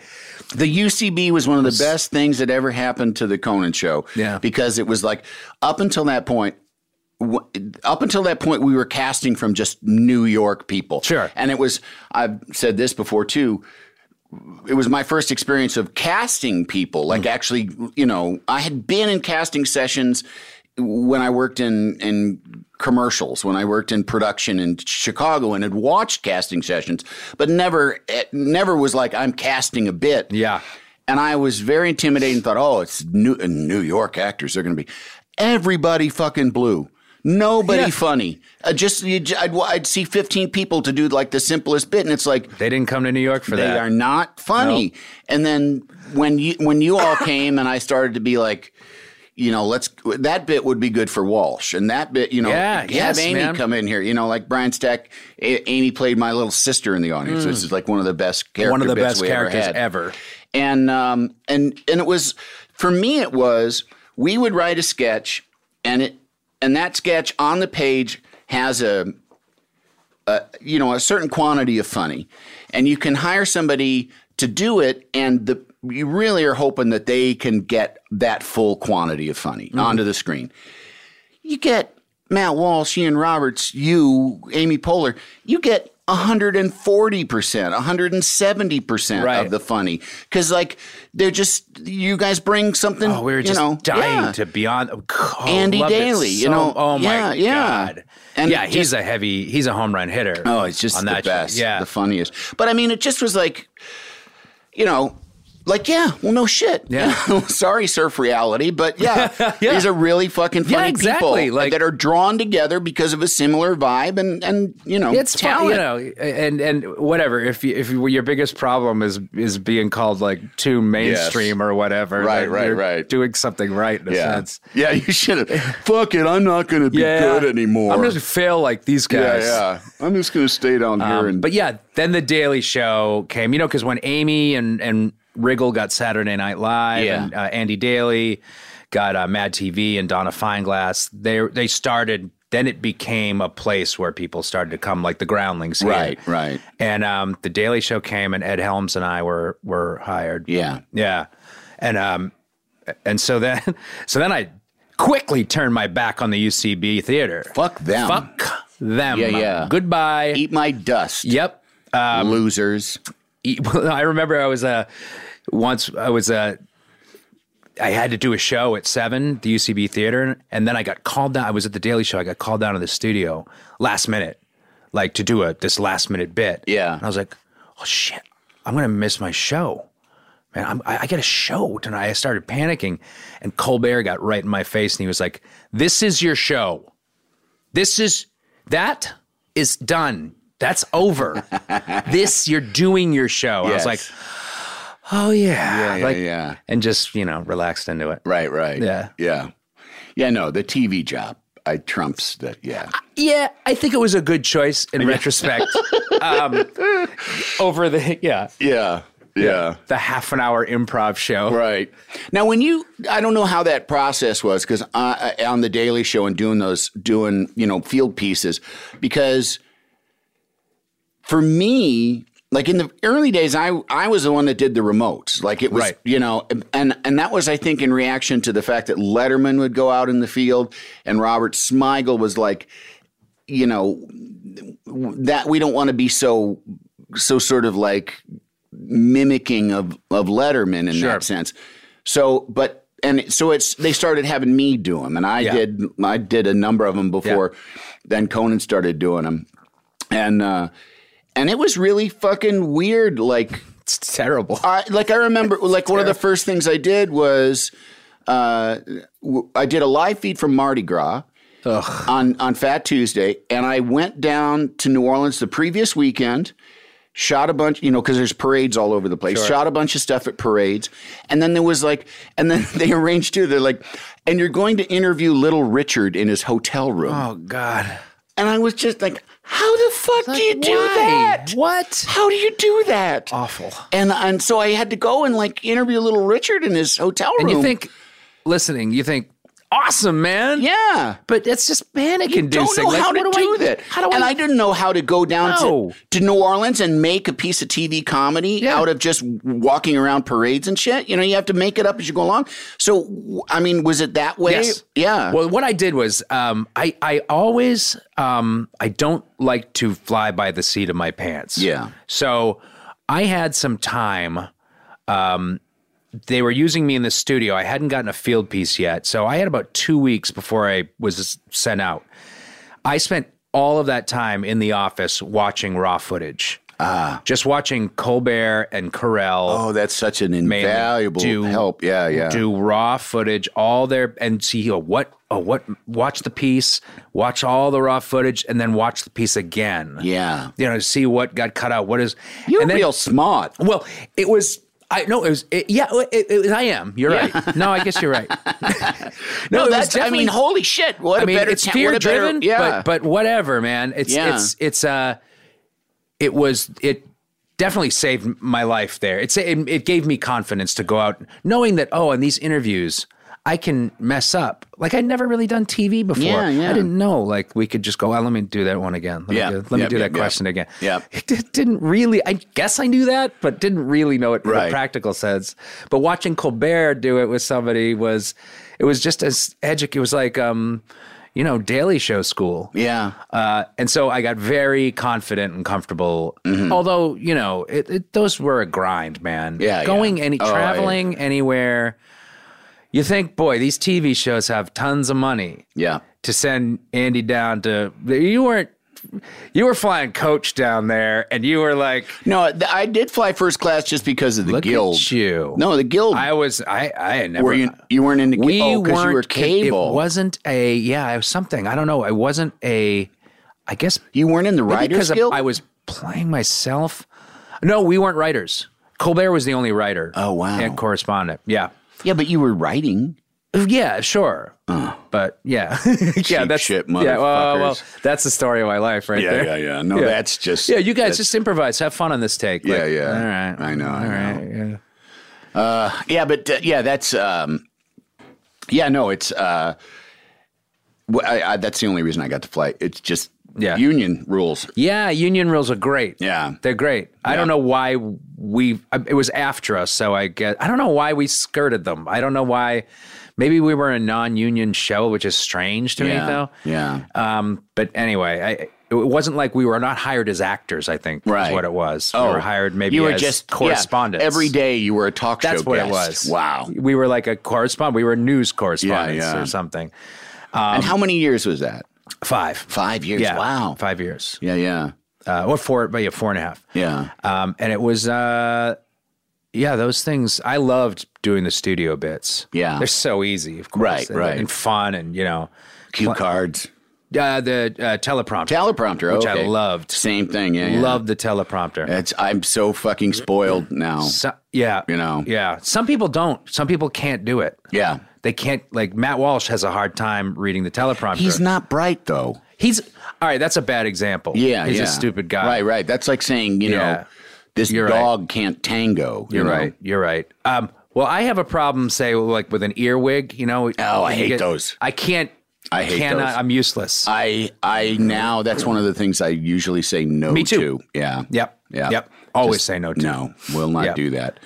[SPEAKER 1] The UCB was one of the best things that ever happened to the Conan show.
[SPEAKER 2] Yeah.
[SPEAKER 1] Because it was like up until that point, w- up until that point, we were casting from just New York people.
[SPEAKER 2] Sure.
[SPEAKER 1] And it was, I've said this before too. It was my first experience of casting people.
[SPEAKER 2] Hmm.
[SPEAKER 1] Like actually, you know, I had been in casting sessions when I worked in in commercials, when I worked in production in Chicago, and had watched casting sessions, but never it never was like I'm casting a bit.
[SPEAKER 2] Yeah.
[SPEAKER 1] And I was very intimidated and thought, oh, it's New, uh, New York actors. They're going to be everybody fucking blue. Nobody
[SPEAKER 2] Yeah.
[SPEAKER 1] funny. Uh, just you, j- I'd, wa- I'd see fifteen people to do like the simplest bit, and it's like
[SPEAKER 2] They didn't come to New York for
[SPEAKER 1] they
[SPEAKER 2] that.
[SPEAKER 1] are not funny.
[SPEAKER 2] Nope.
[SPEAKER 1] And then when you when you all came, and I started to be like. You know, let's that bit would be good for Walsh, and that bit, you know,
[SPEAKER 2] Yeah,
[SPEAKER 1] have
[SPEAKER 2] yes,
[SPEAKER 1] Amy
[SPEAKER 2] man.
[SPEAKER 1] come in here. You know, like Brian Stack, A- Amy played my little sister in the audience. This is like one of the best character
[SPEAKER 2] Mm. One of the
[SPEAKER 1] bits
[SPEAKER 2] best
[SPEAKER 1] we
[SPEAKER 2] characters
[SPEAKER 1] ever. had
[SPEAKER 2] ever.
[SPEAKER 1] and um, and and it was for me it was we would write a sketch and it and that sketch on the page has a, a you know a certain quantity of funny and you can hire somebody to do it and the you really are hoping that they can get that full quantity of funny
[SPEAKER 2] Mm-hmm.
[SPEAKER 1] onto the screen you get Matt Walsh, Ian Roberts, you, Amy Poehler, you get 140%, 170%
[SPEAKER 2] Right.
[SPEAKER 1] of the funny. Because, like, they're just, you guys bring something,
[SPEAKER 2] Oh, we were
[SPEAKER 1] you
[SPEAKER 2] just
[SPEAKER 1] know,
[SPEAKER 2] dying
[SPEAKER 1] yeah.
[SPEAKER 2] to be on oh,
[SPEAKER 1] Andy
[SPEAKER 2] loved it
[SPEAKER 1] Daly, you
[SPEAKER 2] so-
[SPEAKER 1] know,
[SPEAKER 2] Oh
[SPEAKER 1] yeah,
[SPEAKER 2] my
[SPEAKER 1] yeah.
[SPEAKER 2] god.
[SPEAKER 1] And
[SPEAKER 2] yeah,
[SPEAKER 1] it
[SPEAKER 2] he's
[SPEAKER 1] just-
[SPEAKER 2] a heavy he's a home run hitter.
[SPEAKER 1] Oh, it's just
[SPEAKER 2] on
[SPEAKER 1] the
[SPEAKER 2] that show.
[SPEAKER 1] best,
[SPEAKER 2] Yeah.
[SPEAKER 1] the funniest. But I mean, it just was like, you know, like yeah, well, no shit.
[SPEAKER 2] Yeah.
[SPEAKER 1] sorry, surf reality, but yeah,
[SPEAKER 2] Yeah.
[SPEAKER 1] these are really fucking funny
[SPEAKER 2] Yeah, exactly,
[SPEAKER 1] people
[SPEAKER 2] like-
[SPEAKER 1] that are drawn together because of a similar vibe and and you know,
[SPEAKER 2] it's fun,
[SPEAKER 1] talent.
[SPEAKER 2] you know, and and whatever. If you, if you- your biggest problem is is being called like too mainstream or whatever,
[SPEAKER 1] Right,
[SPEAKER 2] then
[SPEAKER 1] right,
[SPEAKER 2] you're
[SPEAKER 1] right.
[SPEAKER 2] doing something right in a
[SPEAKER 1] Yeah,
[SPEAKER 2] sense.
[SPEAKER 1] yeah, you should have. Fuck it, I'm not going to be good anymore.
[SPEAKER 2] I'm just fail like these guys. Um,
[SPEAKER 1] yeah, yeah. I'm just going to stay down here and
[SPEAKER 2] But yeah, then the Daily Show came, you know, because when Amy and and Riggle got Saturday Night Live,
[SPEAKER 1] Yeah.
[SPEAKER 2] and uh, Andy Daly got uh, Mad TV and Donna Fineglass. They they started. Then it became a place where people started to come, like the Groundlings. here.
[SPEAKER 1] Right, right.
[SPEAKER 2] And um, the Daily Show came, and Ed Helms and I were were hired.
[SPEAKER 1] Yeah.
[SPEAKER 2] yeah. And um, and so then, so then I quickly turned my back on the UCB theater.
[SPEAKER 1] Fuck them.
[SPEAKER 2] Fuck them.
[SPEAKER 1] Yeah, yeah.
[SPEAKER 2] Goodbye.
[SPEAKER 1] Eat my dust.
[SPEAKER 2] Yep.
[SPEAKER 1] losers.
[SPEAKER 2] e, I remember I was uh once I was uh I had to do a show at seven, the UCB theater, and then I got called down. I was at the Daily Show. I got called down to the studio last minute, like to do a this last minute bit.
[SPEAKER 1] Yeah.
[SPEAKER 2] and I was like, oh shit, I'm gonna miss my show. Man, I'm, I I got a show tonight. I started panicking, and Colbert got right in my face, and he was like, "This is your show. This is that is done. That's over. this you're doing your show." I
[SPEAKER 1] Yes.
[SPEAKER 2] was like, "Oh yeah,
[SPEAKER 1] Yeah, yeah,
[SPEAKER 2] like,
[SPEAKER 1] yeah.
[SPEAKER 2] and just you know relaxed into it.
[SPEAKER 1] Right, right.
[SPEAKER 2] Yeah.
[SPEAKER 1] Yeah. Yeah, no, the TV job. I trumps that. Yeah.
[SPEAKER 2] Yeah, I think it was a good choice in retrospect. um, over the yeah
[SPEAKER 1] Yeah. Yeah.
[SPEAKER 2] the half an hour improv show.
[SPEAKER 1] Right. Now, when you, I don't know how that process was because on the Daily Show and doing those, doing, you know, field pieces, because for me, like in the early days, I, I was the one that did the remotes. Like it was,
[SPEAKER 2] Right.
[SPEAKER 1] you know, and, and that was, I think, in reaction to the fact that Letterman would go out in the field and Robert Smigel was like, you know, that we don't want to be so, so sort of like mimicking of of Letterman in
[SPEAKER 2] Sure.
[SPEAKER 1] that sense. So, but and so it's they started having me do them, and I
[SPEAKER 2] Yeah.
[SPEAKER 1] did I did a number of them before. Then Conan started doing them, and uh, and it was really fucking weird. Like
[SPEAKER 2] It's terrible.
[SPEAKER 1] I like I remember like one of the first things I did was uh, w- I did a live feed from Mardi Gras on on Fat Tuesday, and I went down to New Orleans the previous weekend. Shot a bunch, you know, because there's parades all over the place. Shot a bunch of stuff at parades, and then there was like, and then they arranged too. They're like, and you're going to interview Little Richard in his hotel room,
[SPEAKER 2] Oh God.
[SPEAKER 1] and I was just like, how the fuck do you do
[SPEAKER 2] Why?
[SPEAKER 1] that?
[SPEAKER 2] What?
[SPEAKER 1] How do you do that?
[SPEAKER 2] Awful.
[SPEAKER 1] And and so I had to go and like interview little Richard in his hotel room.
[SPEAKER 2] And you think, listening, you think, awesome, man.
[SPEAKER 1] yeah.
[SPEAKER 2] But that's just panic
[SPEAKER 1] Don't
[SPEAKER 2] inducing.
[SPEAKER 1] know
[SPEAKER 2] Like,
[SPEAKER 1] how to
[SPEAKER 2] what
[SPEAKER 1] do
[SPEAKER 2] I,
[SPEAKER 1] that.
[SPEAKER 2] How do
[SPEAKER 1] and
[SPEAKER 2] I?
[SPEAKER 1] I didn't know how to go down
[SPEAKER 2] No.
[SPEAKER 1] to, to New Orleans and make a piece of TV comedy
[SPEAKER 2] Yeah.
[SPEAKER 1] out of just walking around parades and shit. You know, you have to make it up as you go along. So, w- I mean, was it that way?
[SPEAKER 2] Yes.
[SPEAKER 1] Yeah.
[SPEAKER 2] Well, what I did was, um, I I always um, I don't like to fly by the seat of my pants.
[SPEAKER 1] Yeah.
[SPEAKER 2] So I had some time. Um, they were using me in the studio. I hadn't gotten a field piece yet, so I had about two weeks before I was sent out. I spent all of that time in the office watching raw footage. Ah. Just watching Colbert and Carell
[SPEAKER 1] oh, that's such an
[SPEAKER 2] mainly
[SPEAKER 1] invaluable
[SPEAKER 2] do-
[SPEAKER 1] help. Yeah, yeah.
[SPEAKER 2] Do raw footage, all their and see oh, what oh what watch the piece, watch all the raw footage, and then watch the piece again.
[SPEAKER 1] Yeah.
[SPEAKER 2] You know, see what got cut out. What is
[SPEAKER 1] You're
[SPEAKER 2] and then-
[SPEAKER 1] real smart.
[SPEAKER 2] Well, it was. I no, it was. It, yeah, it, it was, I am. You're right. No, I guess you're right. no, it was
[SPEAKER 1] that's, I mean,
[SPEAKER 2] definitely-
[SPEAKER 1] holy shit. What a
[SPEAKER 2] I mean,
[SPEAKER 1] better
[SPEAKER 2] it's
[SPEAKER 1] ta- what
[SPEAKER 2] fear
[SPEAKER 1] a better-
[SPEAKER 2] driven,
[SPEAKER 1] yeah.
[SPEAKER 2] but but whatever, man. It's
[SPEAKER 1] Yeah.
[SPEAKER 2] it's it's uh it was it definitely saved my life there. It's it, it gave me confidence to go out knowing that oh, in these interviews I can mess up. Like I'd never really done TV before.
[SPEAKER 1] Yeah, yeah.
[SPEAKER 2] I didn't know. Like we could just go. Oh, let me do that one again. Let
[SPEAKER 1] Yeah.
[SPEAKER 2] me do, let me
[SPEAKER 1] Yep,
[SPEAKER 2] do
[SPEAKER 1] yep,
[SPEAKER 2] that
[SPEAKER 1] yep.
[SPEAKER 2] question again.
[SPEAKER 1] Yep.
[SPEAKER 2] It di- didn't really. I guess I knew that, but didn't really know it in a
[SPEAKER 1] Right.
[SPEAKER 2] practical sense. But watching Colbert do it with somebody was, it was just as educ. It was like, um, you know, Daily Show school.
[SPEAKER 1] yeah.
[SPEAKER 2] Uh, and so I got very confident and comfortable.
[SPEAKER 1] Mm-hmm.
[SPEAKER 2] Although you know, it, it, those were a grind, man.
[SPEAKER 1] Yeah,
[SPEAKER 2] going
[SPEAKER 1] yeah.
[SPEAKER 2] any
[SPEAKER 1] Oh, yeah.
[SPEAKER 2] traveling anywhere. You think, boy, these TV shows have tons of money
[SPEAKER 1] Yeah.
[SPEAKER 2] to send Andy down to. You weren't. You were flying coach down there, and you were like,
[SPEAKER 1] No, th- I did fly first class just because of the
[SPEAKER 2] "Look
[SPEAKER 1] guild.
[SPEAKER 2] at you."
[SPEAKER 1] No, the guild.
[SPEAKER 2] I was. I. I had never.
[SPEAKER 1] were you you weren't in the
[SPEAKER 2] we
[SPEAKER 1] oh, because
[SPEAKER 2] weren't.
[SPEAKER 1] you were
[SPEAKER 2] It,
[SPEAKER 1] cable.
[SPEAKER 2] it wasn't a. Yeah, it was something. I don't know. It wasn't a. I guess
[SPEAKER 1] you weren't in the
[SPEAKER 2] Maybe
[SPEAKER 1] writers
[SPEAKER 2] because of-
[SPEAKER 1] guild.
[SPEAKER 2] I was playing myself. No, we weren't writers. Colbert was the only writer.
[SPEAKER 1] Oh, wow.
[SPEAKER 2] And correspondent. Yeah.
[SPEAKER 1] yeah, but you were writing.
[SPEAKER 2] Yeah, sure. But yeah. yeah, that's
[SPEAKER 1] shit
[SPEAKER 2] Yeah, well, well,
[SPEAKER 1] motherfuckers.
[SPEAKER 2] that's the story of my life right there.
[SPEAKER 1] yeah. No, that's just
[SPEAKER 2] Yeah, you guys just improvise. Have fun on this take. Like,
[SPEAKER 1] Yeah, yeah.
[SPEAKER 2] All right.
[SPEAKER 1] I know,
[SPEAKER 2] All
[SPEAKER 1] I
[SPEAKER 2] right. Yeah.
[SPEAKER 1] Uh, yeah, but uh, yeah, that's um, yeah, no, it's uh, wh- I, I, that's the only reason I got to play. It's just
[SPEAKER 2] Yeah.
[SPEAKER 1] union rules.
[SPEAKER 2] Yeah, union rules are great.
[SPEAKER 1] Yeah.
[SPEAKER 2] they're great. I don't know why we. I- It was after us, so I guess I don't know why we skirted them. I don't know why. Maybe we were a non-union show, which is strange to
[SPEAKER 1] yeah,
[SPEAKER 2] me, though.
[SPEAKER 1] yeah.
[SPEAKER 2] Um, but anyway, I, it wasn't like we were not hired as actors. I think
[SPEAKER 1] Right. Oh.
[SPEAKER 2] is what it was. we were hired maybe
[SPEAKER 1] you were
[SPEAKER 2] as
[SPEAKER 1] just yeah,
[SPEAKER 2] correspondents.
[SPEAKER 1] every day you were a talk show.
[SPEAKER 2] That's what it
[SPEAKER 1] guest.
[SPEAKER 2] was.
[SPEAKER 1] Wow.
[SPEAKER 2] we were like a correspondent. We were news correspondents
[SPEAKER 1] yeah.
[SPEAKER 2] or something.
[SPEAKER 1] and how many years was that?
[SPEAKER 2] Five.
[SPEAKER 1] Five years.
[SPEAKER 2] Yeah.
[SPEAKER 1] Wow.
[SPEAKER 2] Five years.
[SPEAKER 1] Yeah, yeah,
[SPEAKER 2] Uh, or four, but yeah, four and a half.
[SPEAKER 1] yeah.
[SPEAKER 2] Um, and it was, uh, yeah, those things. I loved doing the studio bits.
[SPEAKER 1] Yeah.
[SPEAKER 2] They're so easy, of course.
[SPEAKER 1] Right,
[SPEAKER 2] and,
[SPEAKER 1] right.
[SPEAKER 2] And fun and, you know,
[SPEAKER 1] Cue cards,
[SPEAKER 2] uh, the uh, teleprompter.
[SPEAKER 1] teleprompter,
[SPEAKER 2] Which
[SPEAKER 1] okay.
[SPEAKER 2] I loved.
[SPEAKER 1] Same thing. Yeah, yeah.
[SPEAKER 2] Loved the teleprompter.
[SPEAKER 1] It's I'm so fucking spoiled now.
[SPEAKER 2] So, yeah.
[SPEAKER 1] You know.
[SPEAKER 2] Yeah. Some people don't. Some people can't do it.
[SPEAKER 1] yeah.
[SPEAKER 2] They can't, like, Matt Walsh has a hard time reading the teleprompter.
[SPEAKER 1] He's not bright though.
[SPEAKER 2] He's, all right, that's a bad example.
[SPEAKER 1] Yeah,
[SPEAKER 2] He's
[SPEAKER 1] yeah.
[SPEAKER 2] a stupid guy.
[SPEAKER 1] Right, right. That's like saying you
[SPEAKER 2] Yeah.
[SPEAKER 1] know this
[SPEAKER 2] You're right.
[SPEAKER 1] dog can't tango. you
[SPEAKER 2] You're
[SPEAKER 1] know?
[SPEAKER 2] right. You're right. Um, well, I have a problem, say, like with an earwig. You know?
[SPEAKER 1] Oh, I
[SPEAKER 2] you
[SPEAKER 1] hate those.
[SPEAKER 2] I can't.
[SPEAKER 1] I hate
[SPEAKER 2] cannot.
[SPEAKER 1] those.
[SPEAKER 2] I'm useless.
[SPEAKER 1] I I now that's one of the things I usually say no
[SPEAKER 2] Me
[SPEAKER 1] to.
[SPEAKER 2] too.
[SPEAKER 1] Yeah.
[SPEAKER 2] Yep.
[SPEAKER 1] Yeah.
[SPEAKER 2] Yep. Always
[SPEAKER 1] Just
[SPEAKER 2] say no to.
[SPEAKER 1] No, will not
[SPEAKER 2] Yep.
[SPEAKER 1] do that.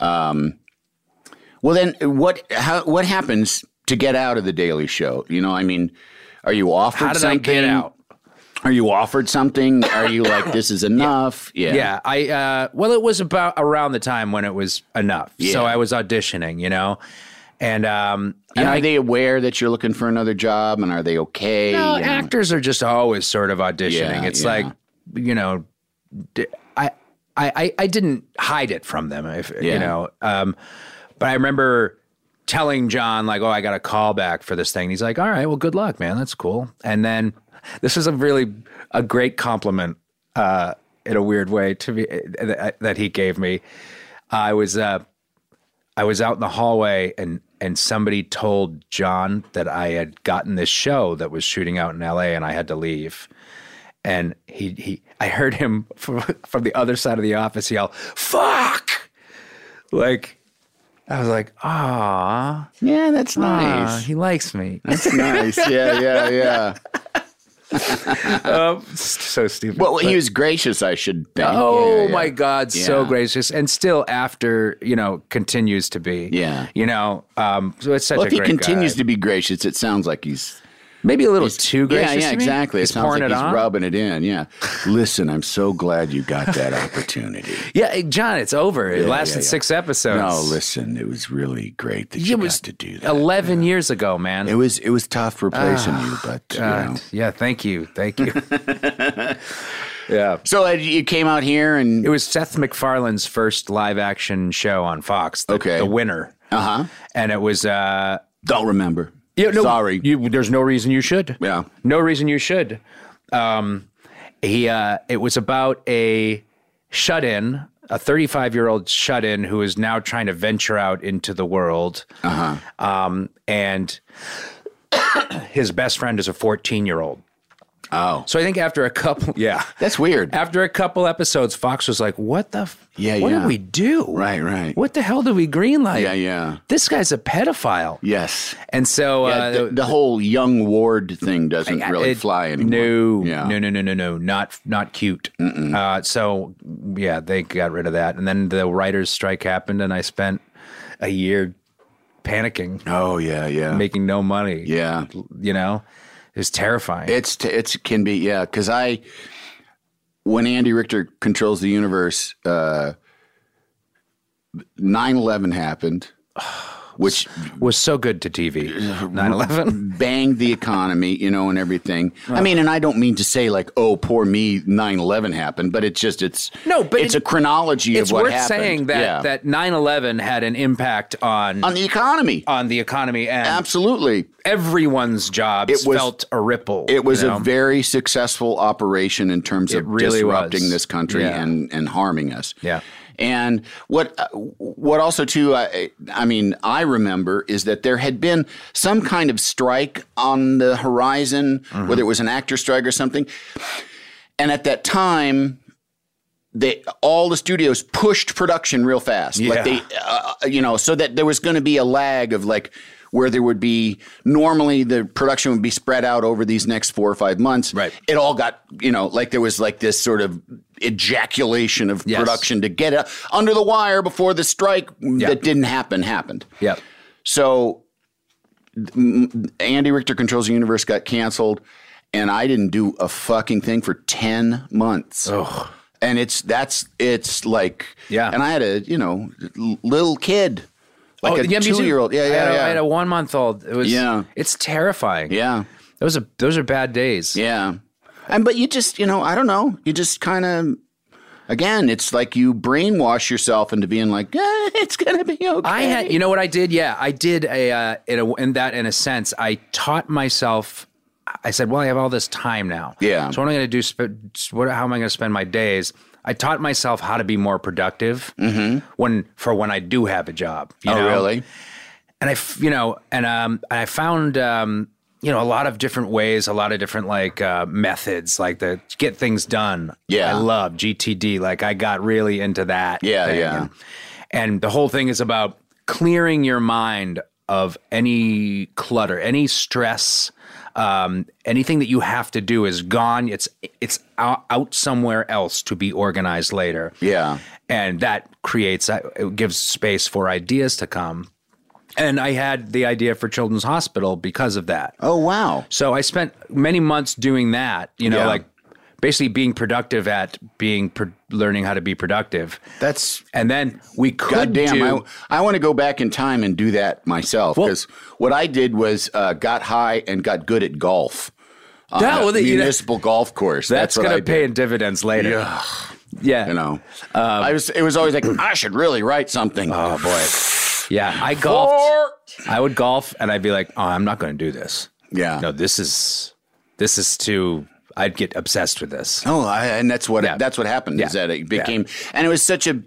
[SPEAKER 1] Um, well, then what? How, what happens to get out of the Daily Show? You know, I mean, are you offered
[SPEAKER 2] How did I
[SPEAKER 1] something?
[SPEAKER 2] get out?
[SPEAKER 1] Are you offered something? Are you like this is enough? Yeah.
[SPEAKER 2] Yeah, I uh, well, it was about around the time when it was enough.
[SPEAKER 1] Yeah.
[SPEAKER 2] So I was auditioning, you know, and um,
[SPEAKER 1] And
[SPEAKER 2] and
[SPEAKER 1] are
[SPEAKER 2] I,
[SPEAKER 1] they aware that you're looking for another job? And are they okay?
[SPEAKER 2] well,
[SPEAKER 1] You know?
[SPEAKER 2] actors are just always sort of auditioning.
[SPEAKER 1] Yeah,
[SPEAKER 2] it's
[SPEAKER 1] yeah.
[SPEAKER 2] like you know, d- I I I- I didn't hide it from them. If
[SPEAKER 1] Yeah.
[SPEAKER 2] you know, um, but I remember telling John like, "Oh, I got a call back for this thing." And he's like, "All right, well, good luck, man. That's cool." And then this was a really a great compliment uh, in a weird way to me uh, that he gave me. I was uh, I was out in the hallway and and somebody told John that I had gotten this show that was shooting out in LA and I had to leave. And he he I heard him from, from the other side of the office yell, "Fuck!" Like I was like, "Ah,
[SPEAKER 1] Yeah, that's
[SPEAKER 2] ah,
[SPEAKER 1] nice.
[SPEAKER 2] he likes me."
[SPEAKER 1] That's nice. Yeah, yeah, yeah.
[SPEAKER 2] Um, so stupid.
[SPEAKER 1] Well, he was gracious. I should. Think.
[SPEAKER 2] Oh
[SPEAKER 1] Yeah, yeah.
[SPEAKER 2] my God, so
[SPEAKER 1] Yeah.
[SPEAKER 2] gracious, and still after you know continues to be.
[SPEAKER 1] Yeah.
[SPEAKER 2] you know, um, so it's such
[SPEAKER 1] Well,
[SPEAKER 2] a
[SPEAKER 1] if he
[SPEAKER 2] great
[SPEAKER 1] continues
[SPEAKER 2] guy.
[SPEAKER 1] to be gracious, it sounds like he's
[SPEAKER 2] maybe a little too gracious.
[SPEAKER 1] Yeah, yeah,
[SPEAKER 2] to me.
[SPEAKER 1] exactly.
[SPEAKER 2] He's
[SPEAKER 1] it sounds
[SPEAKER 2] pouring
[SPEAKER 1] like
[SPEAKER 2] it
[SPEAKER 1] he's
[SPEAKER 2] on.
[SPEAKER 1] rubbing it in. Yeah. Listen, I'm so glad you got that opportunity.
[SPEAKER 2] Yeah, eh, John, it's over. It
[SPEAKER 1] Yeah,
[SPEAKER 2] lasted
[SPEAKER 1] yeah, yeah.
[SPEAKER 2] six episodes.
[SPEAKER 1] No, listen, it was really great that
[SPEAKER 2] It
[SPEAKER 1] you
[SPEAKER 2] was
[SPEAKER 1] got to do that.
[SPEAKER 2] Eleven years ago, man.
[SPEAKER 1] It was it was tough replacing you, but you
[SPEAKER 2] Ah, God.
[SPEAKER 1] know.
[SPEAKER 2] Yeah, thank you, thank you. yeah,
[SPEAKER 1] So uh, you came out here and
[SPEAKER 2] it was Seth MacFarlane's first live action show on Fox. The,
[SPEAKER 1] Okay.
[SPEAKER 2] the winner,
[SPEAKER 1] uh huh.
[SPEAKER 2] and it was. uh
[SPEAKER 1] Don't remember.
[SPEAKER 2] Yeah, no,
[SPEAKER 1] Sorry.
[SPEAKER 2] You, there's no reason you should.
[SPEAKER 1] Yeah.
[SPEAKER 2] No reason you should. Um, he, uh, it was about a shut in, a 35 year old shut in who is now trying to venture out into the world. Uh-huh. Um, and his best friend is a 14 year old.
[SPEAKER 1] oh,
[SPEAKER 2] So I think after a couple, yeah.
[SPEAKER 1] that's weird.
[SPEAKER 2] After a couple episodes, Fox was like, "What the? F-
[SPEAKER 1] Yeah,
[SPEAKER 2] What
[SPEAKER 1] yeah.
[SPEAKER 2] did we do?
[SPEAKER 1] Right, right.
[SPEAKER 2] What the hell did we greenlight?
[SPEAKER 1] Yeah, yeah.
[SPEAKER 2] This guy's a pedophile.
[SPEAKER 1] Yes.
[SPEAKER 2] And so
[SPEAKER 1] Yeah,
[SPEAKER 2] uh,
[SPEAKER 1] the, the whole young ward thing doesn't really
[SPEAKER 2] it-
[SPEAKER 1] fly anymore.
[SPEAKER 2] No,
[SPEAKER 1] Yeah.
[SPEAKER 2] no, no, no, no, no, not not cute. Uh, so yeah, they got rid of that, and then the writers' strike happened, and I spent a year panicking,
[SPEAKER 1] Oh yeah, yeah.
[SPEAKER 2] making no money.
[SPEAKER 1] yeah.
[SPEAKER 2] you know, it was terrifying.
[SPEAKER 1] It's t- it's can be yeah because I when Andy Richter controls the universe, uh, 9-11 happened, which
[SPEAKER 2] was so good to TV. 9-11.
[SPEAKER 1] banged the economy, you know, and everything. I mean, and I don't mean to say like, oh, poor me, 9-11 happened, but it's just it's
[SPEAKER 2] No, but
[SPEAKER 1] it's
[SPEAKER 2] it-
[SPEAKER 1] a chronology
[SPEAKER 2] It's
[SPEAKER 1] of what
[SPEAKER 2] worth
[SPEAKER 1] happened.
[SPEAKER 2] saying that
[SPEAKER 1] Yeah.
[SPEAKER 2] that 9-11 had an impact on
[SPEAKER 1] on the economy,
[SPEAKER 2] on the economy and
[SPEAKER 1] absolutely.
[SPEAKER 2] everyone's jobs
[SPEAKER 1] It was-
[SPEAKER 2] felt a ripple.
[SPEAKER 1] It was
[SPEAKER 2] Oh, you
[SPEAKER 1] a
[SPEAKER 2] know?
[SPEAKER 1] very successful operation in terms
[SPEAKER 2] It
[SPEAKER 1] of
[SPEAKER 2] really
[SPEAKER 1] disrupting
[SPEAKER 2] was.
[SPEAKER 1] this country
[SPEAKER 2] Yeah.
[SPEAKER 1] and and harming us.
[SPEAKER 2] Yeah.
[SPEAKER 1] And what uh, what also too I I mean I remember is that there had been some kind of strike on the
[SPEAKER 2] Mm-hmm.
[SPEAKER 1] horizon, whether it was an actor strike or something, and at that time. they all the studios pushed production real fast.
[SPEAKER 2] Yeah.
[SPEAKER 1] Like they, uh, you know, so that there was going to be a lag of like where there would be normally the production would be spread out over these next four or five months.
[SPEAKER 2] Right.
[SPEAKER 1] It all got you know like there was like this sort of ejaculation of
[SPEAKER 2] Yes.
[SPEAKER 1] production to get it under the wire before the strike that didn't happen happened.
[SPEAKER 2] Yep.
[SPEAKER 1] So m- Andy Richter Controls the Universe got canceled, and I didn't do a fucking thing for ten months. And it's that's it's like
[SPEAKER 2] Yeah.
[SPEAKER 1] And I had a you know l- little kid, like a
[SPEAKER 2] Oh, me too.
[SPEAKER 1] two year old. Yeah,
[SPEAKER 2] I
[SPEAKER 1] yeah,
[SPEAKER 2] had a,
[SPEAKER 1] yeah.
[SPEAKER 2] I had a one month old. It was.
[SPEAKER 1] Yeah.
[SPEAKER 2] It's terrifying.
[SPEAKER 1] yeah,
[SPEAKER 2] Those are those are bad days.
[SPEAKER 1] yeah. And but you just you know I don't know you just kind of. Again, it's like you brainwash yourself into being like, eh, it's gonna be okay.
[SPEAKER 2] I had, you know what I did? Yeah, I did a, uh, in a in that in a sense. I taught myself. I said, well, I have all this time now.
[SPEAKER 1] Yeah.
[SPEAKER 2] So what am I going to do? Sp- what? How am I going to spend my days? I taught myself how to be more productive when for when I do have a job. You
[SPEAKER 1] Mm-hmm. oh
[SPEAKER 2] know?
[SPEAKER 1] really?
[SPEAKER 2] and I, f- you know, and um, I found um, you know, a lot of different ways, a lot of different like uh, methods, like the get things done.
[SPEAKER 1] Yeah.
[SPEAKER 2] I love GTD. Like I got really into that.
[SPEAKER 1] Yeah,
[SPEAKER 2] thing.
[SPEAKER 1] yeah.
[SPEAKER 2] And, and the whole thing is about clearing your mind of any clutter, any stress. Um, anything that you have to do is gone. It's it's out, out somewhere else to be organized later.
[SPEAKER 1] Yeah.
[SPEAKER 2] and that creates uh, it gives space for ideas to come. And I had the idea for Children's Hospital because of that.
[SPEAKER 1] Oh wow.
[SPEAKER 2] So I spent many months doing that, you know,
[SPEAKER 1] Yeah.
[SPEAKER 2] like basically being productive at being pro- learning how to be productive.
[SPEAKER 1] That's
[SPEAKER 2] And then we
[SPEAKER 1] God
[SPEAKER 2] could
[SPEAKER 1] damn,
[SPEAKER 2] do
[SPEAKER 1] I, I want to go back in time and do that myself
[SPEAKER 2] Well-
[SPEAKER 1] because what I did was uh, got high and got good at golf. on
[SPEAKER 2] That-
[SPEAKER 1] a
[SPEAKER 2] well, that- you know-
[SPEAKER 1] municipal golf course.
[SPEAKER 2] that's,
[SPEAKER 1] what
[SPEAKER 2] going
[SPEAKER 1] I
[SPEAKER 2] to pay
[SPEAKER 1] did,
[SPEAKER 2] in dividends later. Yeah. Yeah.
[SPEAKER 1] You know, I was. It was always like I should really write something.
[SPEAKER 2] Oh boy. Yeah, I golfed. I would golf and I'd be like, "Oh, I'm not going to do this."
[SPEAKER 1] yeah.
[SPEAKER 2] No, this is this is too I'd get obsessed with this.
[SPEAKER 1] Oh, I, and that's what
[SPEAKER 2] Yeah.
[SPEAKER 1] that's what happened is
[SPEAKER 2] Yeah.
[SPEAKER 1] that it became, and it was such a,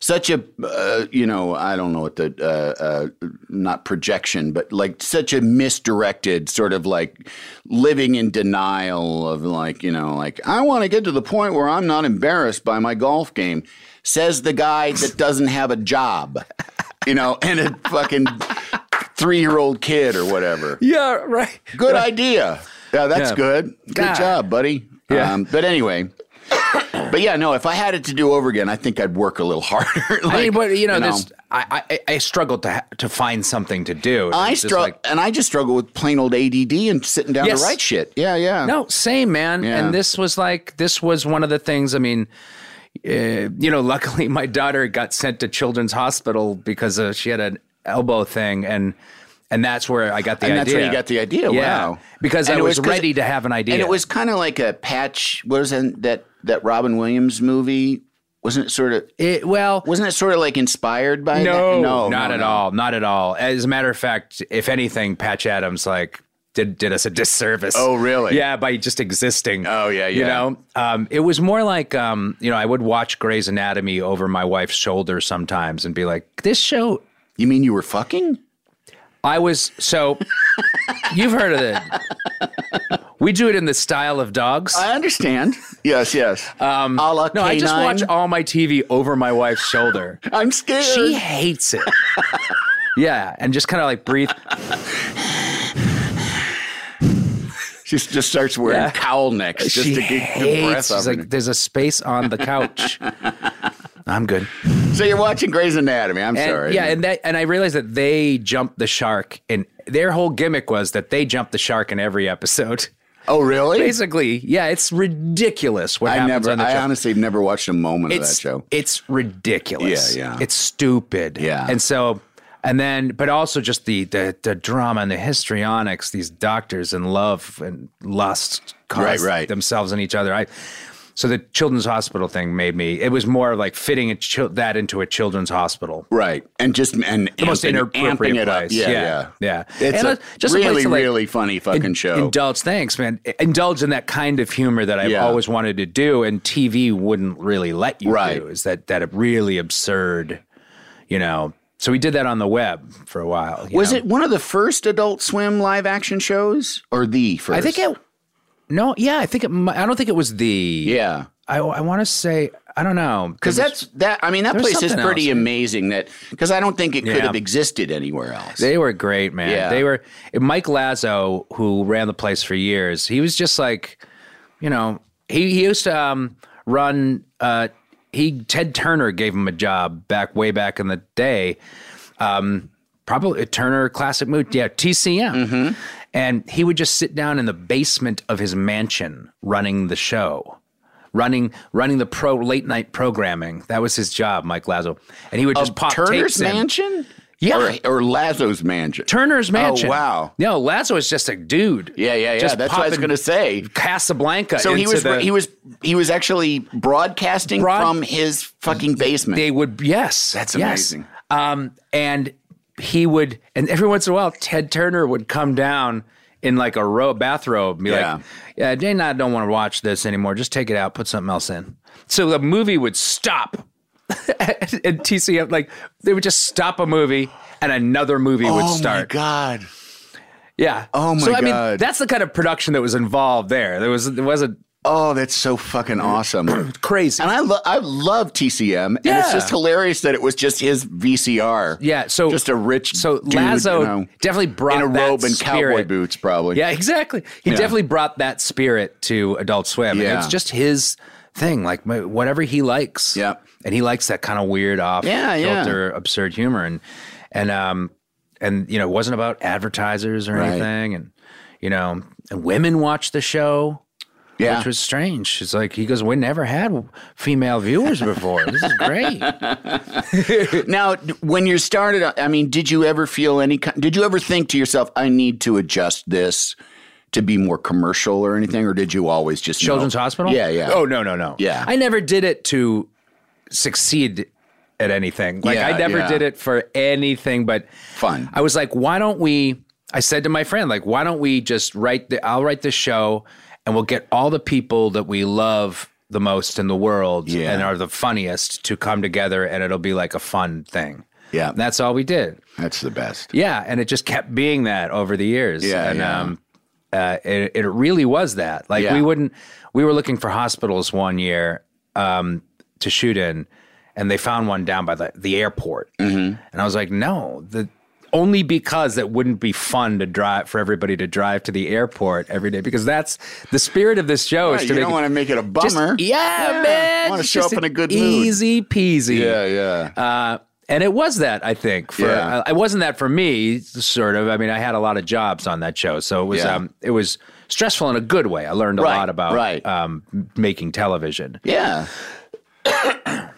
[SPEAKER 1] such a, uh, you know, I don't know what the, uh, uh, not projection, but like such a misdirected sort of like living in denial of like you know like I want to get to the point where I'm not embarrassed by my golf game, says the guy that doesn't have a job, you know, and a fucking three year old kid or whatever.
[SPEAKER 2] Yeah, right.
[SPEAKER 1] Good idea. Yeah, that's
[SPEAKER 2] Yeah.
[SPEAKER 1] good. Good
[SPEAKER 2] God.
[SPEAKER 1] job, buddy. Um,
[SPEAKER 2] Yeah.
[SPEAKER 1] but anyway. but yeah, no, if I had it to do over again, I think I'd work a little harder.
[SPEAKER 2] I mean,
[SPEAKER 1] Like,
[SPEAKER 2] but you know, there's I, I I struggled to ha- to find something to do.
[SPEAKER 1] I
[SPEAKER 2] It's just
[SPEAKER 1] struggle,
[SPEAKER 2] like-
[SPEAKER 1] and I just struggle with plain old ADD and sitting down
[SPEAKER 2] Yes.
[SPEAKER 1] to write shit. Yeah, yeah.
[SPEAKER 2] no, same man.
[SPEAKER 1] Yeah.
[SPEAKER 2] And this was like this was one of the things. I mean, uh, you know, luckily my daughter got sent to Children's Hospital because uh, she had an elbow thing, and and that's where I got the
[SPEAKER 1] and
[SPEAKER 2] idea.
[SPEAKER 1] that's where you got the idea.
[SPEAKER 2] Yeah.
[SPEAKER 1] Wow,
[SPEAKER 2] because
[SPEAKER 1] And
[SPEAKER 2] I
[SPEAKER 1] it
[SPEAKER 2] was,
[SPEAKER 1] 'cause-
[SPEAKER 2] ready to have an idea.
[SPEAKER 1] and it was kind of like a patch. What was that, that that Robin Williams movie? Wasn't it sort of?
[SPEAKER 2] It- well.
[SPEAKER 1] Wasn't it sort of like inspired by? that? no,
[SPEAKER 2] not
[SPEAKER 1] no,
[SPEAKER 2] at
[SPEAKER 1] no.
[SPEAKER 2] all. Not at all. As a matter of fact, if anything, Patch Adams like did did us a disservice.
[SPEAKER 1] Oh, really?
[SPEAKER 2] Yeah, by just existing.
[SPEAKER 1] Oh, yeah,
[SPEAKER 2] You
[SPEAKER 1] yeah.
[SPEAKER 2] know, um, it was more like um, you know, I would watch Grey's Anatomy over my wife's shoulder sometimes and be like, "This show."
[SPEAKER 1] You mean you were fucking?
[SPEAKER 2] I was so. you've heard of it. We do it in the style of dogs.
[SPEAKER 1] I understand. yes, yes. Um, a la
[SPEAKER 2] no, I just
[SPEAKER 1] canine.
[SPEAKER 2] watch all my TV over my wife's shoulder.
[SPEAKER 1] I'm scared.
[SPEAKER 2] She hates it. yeah, and just kind of like breathe.
[SPEAKER 1] She just starts wearing
[SPEAKER 2] Yeah.
[SPEAKER 1] cowl necks just
[SPEAKER 2] she
[SPEAKER 1] to get the
[SPEAKER 2] hates.
[SPEAKER 1] breath up.
[SPEAKER 2] She's like, there's a space on the couch. I'm good.
[SPEAKER 1] so you're watching Grey's Anatomy. I'm
[SPEAKER 2] And,
[SPEAKER 1] sorry.
[SPEAKER 2] Yeah, and that and I realized that they jumped the shark, and their whole gimmick was that they jumped the shark in every episode.
[SPEAKER 1] oh, really?
[SPEAKER 2] Basically, yeah, it's ridiculous what
[SPEAKER 1] I
[SPEAKER 2] happens
[SPEAKER 1] never.
[SPEAKER 2] on the
[SPEAKER 1] I
[SPEAKER 2] show.
[SPEAKER 1] honestly never watched a moment
[SPEAKER 2] it's,
[SPEAKER 1] of that show.
[SPEAKER 2] It's ridiculous.
[SPEAKER 1] Yeah, yeah.
[SPEAKER 2] It's stupid.
[SPEAKER 1] Yeah.
[SPEAKER 2] And so and then but also just the the, the drama and the histrionics, these doctors and love and lust
[SPEAKER 1] Right,
[SPEAKER 2] cause
[SPEAKER 1] right.
[SPEAKER 2] themselves and each other. I so the children's hospital thing made me it was more like fitting a chil- that into a children's hospital.
[SPEAKER 1] Right, and just and
[SPEAKER 2] The most
[SPEAKER 1] amping,
[SPEAKER 2] inappropriate
[SPEAKER 1] amping it up.
[SPEAKER 2] place.
[SPEAKER 1] Yeah,
[SPEAKER 2] Yeah,
[SPEAKER 1] yeah,
[SPEAKER 2] yeah.
[SPEAKER 1] It's
[SPEAKER 2] And
[SPEAKER 1] a
[SPEAKER 2] it's just a place
[SPEAKER 1] really,
[SPEAKER 2] to, like,
[SPEAKER 1] really funny fucking
[SPEAKER 2] In-
[SPEAKER 1] show.
[SPEAKER 2] Indulge, thanks, man. Indulge in that kind of humor that I've
[SPEAKER 1] Yeah.
[SPEAKER 2] always wanted to do, and TV wouldn't really let you
[SPEAKER 1] Right.
[SPEAKER 2] do. Is that that really absurd? You know. So we did that on the web for a while. you
[SPEAKER 1] was
[SPEAKER 2] know.
[SPEAKER 1] it one of the first Adult Swim live action shows or the first?
[SPEAKER 2] I think it. No, yeah, I think it. mi- I don't think it was the.
[SPEAKER 1] Yeah,
[SPEAKER 2] I, I want to say I don't know
[SPEAKER 1] Because that's that. I mean, that
[SPEAKER 2] There's
[SPEAKER 1] place is
[SPEAKER 2] something
[SPEAKER 1] pretty
[SPEAKER 2] else.
[SPEAKER 1] amazing. That because I don't think it could
[SPEAKER 2] Yeah.
[SPEAKER 1] have existed anywhere else.
[SPEAKER 2] They were great, man.
[SPEAKER 1] Yeah.
[SPEAKER 2] They were Mike Lazo, who ran the place for years. He was just like, you know, he, he used to um, run. Uh, he Ted Turner gave him a job back way back in the day. Um, probably Turner Classic Mood, yeah, TCM.
[SPEAKER 1] Mm-hmm.
[SPEAKER 2] And he would just sit down in the basement of his mansion, running the show. Running, running the pro late night programming. That was his job, Mike Lazo, and he would just
[SPEAKER 1] Of
[SPEAKER 2] pop tapes
[SPEAKER 1] Turner's
[SPEAKER 2] in.
[SPEAKER 1] mansion,
[SPEAKER 2] Yeah.
[SPEAKER 1] or, or Lazo's mansion.
[SPEAKER 2] Turner's Mansion.
[SPEAKER 1] Oh wow.
[SPEAKER 2] No, Lazo is just a dude.
[SPEAKER 1] Yeah, yeah, yeah.
[SPEAKER 2] Just
[SPEAKER 1] That's what I was
[SPEAKER 2] popping
[SPEAKER 1] gonna say.
[SPEAKER 2] Casablanca.
[SPEAKER 1] So he
[SPEAKER 2] into
[SPEAKER 1] was
[SPEAKER 2] the-
[SPEAKER 1] he was he was actually broadcasting
[SPEAKER 2] Broad-
[SPEAKER 1] from his fucking basement.
[SPEAKER 2] They would. Yes.
[SPEAKER 1] That's
[SPEAKER 2] yes.
[SPEAKER 1] amazing.
[SPEAKER 2] Um, and he would, and every once in a while, Ted Turner would come down in like a row bathrobe, and be
[SPEAKER 1] Yeah.
[SPEAKER 2] like, "Yeah, Jane and I don't want to watch this anymore. Just take it out, put something else in." So the movie would stop. and TCM, like they would just stop a movie, and another movie would
[SPEAKER 1] Oh my
[SPEAKER 2] start.
[SPEAKER 1] god!
[SPEAKER 2] Yeah.
[SPEAKER 1] Oh my
[SPEAKER 2] so, I mean,
[SPEAKER 1] God.
[SPEAKER 2] that's the kind of production that was involved there. There was there wasn't
[SPEAKER 1] Oh, that's so fucking awesome. and
[SPEAKER 2] crazy.
[SPEAKER 1] I lo- I love TCM, and it's
[SPEAKER 2] Yeah.
[SPEAKER 1] just hilarious that it was just his VCR.
[SPEAKER 2] yeah. So
[SPEAKER 1] just a rich
[SPEAKER 2] So
[SPEAKER 1] dude,
[SPEAKER 2] Lazo
[SPEAKER 1] you know,
[SPEAKER 2] definitely brought
[SPEAKER 1] in a
[SPEAKER 2] that
[SPEAKER 1] robe and cowboy
[SPEAKER 2] spirit.
[SPEAKER 1] boots, probably.
[SPEAKER 2] Yeah, exactly. He
[SPEAKER 1] Yeah.
[SPEAKER 2] definitely brought that spirit to Adult Swim.
[SPEAKER 1] Yeah.
[SPEAKER 2] It's just his thing, like my- whatever he likes.
[SPEAKER 1] Yeah.
[SPEAKER 2] And he likes that kind of weird off
[SPEAKER 1] Yeah, yeah.
[SPEAKER 2] filter absurd humor and and um and you know, it wasn't about advertisers or
[SPEAKER 1] Right.
[SPEAKER 2] anything and you know, and women watched the show.
[SPEAKER 1] yeah.
[SPEAKER 2] Which was strange. It's like he goes, we never had female viewers before. This is great.
[SPEAKER 1] Now, d- when you started, uh, I mean, did you ever feel any? ki- Did you ever think to yourself, "I need to adjust this to be more commercial or anything," or did you always just know-
[SPEAKER 2] Children's Hospital?
[SPEAKER 1] Yeah, yeah.
[SPEAKER 2] Oh no, no, no.
[SPEAKER 1] Yeah.
[SPEAKER 2] I never did it to succeed at anything. Like
[SPEAKER 1] Yeah,
[SPEAKER 2] I never
[SPEAKER 1] yeah.
[SPEAKER 2] did it for anything but
[SPEAKER 1] Fun.
[SPEAKER 2] I was like, why don't we I said to my friend, like, why don't we just write the I'll write the show and we'll get all the people that we love the most in the world
[SPEAKER 1] Yeah.
[SPEAKER 2] and are the funniest to come together and it'll be like a fun thing.
[SPEAKER 1] Yeah.
[SPEAKER 2] And that's all we did.
[SPEAKER 1] That's the best.
[SPEAKER 2] Yeah, and it just kept being that over the years.
[SPEAKER 1] Yeah,
[SPEAKER 2] and
[SPEAKER 1] yeah.
[SPEAKER 2] um uh it, it really was that. Like
[SPEAKER 1] Yeah.
[SPEAKER 2] we wouldn't we were looking for hospitals one year um to shoot in and they found one down by the, the airport.
[SPEAKER 1] Mm-hmm.
[SPEAKER 2] And I was like, "No, the only because it wouldn't be fun to drive for everybody to drive to the airport every day because that's the spirit of this show
[SPEAKER 1] Right,
[SPEAKER 2] is to
[SPEAKER 1] you
[SPEAKER 2] make
[SPEAKER 1] don't want to make it a
[SPEAKER 2] just-
[SPEAKER 1] bummer.
[SPEAKER 2] yeah, man.
[SPEAKER 1] Want to
[SPEAKER 2] It's
[SPEAKER 1] show up
[SPEAKER 2] just
[SPEAKER 1] in a good mood.
[SPEAKER 2] easy peasy.
[SPEAKER 1] Yeah, yeah.
[SPEAKER 2] Uh, and it was that I think for
[SPEAKER 1] Yeah.
[SPEAKER 2] uh, it wasn't that for me sort of I mean I had a lot of jobs on that show so it was
[SPEAKER 1] Yeah.
[SPEAKER 2] um, it was stressful in a good way I learned a
[SPEAKER 1] Right,
[SPEAKER 2] lot about
[SPEAKER 1] right.
[SPEAKER 2] um, m- making television
[SPEAKER 1] Yeah.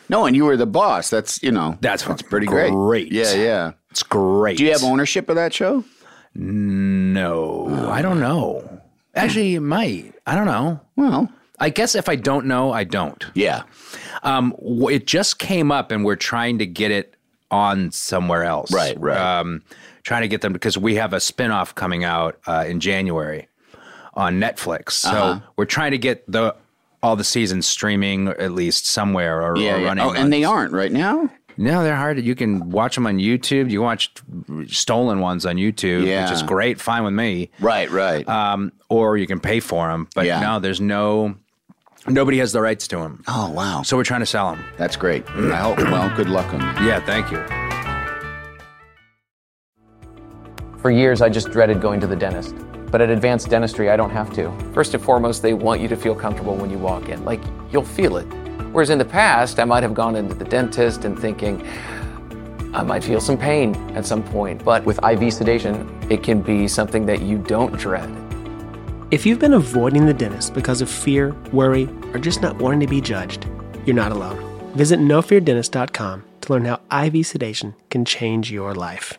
[SPEAKER 1] no, and you were the boss. That's you know
[SPEAKER 2] That's
[SPEAKER 1] that's
[SPEAKER 2] fucking
[SPEAKER 1] pretty great.
[SPEAKER 2] great.
[SPEAKER 1] Yeah, yeah.
[SPEAKER 2] it's great
[SPEAKER 1] Do you have ownership of that show?
[SPEAKER 2] no I don't know actually it might I don't know
[SPEAKER 1] Well,
[SPEAKER 2] I guess if I don't know I don't
[SPEAKER 1] yeah.
[SPEAKER 2] Um, w- it just came up, and we're trying to get it on somewhere else.
[SPEAKER 1] Right, right.
[SPEAKER 2] Um, trying to get them because we have a spinoff coming out uh, in January on Netflix. So
[SPEAKER 1] Uh-huh.
[SPEAKER 2] we're trying to get the all the seasons streaming at least somewhere or,
[SPEAKER 1] Yeah,
[SPEAKER 2] or
[SPEAKER 1] yeah.
[SPEAKER 2] running.
[SPEAKER 1] Oh,
[SPEAKER 2] on-
[SPEAKER 1] and they aren't right now.
[SPEAKER 2] no, they're hard. You can watch them on YouTube. You can watch stolen ones on YouTube,
[SPEAKER 1] Yeah.
[SPEAKER 2] which is great. Fine with me
[SPEAKER 1] Right, right.
[SPEAKER 2] um, or you can pay for them. But
[SPEAKER 1] Yeah.
[SPEAKER 2] no, there's no nobody has the rights to them.
[SPEAKER 1] oh wow,
[SPEAKER 2] So we're trying to sell them.
[SPEAKER 1] that's great. I hope. Well, good luck on that.
[SPEAKER 2] Yeah, thank you.
[SPEAKER 5] For years, I just dreaded going to the dentist. But at Advanced Dentistry, I don't have to. First and foremost, they want you to feel comfortable when you walk in. Like, you'll feel it. Whereas in the past, I might have gone into the dentist and thinking, I might feel some pain at some point. But with IV sedation, it can be something that you don't dread.
[SPEAKER 6] If you've been avoiding the dentist because of fear, worry, or just not wanting to be judged, you're not alone. Visit nofeardentist.com to learn how IV sedation can change your life.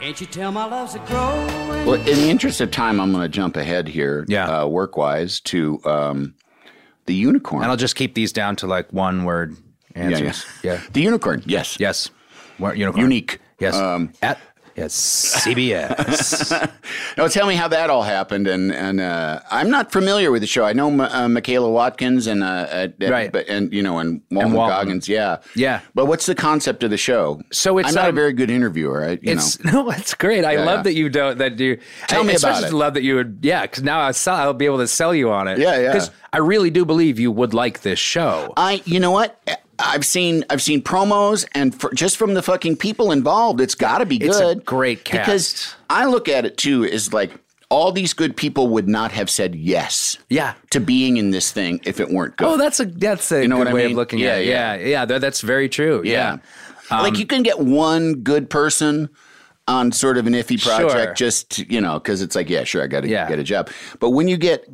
[SPEAKER 4] Can't you tell my love's a growing?
[SPEAKER 1] Well, in the interest of time, I'm going to jump ahead here, yeah. uh, work wise, to um, the unicorn.
[SPEAKER 2] And I'll just keep these down to like one word answers.
[SPEAKER 1] Yeah, yeah. The unicorn, yes.
[SPEAKER 2] Yes. What, unicorn.
[SPEAKER 1] Unique.
[SPEAKER 2] Yes.
[SPEAKER 1] Um,
[SPEAKER 2] At yes, CBS.
[SPEAKER 1] Now, tell me how that all happened. And and uh, I'm not familiar with the show. I know M- uh, Michaela Watkins and uh, uh, uh,
[SPEAKER 2] Right.
[SPEAKER 1] but and you know, and Walton,
[SPEAKER 2] Walton.
[SPEAKER 1] Goggins. Yeah,
[SPEAKER 2] Yeah.
[SPEAKER 1] But what's the concept of the show?
[SPEAKER 2] So it's,
[SPEAKER 1] I'm not a
[SPEAKER 2] um,
[SPEAKER 1] very good interviewer. I, you know,
[SPEAKER 2] it's no, that's great. I
[SPEAKER 1] Yeah,
[SPEAKER 2] love
[SPEAKER 1] yeah.
[SPEAKER 2] that you don't that you
[SPEAKER 1] Tell
[SPEAKER 2] I,
[SPEAKER 1] me
[SPEAKER 2] I
[SPEAKER 1] about it.
[SPEAKER 2] especially Love that you would, yeah. Because now I sell, I'll be able to sell you on it.
[SPEAKER 1] Yeah, yeah.
[SPEAKER 2] Because I really do believe you would like this show.
[SPEAKER 1] I you know what. I've seen I've seen promos and for, just from the fucking people involved, it's got to be good.
[SPEAKER 2] It's a great cast.
[SPEAKER 1] because I look at it too is like all these good people would not have said yes
[SPEAKER 2] Yeah.
[SPEAKER 1] to being in this thing if it weren't good.
[SPEAKER 2] Oh, that's a that's a
[SPEAKER 1] You know
[SPEAKER 2] good
[SPEAKER 1] what I
[SPEAKER 2] way
[SPEAKER 1] mean?
[SPEAKER 2] of looking
[SPEAKER 1] Yeah,
[SPEAKER 2] at it.
[SPEAKER 1] yeah.
[SPEAKER 2] Yeah, yeah. that- that's very true.
[SPEAKER 1] Yeah.
[SPEAKER 2] Yeah. Um,
[SPEAKER 1] like you can get one good person on sort of an iffy project,
[SPEAKER 2] Sure.
[SPEAKER 1] just you know, because it's like, yeah, sure, I got to
[SPEAKER 2] Yeah.
[SPEAKER 1] get a job. But when you get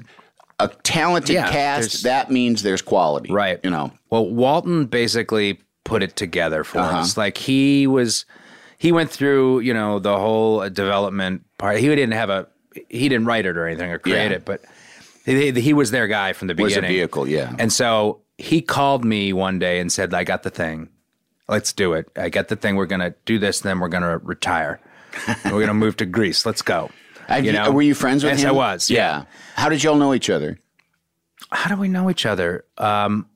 [SPEAKER 1] a talented
[SPEAKER 2] Yeah,
[SPEAKER 1] cast,
[SPEAKER 2] there's-
[SPEAKER 1] that means there's quality,
[SPEAKER 2] Right.
[SPEAKER 1] You know,
[SPEAKER 2] Well, Walton basically put it together for
[SPEAKER 1] Uh-huh.
[SPEAKER 2] us. Like he was, he went through, you know, the whole uh, development part. He didn't have a, he didn't write it or anything or create
[SPEAKER 1] Yeah.
[SPEAKER 2] it, but he, he was their guy from the
[SPEAKER 1] was
[SPEAKER 2] beginning.
[SPEAKER 1] a vehicle, yeah.
[SPEAKER 2] And so he called me one day and said, I got the thing. Let's do it. I got the thing. We're going to do this. Then we're going to retire. we're going to move to Greece. Let's go.
[SPEAKER 1] Have you- were you friends with
[SPEAKER 2] yes,
[SPEAKER 1] him?
[SPEAKER 2] I was. yeah
[SPEAKER 1] How did y'all know each other?
[SPEAKER 2] how do we know each other? Um,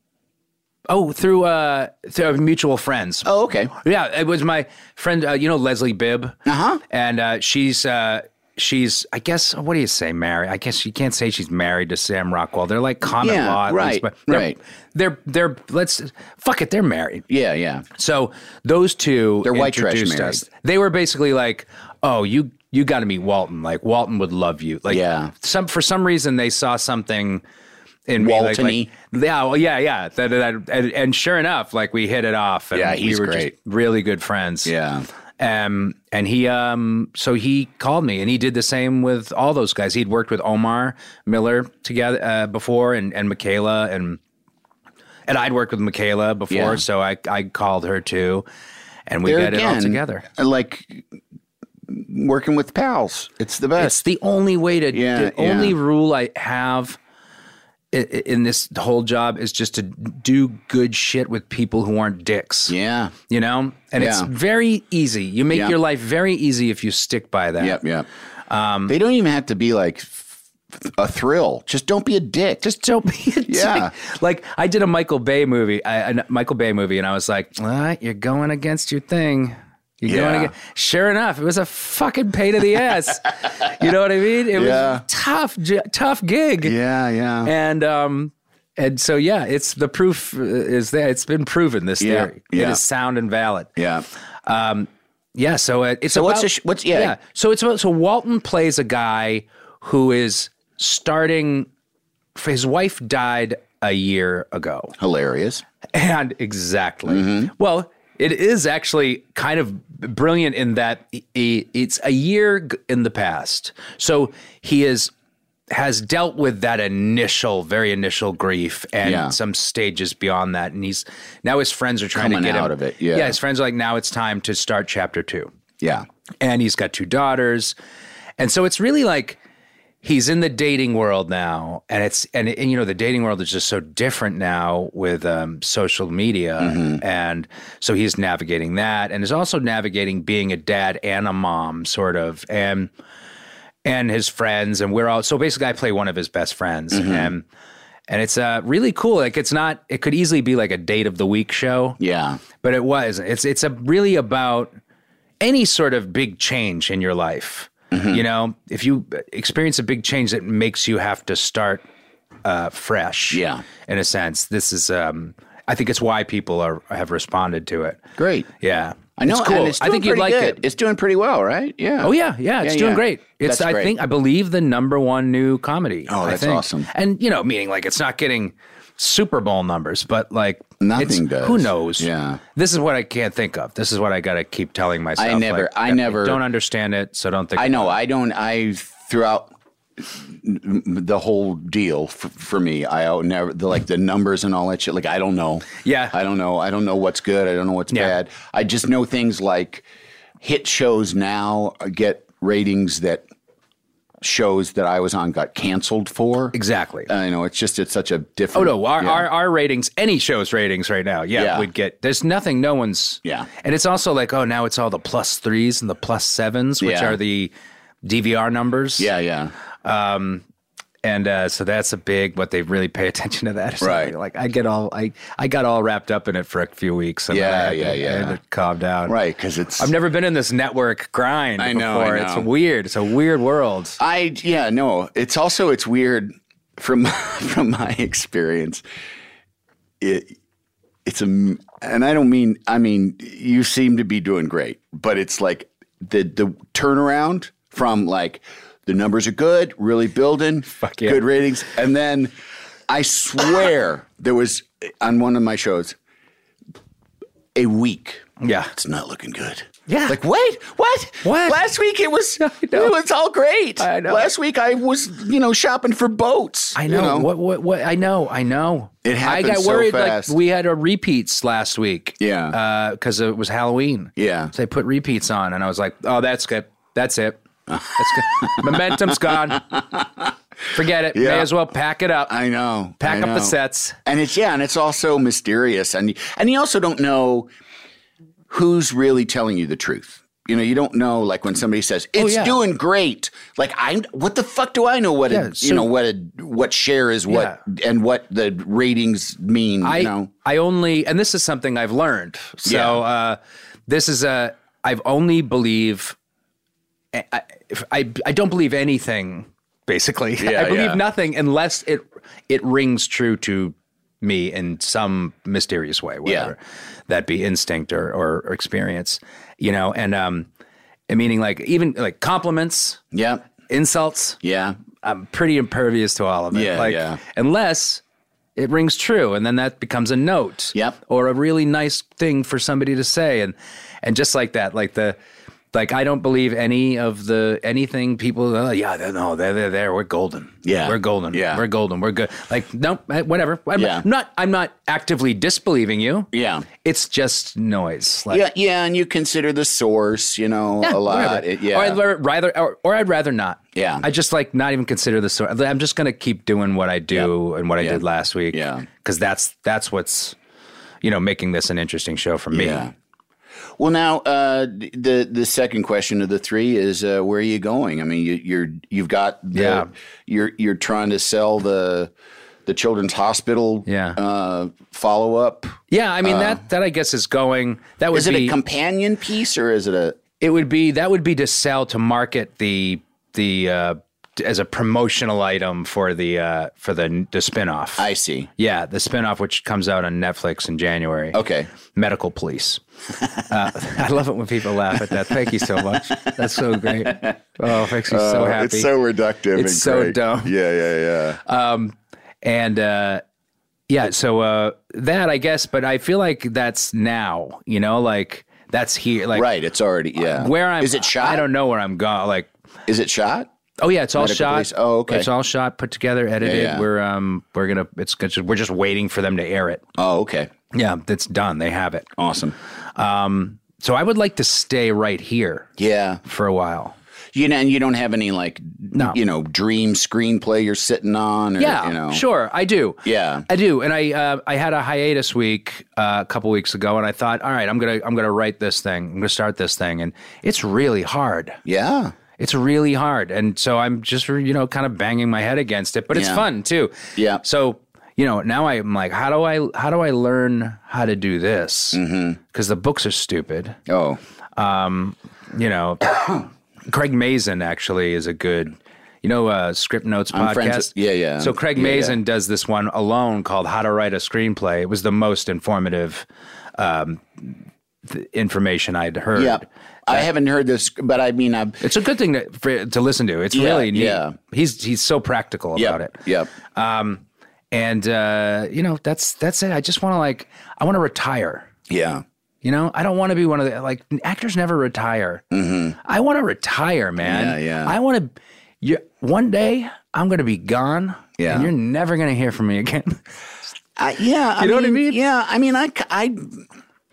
[SPEAKER 2] oh, through uh, through mutual friends.
[SPEAKER 1] Oh, okay.
[SPEAKER 2] Yeah, it was my friend. Uh, you know Leslie Bibb.
[SPEAKER 1] Uh-huh.
[SPEAKER 2] And uh, she's uh, she's I guess what do you say married? I guess you can't say she's married to Sam Rockwell. They're like common
[SPEAKER 1] Yeah,
[SPEAKER 2] law, at least,
[SPEAKER 1] right,
[SPEAKER 2] but they're,
[SPEAKER 1] right.
[SPEAKER 2] They're they're let's fuck it. They're married.
[SPEAKER 1] Yeah, yeah.
[SPEAKER 2] So those 2
[SPEAKER 1] They're white trash
[SPEAKER 2] introduced
[SPEAKER 1] married.
[SPEAKER 2] us. They were basically like, "Oh, you you got to meet Walton. Like Walton would love you." Like
[SPEAKER 1] Yeah.
[SPEAKER 2] some for some reason they saw something in me, like-
[SPEAKER 1] Walton-y.
[SPEAKER 2] like- yeah, well, yeah, yeah. That, that, and, and sure enough, like we hit it off. And
[SPEAKER 1] Yeah, he's
[SPEAKER 2] we were
[SPEAKER 1] great.
[SPEAKER 2] Just really good friends.
[SPEAKER 1] Yeah.
[SPEAKER 2] Um, and he, um, so he called me, and he did the same with all those guys. He'd worked with Omar Miller together uh, before, and and Michaela, and and I'd worked with Michaela before,
[SPEAKER 1] Yeah.
[SPEAKER 2] so I I called her too, and we
[SPEAKER 1] There
[SPEAKER 2] got it all
[SPEAKER 1] again,
[SPEAKER 2] together.
[SPEAKER 1] Like working with pals, it's the best.
[SPEAKER 2] It's the only way to.
[SPEAKER 1] Yeah,
[SPEAKER 2] the only
[SPEAKER 1] yeah.
[SPEAKER 2] rule I have i- i- in this whole job is just to do good shit with people who aren't dicks.
[SPEAKER 1] yeah.
[SPEAKER 2] You know, and it's
[SPEAKER 1] Yeah.
[SPEAKER 2] very easy. You make
[SPEAKER 1] Yeah.
[SPEAKER 2] your life very easy if you stick by that.
[SPEAKER 1] Yep. Yep.
[SPEAKER 2] Um,
[SPEAKER 1] they don't even have to be like f- a thrill. Just don't be a dick.
[SPEAKER 2] Just don't be a
[SPEAKER 1] Yeah.
[SPEAKER 2] dick. Like I did a Michael Bay movie, I- a Michael Bay movie, and I was like, "All right, you're going against your thing." You're
[SPEAKER 1] Yeah.
[SPEAKER 2] going against. Sure enough, it was a fucking pain in the ass. you know what I mean? It
[SPEAKER 1] Yeah.
[SPEAKER 2] was tough, j- tough gig.
[SPEAKER 1] yeah. Yeah.
[SPEAKER 2] and um and so yeah it's the proof uh, is there it's been proven this
[SPEAKER 1] Yeah,
[SPEAKER 2] theory
[SPEAKER 1] yeah.
[SPEAKER 2] it is sound and valid
[SPEAKER 1] yeah.
[SPEAKER 2] um yeah so uh, it's
[SPEAKER 1] So
[SPEAKER 2] about,
[SPEAKER 1] what's the sh- what's- yeah.
[SPEAKER 2] so it's about so walton plays a guy who is starting his wife died a year ago
[SPEAKER 1] Hilarious.
[SPEAKER 2] and exactly.
[SPEAKER 1] Mm-hmm.
[SPEAKER 2] Well, it is actually kind of brilliant in that i- i- it's a year g- in the past. So he is has dealt with that initial, very initial grief and
[SPEAKER 1] Yeah.
[SPEAKER 2] some stages beyond that, and he's now his friends are trying
[SPEAKER 1] Coming
[SPEAKER 2] to get him
[SPEAKER 1] out of it, yeah.
[SPEAKER 2] yeah, his friends are like, now it's time to start chapter two
[SPEAKER 1] Yeah.
[SPEAKER 2] and he's got two daughters and so it's really like he's in the dating world now and it's and, and you know the dating world is just so different now with um, social media and so he's navigating that and is also navigating being a dad and a mom sort of and and his friends and we're all so basically i play one of his best friends and and it's uh, really cool like it's not it could easily be like a date of the week show
[SPEAKER 1] Yeah.
[SPEAKER 2] but it was it's it's a really about any sort of big change in your life
[SPEAKER 1] Mm-hmm.
[SPEAKER 2] you know if you experience a big change that makes you have to start uh, fresh
[SPEAKER 1] Yeah.
[SPEAKER 2] in a sense this is um i think it's why people are have responded to it
[SPEAKER 1] Great.
[SPEAKER 2] yeah
[SPEAKER 1] I know.
[SPEAKER 2] it's cool
[SPEAKER 1] and it's
[SPEAKER 2] i think
[SPEAKER 1] doing
[SPEAKER 2] you'd like
[SPEAKER 1] pretty
[SPEAKER 2] it
[SPEAKER 1] good. It's doing pretty well, right? Yeah.
[SPEAKER 2] Oh yeah, yeah, it's
[SPEAKER 1] Yeah,
[SPEAKER 2] doing
[SPEAKER 1] yeah.
[SPEAKER 2] great. It's
[SPEAKER 1] That's
[SPEAKER 2] I
[SPEAKER 1] great.
[SPEAKER 2] think I believe the number one new comedy.
[SPEAKER 1] Oh,
[SPEAKER 2] I
[SPEAKER 1] that's
[SPEAKER 2] think.
[SPEAKER 1] awesome.
[SPEAKER 2] And you know, meaning like it's not getting Super Bowl numbers, but like it's-
[SPEAKER 1] Nothing does.
[SPEAKER 2] Who knows?
[SPEAKER 1] Yeah.
[SPEAKER 2] this is what I can't think of. This is what I got to keep telling myself.
[SPEAKER 1] never-
[SPEAKER 2] like,
[SPEAKER 1] I never-
[SPEAKER 2] don't understand it, so don't think.
[SPEAKER 1] I know. I don't. I throughout the whole deal for, for me, I out- never the, like the numbers and all that shit. Like I don't know.
[SPEAKER 2] Yeah.
[SPEAKER 1] I don't know. I don't know what's good. I don't know what's
[SPEAKER 2] Yeah.
[SPEAKER 1] bad. I just know things like. hit shows now uh, get ratings that shows that I was on got canceled for.
[SPEAKER 2] Exactly.
[SPEAKER 1] I know it's just it's such a
[SPEAKER 2] Oh
[SPEAKER 1] different.
[SPEAKER 2] no, our,
[SPEAKER 1] Uh, yeah.
[SPEAKER 2] our our ratings, any show's ratings right now, yeah,
[SPEAKER 1] Yeah.
[SPEAKER 2] we'd get. There's nothing. No one's.
[SPEAKER 1] Yeah.
[SPEAKER 2] and it's also like, oh, now it's all the plus threes and the plus sevens, which
[SPEAKER 1] Yeah.
[SPEAKER 2] are the DVR numbers.
[SPEAKER 1] yeah, yeah.
[SPEAKER 2] Um, and uh, so that's a big, but they really pay attention to that. or
[SPEAKER 1] Right.
[SPEAKER 2] something. Like I get all, I I got all wrapped up in it for a few weeks. And then
[SPEAKER 1] Yeah,
[SPEAKER 2] I had
[SPEAKER 1] yeah,
[SPEAKER 2] to, I
[SPEAKER 1] yeah.
[SPEAKER 2] had to calm down.
[SPEAKER 1] Right, because it's
[SPEAKER 2] I've never been in this network grind.
[SPEAKER 1] I know, I
[SPEAKER 2] Before.
[SPEAKER 1] know.
[SPEAKER 2] It's weird. It's a weird world.
[SPEAKER 1] I yeah no. It's also it's weird from from my experience. It it's a m- and I don't mean I mean you seem to be doing great, but it's like the the turnaround from like the numbers are good, really building,
[SPEAKER 2] Fuck yeah.
[SPEAKER 1] good ratings, and then I swear there was on one of my shows a week.
[SPEAKER 2] Yeah.
[SPEAKER 1] It's not looking good.
[SPEAKER 2] Yeah.
[SPEAKER 1] Like wait, what?
[SPEAKER 2] What?
[SPEAKER 1] Last week it was it
[SPEAKER 2] know.
[SPEAKER 1] was all great.
[SPEAKER 2] I know.
[SPEAKER 1] Last week I was, you know, shopping for boats.
[SPEAKER 2] I
[SPEAKER 1] you
[SPEAKER 2] know. What, what, what, I know. I know.
[SPEAKER 1] It happened
[SPEAKER 2] I got
[SPEAKER 1] so
[SPEAKER 2] worried.
[SPEAKER 1] fast.
[SPEAKER 2] Like we had a repeats last week.
[SPEAKER 1] Yeah.
[SPEAKER 2] Because it was Halloween.
[SPEAKER 1] Yeah.
[SPEAKER 2] So they put repeats on, and I was like, oh, that's good. That's it. That's good. Momentum's gone. Forget it.
[SPEAKER 1] Yeah.
[SPEAKER 2] May as well pack it up.
[SPEAKER 1] I know.
[SPEAKER 2] pack
[SPEAKER 1] I
[SPEAKER 2] up the
[SPEAKER 1] know.
[SPEAKER 2] sets.
[SPEAKER 1] And it's yeah, and it's also mysterious, and and you also don't know who's really telling you the truth. You know, you don't know like when somebody says it's
[SPEAKER 2] Oh, yeah.
[SPEAKER 1] doing great. Like I'm, what the fuck do I know what
[SPEAKER 2] Yeah,
[SPEAKER 1] a,
[SPEAKER 2] so-
[SPEAKER 1] you know what a, what share is what and what the ratings mean.
[SPEAKER 2] I
[SPEAKER 1] you know,
[SPEAKER 2] I only and this is something I've learned. So
[SPEAKER 1] Yeah.
[SPEAKER 2] uh, this is a I've only believe I I, if I I don't believe anything basically.
[SPEAKER 1] Yeah,
[SPEAKER 2] I believe
[SPEAKER 1] yeah.
[SPEAKER 2] nothing unless it it rings true to me in some mysterious way, whether that be instinct or, or, or experience, you know, and um, and meaning like even like compliments,
[SPEAKER 1] yeah,
[SPEAKER 2] insults,
[SPEAKER 1] yeah,
[SPEAKER 2] I'm pretty impervious to all of it.
[SPEAKER 1] Yeah,
[SPEAKER 2] like,
[SPEAKER 1] yeah.
[SPEAKER 2] Unless it rings true, and then that becomes a note.
[SPEAKER 1] Yep.
[SPEAKER 2] Or a really nice thing for somebody to say, and and just like that, like the. Like I don't believe any of the anything people. Oh, yeah, they're- no, they're they're there. We're golden.
[SPEAKER 1] Yeah.
[SPEAKER 2] we're golden.
[SPEAKER 1] Yeah.
[SPEAKER 2] we're golden. We're good. Like nope, eh, whatever. I'm
[SPEAKER 1] Yeah.
[SPEAKER 2] not. I'm not actively disbelieving you.
[SPEAKER 1] Yeah.
[SPEAKER 2] it's just noise. Like
[SPEAKER 1] yeah, yeah. And you consider the source, you know, a lot.
[SPEAKER 2] whatever.
[SPEAKER 1] It- yeah,
[SPEAKER 2] Or I'd rather- rather, or, or I'd rather not.
[SPEAKER 1] Yeah.
[SPEAKER 2] I just like not even consider the story. I'm just gonna keep doing what I do and what I did last week.
[SPEAKER 1] Yeah.
[SPEAKER 2] Because that's that's what's, you know, making this an interesting show for me.
[SPEAKER 1] Yeah. Well, now uh, the the second question of the three is uh, where are you going? I mean, you, you're you've got the,
[SPEAKER 2] Yeah.
[SPEAKER 1] you're you're trying to sell the the Children's Hospital
[SPEAKER 2] Yeah.
[SPEAKER 1] uh, follow up.
[SPEAKER 2] Yeah, I mean that that I guess is going. That
[SPEAKER 1] Uh,
[SPEAKER 2] would
[SPEAKER 1] Is it
[SPEAKER 2] be
[SPEAKER 1] a companion piece or is it a
[SPEAKER 2] it would be that would be to sell to market the the uh, as a promotional item for the uh, for the the spinoff.
[SPEAKER 1] I see.
[SPEAKER 2] yeah, the spinoff which comes out on Netflix in January.
[SPEAKER 1] Okay.
[SPEAKER 2] medical police. Uh, I love it when people laugh at that. Thank you so much. That's so great. Oh, it makes me so happy.
[SPEAKER 1] Uh, reductive.
[SPEAKER 2] It's and so great. dumb.
[SPEAKER 1] Yeah, yeah, yeah.
[SPEAKER 2] Um, and uh, yeah, so uh, that I guess, but I feel like that's now. You know, like that's here. Like
[SPEAKER 1] right. It's already yeah.
[SPEAKER 2] where I'm.
[SPEAKER 1] is it shot?
[SPEAKER 2] I don't know where I'm going. Like
[SPEAKER 1] Is it shot?
[SPEAKER 2] Oh yeah, it's all
[SPEAKER 1] Medical
[SPEAKER 2] shot.
[SPEAKER 1] police. Oh, okay.
[SPEAKER 2] It's all shot, put together, edited.
[SPEAKER 1] yeah.
[SPEAKER 2] We're um, we're gonna. It's gonna, we're just waiting for them to air it.
[SPEAKER 1] Oh, okay.
[SPEAKER 2] Yeah, that's done. They have it.
[SPEAKER 1] Awesome.
[SPEAKER 2] Um, so I would like to stay right here
[SPEAKER 1] Yeah.
[SPEAKER 2] for a while.
[SPEAKER 1] You know, and you don't have any like
[SPEAKER 2] No.
[SPEAKER 1] you know, dream screenplay you're sitting on or
[SPEAKER 2] Yeah,
[SPEAKER 1] you know.
[SPEAKER 2] sure, I do.
[SPEAKER 1] Yeah.
[SPEAKER 2] I do. And I uh, I had a hiatus week uh, a couple weeks ago, and I thought, all right, I'm gonna I'm gonna write this thing. I'm gonna start this thing, and it's really hard.
[SPEAKER 1] Yeah.
[SPEAKER 2] It's really hard, and so I'm just you know kind of banging my head against it, but it's
[SPEAKER 1] Yeah.
[SPEAKER 2] fun too.
[SPEAKER 1] Yeah.
[SPEAKER 2] So you know now I'm like, how do I how do I learn how to do this? Because
[SPEAKER 1] Mm-hmm.
[SPEAKER 2] the books are stupid.
[SPEAKER 1] Oh.
[SPEAKER 2] You know, Craig Mazin actually is a good. You know, uh, script notes podcast.
[SPEAKER 1] I'm friends with- yeah, yeah.
[SPEAKER 2] So Craig
[SPEAKER 1] Yeah, yeah.
[SPEAKER 2] Mazin does this one alone called "How to Write a Screenplay." It was the most informative um, th- information I'd heard.
[SPEAKER 1] Yeah. I haven't heard this, but I mean, I've,
[SPEAKER 2] It's a good thing to for, to listen to. It's
[SPEAKER 1] Yeah,
[SPEAKER 2] really neat.
[SPEAKER 1] yeah.
[SPEAKER 2] He's he's so practical
[SPEAKER 1] yeah,
[SPEAKER 2] about it.
[SPEAKER 1] yeah,
[SPEAKER 2] And uh, you know, that's that's it. I just want to like I want to retire.
[SPEAKER 1] yeah,
[SPEAKER 2] You know, I don't want to be one of the like actors never retire. I want to retire, man.
[SPEAKER 1] Mm-hmm. Yeah, yeah.
[SPEAKER 2] I want to. You one day I'm going to be gone.
[SPEAKER 1] Yeah.
[SPEAKER 2] and you're never going to hear from me again.
[SPEAKER 1] I, yeah. You
[SPEAKER 2] know what I mean?
[SPEAKER 1] Yeah, I mean, I, c- I-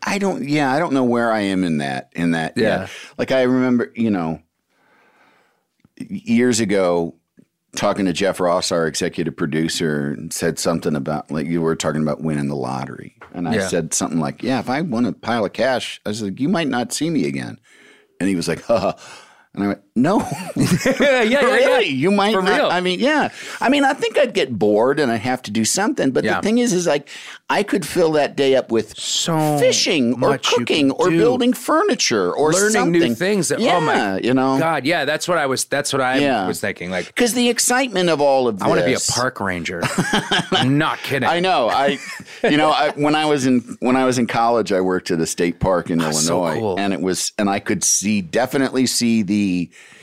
[SPEAKER 1] I don't. Yeah, I don't know where I am in that. In that. Yeah.
[SPEAKER 2] Yeah.
[SPEAKER 1] Like I remember, you know, years ago, talking to Jeff Ross, our executive producer, and said something about like you were talking about winning the lottery, and I
[SPEAKER 2] Yeah.
[SPEAKER 1] said something like, "Yeah, if I won a pile of cash, I said you might not see me again," and he was like, "Huh." And I went, no,
[SPEAKER 2] yeah, yeah, yeah.
[SPEAKER 1] really, you might
[SPEAKER 2] For
[SPEAKER 1] not.
[SPEAKER 2] real.
[SPEAKER 1] I mean, yeah. I mean, I think I'd get bored and I'd have to do something. But
[SPEAKER 2] Yeah.
[SPEAKER 1] the thing is, is like I could fill that day up with
[SPEAKER 2] So
[SPEAKER 1] fishing or
[SPEAKER 2] much you
[SPEAKER 1] cooking
[SPEAKER 2] could
[SPEAKER 1] or
[SPEAKER 2] do.
[SPEAKER 1] building furniture or
[SPEAKER 2] learning
[SPEAKER 1] something.
[SPEAKER 2] new things. That,
[SPEAKER 1] yeah,
[SPEAKER 2] oh my,
[SPEAKER 1] you know,
[SPEAKER 2] God, yeah, that's what I was. That's what I
[SPEAKER 1] Yeah.
[SPEAKER 2] was thinking. Like,
[SPEAKER 1] because the excitement of all of this.
[SPEAKER 2] I want to be a park ranger. I'm not kidding.
[SPEAKER 1] I know. I, you know, I, when I was in when I was in college, I worked at a state park in
[SPEAKER 2] so
[SPEAKER 1] Illinois,
[SPEAKER 2] cool.
[SPEAKER 1] and it was, and I could see definitely see the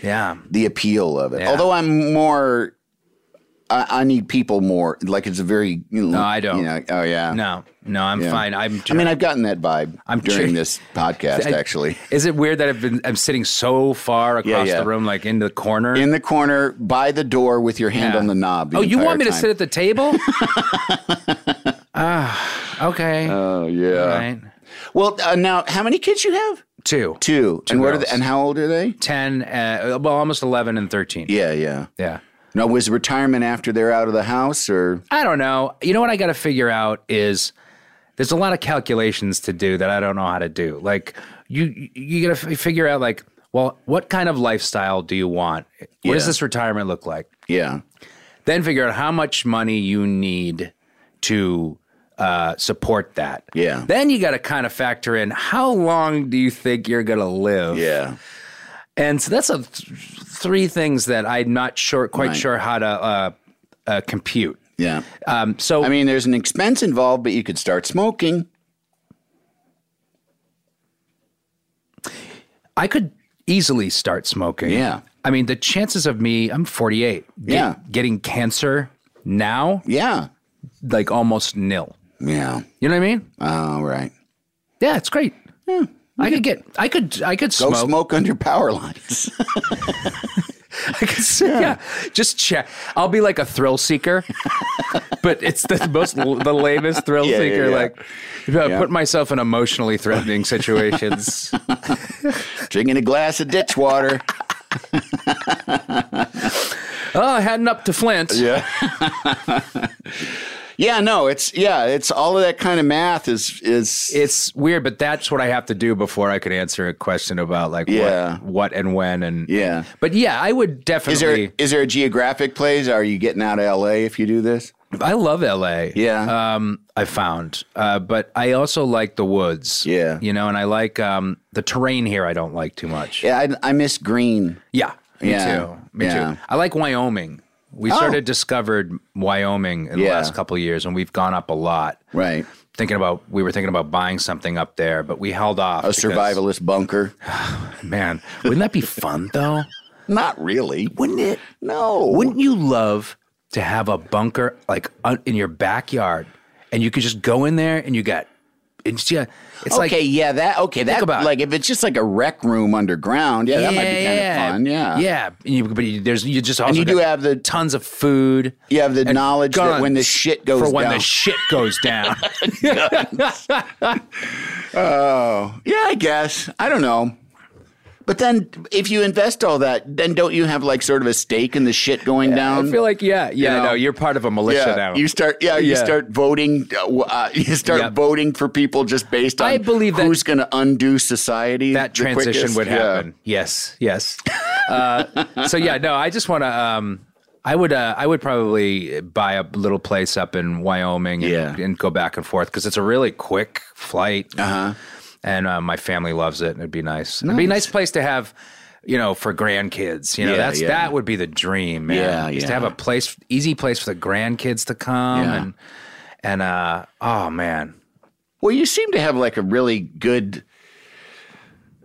[SPEAKER 2] Yeah,
[SPEAKER 1] the appeal of it.
[SPEAKER 2] Yeah.
[SPEAKER 1] Although I'm more, I, I need people more. Like it's a very you know,
[SPEAKER 2] No, I don't.
[SPEAKER 1] You know, oh yeah,
[SPEAKER 2] no, no, I'm
[SPEAKER 1] Yeah.
[SPEAKER 2] fine. I'm.
[SPEAKER 1] I mean, I've gotten that vibe
[SPEAKER 2] I'm
[SPEAKER 1] during
[SPEAKER 2] ju-
[SPEAKER 1] this podcast,
[SPEAKER 2] I-
[SPEAKER 1] actually.
[SPEAKER 2] Is it weird that I've been? I'm sitting so far across
[SPEAKER 1] yeah.
[SPEAKER 2] the room, like in the corner.
[SPEAKER 1] In the corner, by the door, with your hand
[SPEAKER 2] Yeah.
[SPEAKER 1] on the knob. the
[SPEAKER 2] oh, you
[SPEAKER 1] entire
[SPEAKER 2] want me to
[SPEAKER 1] time.
[SPEAKER 2] sit at the table? Ah, okay.
[SPEAKER 1] Oh yeah.
[SPEAKER 2] All right.
[SPEAKER 1] Well, uh, now, how many kids you have?
[SPEAKER 2] Two.
[SPEAKER 1] Two. and what are they,
[SPEAKER 2] girls.
[SPEAKER 1] and how old are they?
[SPEAKER 2] Ten. Uh, well, almost eleven and thirteen.
[SPEAKER 1] Yeah, yeah.
[SPEAKER 2] Yeah.
[SPEAKER 1] Now, was retirement after they're out of the house, or
[SPEAKER 2] I don't know. You know what I got to figure out is there's a lot of calculations to do that I don't know how to do. Like you, you got to f- figure out like, well, what kind of lifestyle do you want? What does
[SPEAKER 1] Yeah.
[SPEAKER 2] this retirement look like?
[SPEAKER 1] yeah,
[SPEAKER 2] Then figure out how much money you need to uh, support that.
[SPEAKER 1] Yeah.
[SPEAKER 2] Then you got to kind of factor in how long do you think you're gonna live?
[SPEAKER 1] yeah,
[SPEAKER 2] And so that's a th- three things that I'm not sure, quite
[SPEAKER 1] Right.
[SPEAKER 2] sure how to uh, uh, compute.
[SPEAKER 1] yeah.
[SPEAKER 2] Um, so
[SPEAKER 1] I mean, there's an expense involved, but you could start smoking.
[SPEAKER 2] I could easily start smoking.
[SPEAKER 1] Yeah.
[SPEAKER 2] I mean, the chances of me, I'm 48. get-
[SPEAKER 1] Yeah.
[SPEAKER 2] Getting cancer now,
[SPEAKER 1] Yeah,
[SPEAKER 2] like almost nil.
[SPEAKER 1] yeah.
[SPEAKER 2] You know what I mean?
[SPEAKER 1] All Oh, right.
[SPEAKER 2] Yeah, it's great. I could get, I could, I could
[SPEAKER 1] Go
[SPEAKER 2] smoke.
[SPEAKER 1] smoke, under power lines.
[SPEAKER 2] I could, s- yeah. just check. I'll be like a thrill seeker, but it's the most, the lamest thrill
[SPEAKER 1] Yeah, yeah,
[SPEAKER 2] seeker.
[SPEAKER 1] yeah.
[SPEAKER 2] Like, if I put myself in emotionally threatening situations.
[SPEAKER 1] Drinking a glass of ditch water.
[SPEAKER 2] oh, heading up to Flint.
[SPEAKER 1] Yeah. yeah, no, it's yeah, it's all of that kind of math is is
[SPEAKER 2] it's weird, but that's what I have to do before I could answer a question about like
[SPEAKER 1] Yeah.
[SPEAKER 2] what, what and when and
[SPEAKER 1] Yeah.
[SPEAKER 2] But yeah, I would
[SPEAKER 1] is there
[SPEAKER 2] definitely.
[SPEAKER 1] is there a geographic place? Are you getting out of LA if you do this?
[SPEAKER 2] I love L.A.
[SPEAKER 1] Yeah.
[SPEAKER 2] um, I found, uh, but I also like the woods.
[SPEAKER 1] Yeah.
[SPEAKER 2] you know, and I like um, the terrain here. I don't like too much.
[SPEAKER 1] Yeah, I, I miss green.
[SPEAKER 2] yeah, me
[SPEAKER 1] Yeah.
[SPEAKER 2] too. Me
[SPEAKER 1] Yeah. Oh.
[SPEAKER 2] too. I like Wyoming. We sort of discovered Wyoming in the
[SPEAKER 1] Yeah.
[SPEAKER 2] last couple of years, and we've gone up a lot.
[SPEAKER 1] Right.
[SPEAKER 2] Thinking about, we were thinking about buying something up there, but we held off.
[SPEAKER 1] A
[SPEAKER 2] because-
[SPEAKER 1] survivalist bunker.
[SPEAKER 2] man. Wouldn't that be fun though?
[SPEAKER 1] Not really. Wouldn't it? No.
[SPEAKER 2] Wouldn't you love to have a bunker like un- in your backyard and you could just go in there and you got it's yeah it's
[SPEAKER 1] okay,
[SPEAKER 2] like
[SPEAKER 1] yeah, that okay, that
[SPEAKER 2] about it.
[SPEAKER 1] like if it's just like a rec room underground, yeah, that might be kind of fun. Yeah.
[SPEAKER 2] Yeah. And you, but you, there's you just also
[SPEAKER 1] you do
[SPEAKER 2] got
[SPEAKER 1] have the-
[SPEAKER 2] tons of food.
[SPEAKER 1] You have the
[SPEAKER 2] and
[SPEAKER 1] knowledge that when the
[SPEAKER 2] guns
[SPEAKER 1] shit goes
[SPEAKER 2] for when
[SPEAKER 1] down.
[SPEAKER 2] the shit goes down.
[SPEAKER 1] Oh, yeah, I guess. I don't know. But then if you invest all that, then don't you have like sort of a stake in the shit going down?
[SPEAKER 2] I feel like yeah, yeah,
[SPEAKER 1] know?
[SPEAKER 2] no, you're part of a militia
[SPEAKER 1] yeah,
[SPEAKER 2] now.
[SPEAKER 1] you start. Yeah, you
[SPEAKER 2] Yeah.
[SPEAKER 1] start voting. uh, w- Uh, you start
[SPEAKER 2] Yep.
[SPEAKER 1] voting for people just based on
[SPEAKER 2] I believe that-
[SPEAKER 1] who's going to undo society.
[SPEAKER 2] that
[SPEAKER 1] the
[SPEAKER 2] transition
[SPEAKER 1] quickest.
[SPEAKER 2] would
[SPEAKER 1] Yeah.
[SPEAKER 2] happen. Yes, yes. Uh, so yeah, no, I just want to. Um, I would. Uh, I would probably buy a little place up in Wyoming and,
[SPEAKER 1] Yeah.
[SPEAKER 2] and go back and forth because it's a really quick flight. Uh-huh. And uh, my family loves it, and it'd be nice. It'd be a nice place to have. You know, for grandkids, you know
[SPEAKER 1] Yeah,
[SPEAKER 2] that's
[SPEAKER 1] yeah.
[SPEAKER 2] that would be the dream, man.
[SPEAKER 1] Yeah,
[SPEAKER 2] Just to
[SPEAKER 1] yeah.
[SPEAKER 2] have a place, easy place for the grandkids to come,
[SPEAKER 1] Yeah.
[SPEAKER 2] and and uh, oh man,
[SPEAKER 1] Well, you seem to have like a really good,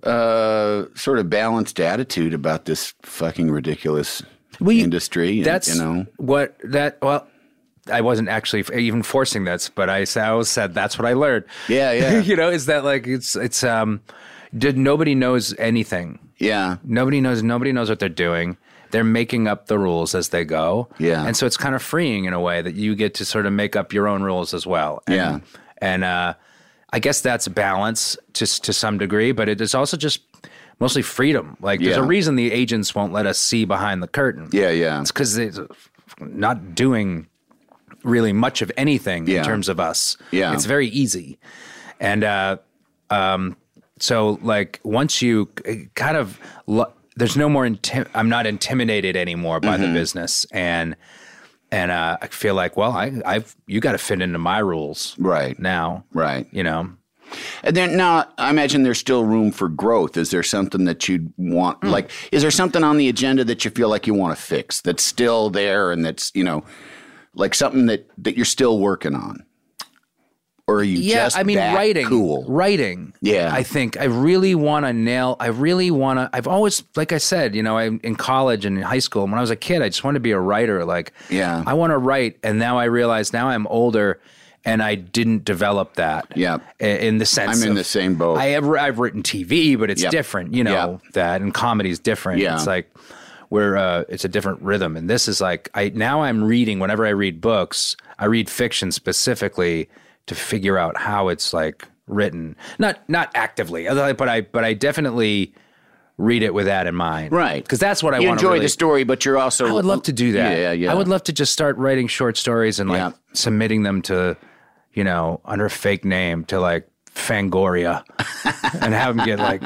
[SPEAKER 1] uh, sort of balanced attitude about this fucking ridiculous
[SPEAKER 2] Well, you-
[SPEAKER 1] industry. and,
[SPEAKER 2] That's
[SPEAKER 1] you know.
[SPEAKER 2] what that well. I wasn't actually f- even forcing this, but I, s- I always said that's what I learned.
[SPEAKER 1] Yeah, yeah.
[SPEAKER 2] you know, is that like it's it's um, did nobody knows anything?
[SPEAKER 1] Yeah.
[SPEAKER 2] Nobody knows. Nobody knows what they're doing. They're making up the rules as they go.
[SPEAKER 1] Yeah.
[SPEAKER 2] and so it's kind of freeing in a way that you get to sort of make up your own rules as well. And,
[SPEAKER 1] Yeah.
[SPEAKER 2] and uh, I guess that's balance to s- to some degree, but it is also just mostly freedom. Like there's a
[SPEAKER 1] Yeah.
[SPEAKER 2] reason the agents won't let us see behind the curtain.
[SPEAKER 1] Yeah, yeah.
[SPEAKER 2] It's because it's not doing really much of anything
[SPEAKER 1] Yeah.
[SPEAKER 2] in terms of us.
[SPEAKER 1] Yeah.
[SPEAKER 2] It's very easy. And uh, um, so, like, once you c- kind of, lo- there's no more, inti- I'm not intimidated anymore by
[SPEAKER 1] Mm-hmm.
[SPEAKER 2] the business. And, and uh, I feel like, well, I, I've, you got to fit into my rules
[SPEAKER 1] Right.
[SPEAKER 2] now,
[SPEAKER 1] Right.
[SPEAKER 2] you know?
[SPEAKER 1] And then now, I imagine there's still room for growth. Is there something that you'd want?
[SPEAKER 2] Hmm.
[SPEAKER 1] Like, is there something on the agenda that you feel like you want to fix that's still there and that's you know, like something that that you're still working on, or are you
[SPEAKER 2] yeah,
[SPEAKER 1] just
[SPEAKER 2] I mean,
[SPEAKER 1] that
[SPEAKER 2] writing,
[SPEAKER 1] cool?
[SPEAKER 2] writing.
[SPEAKER 1] Yeah.
[SPEAKER 2] I think I really want to nail. I really want to. I've always, like I said, you know, I, in college and in high school, when I was a kid, I just wanted to be a writer. Like,
[SPEAKER 1] Yeah.
[SPEAKER 2] I want to write, and now I realize now I'm older, and I didn't develop that.
[SPEAKER 1] Yeah.
[SPEAKER 2] i- in the sense,
[SPEAKER 1] I'm in
[SPEAKER 2] of-
[SPEAKER 1] the same boat.
[SPEAKER 2] I have I've written TV, but it's
[SPEAKER 1] Yep.
[SPEAKER 2] different, you know that, and comedy's different.
[SPEAKER 1] Yeah.
[SPEAKER 2] It's like where uh, it's a different rhythm, and this is like I now I'm reading. Whenever I read books, I read fiction specifically to figure out how it's like written. Not not actively, but I but I definitely read it with that in mind,
[SPEAKER 1] Right.
[SPEAKER 2] Because that's what I
[SPEAKER 1] you
[SPEAKER 2] want to
[SPEAKER 1] enjoy
[SPEAKER 2] really,
[SPEAKER 1] the story, but you're also
[SPEAKER 2] I would love to do that.
[SPEAKER 1] Yeah, yeah.
[SPEAKER 2] I would love to just start writing short stories and like
[SPEAKER 1] Yeah.
[SPEAKER 2] submitting them to, you know, under a fake name to like Fangoria, and have them get like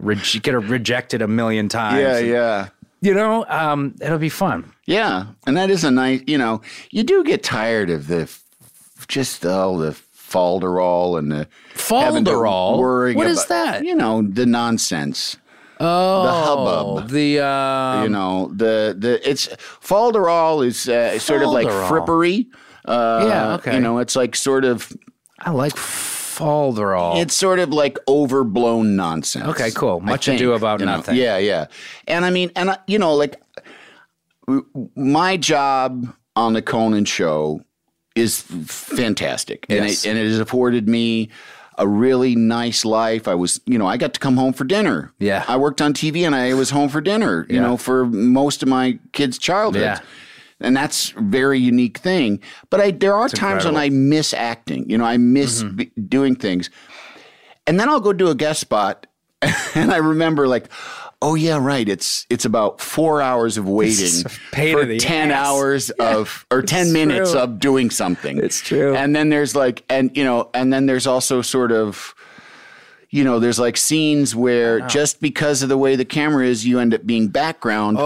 [SPEAKER 2] reje- get rejected a million times.
[SPEAKER 1] Yeah, yeah.
[SPEAKER 2] You know, um, it'll be fun.
[SPEAKER 1] Yeah, and that is a nice. You know, you do get tired of the f- just all the falderall and the having to
[SPEAKER 2] Falderall?
[SPEAKER 1] Worrying
[SPEAKER 2] What is
[SPEAKER 1] about-
[SPEAKER 2] that?
[SPEAKER 1] You know, the nonsense.
[SPEAKER 2] Oh,
[SPEAKER 1] hubbub.
[SPEAKER 2] The um,
[SPEAKER 1] you know, the the it's falderall is uh, sort of like
[SPEAKER 2] Falderall.
[SPEAKER 1] frippery. Uh,
[SPEAKER 2] Yeah, okay.
[SPEAKER 1] You know, it's like sort of
[SPEAKER 2] I like Falderall.
[SPEAKER 1] it's sort of like overblown nonsense.
[SPEAKER 2] Okay, cool.
[SPEAKER 1] I
[SPEAKER 2] Much ado about
[SPEAKER 1] you know.
[SPEAKER 2] nothing.
[SPEAKER 1] Yeah, yeah. And I mean, and I, you know, like w- w- my job on the Conan show is f- fantastic, and
[SPEAKER 2] Yes.
[SPEAKER 1] it, and it has afforded me a really nice life. I was, you know, I got to come home for dinner.
[SPEAKER 2] Yeah.
[SPEAKER 1] I worked on TV, and I was home for dinner. You
[SPEAKER 2] Yeah.
[SPEAKER 1] know, for most of my kids' childhood.
[SPEAKER 2] Yeah.
[SPEAKER 1] And that's a very unique thing. But I, there are times when I miss acting. You know, I miss
[SPEAKER 2] Mm-hmm.
[SPEAKER 1] b- doing things. And then I'll go do a guest spot, and I remember like, oh yeah, right. It's it's about four hours of waiting
[SPEAKER 2] pain
[SPEAKER 1] for
[SPEAKER 2] in the
[SPEAKER 1] ten
[SPEAKER 2] ass.
[SPEAKER 1] hours of or ten minutes
[SPEAKER 2] true.
[SPEAKER 1] of doing something.
[SPEAKER 2] It's true.
[SPEAKER 1] And then there's like, and you know, and then there's also sort of. You know, there's like scenes where just because of the way the camera is, you end up being background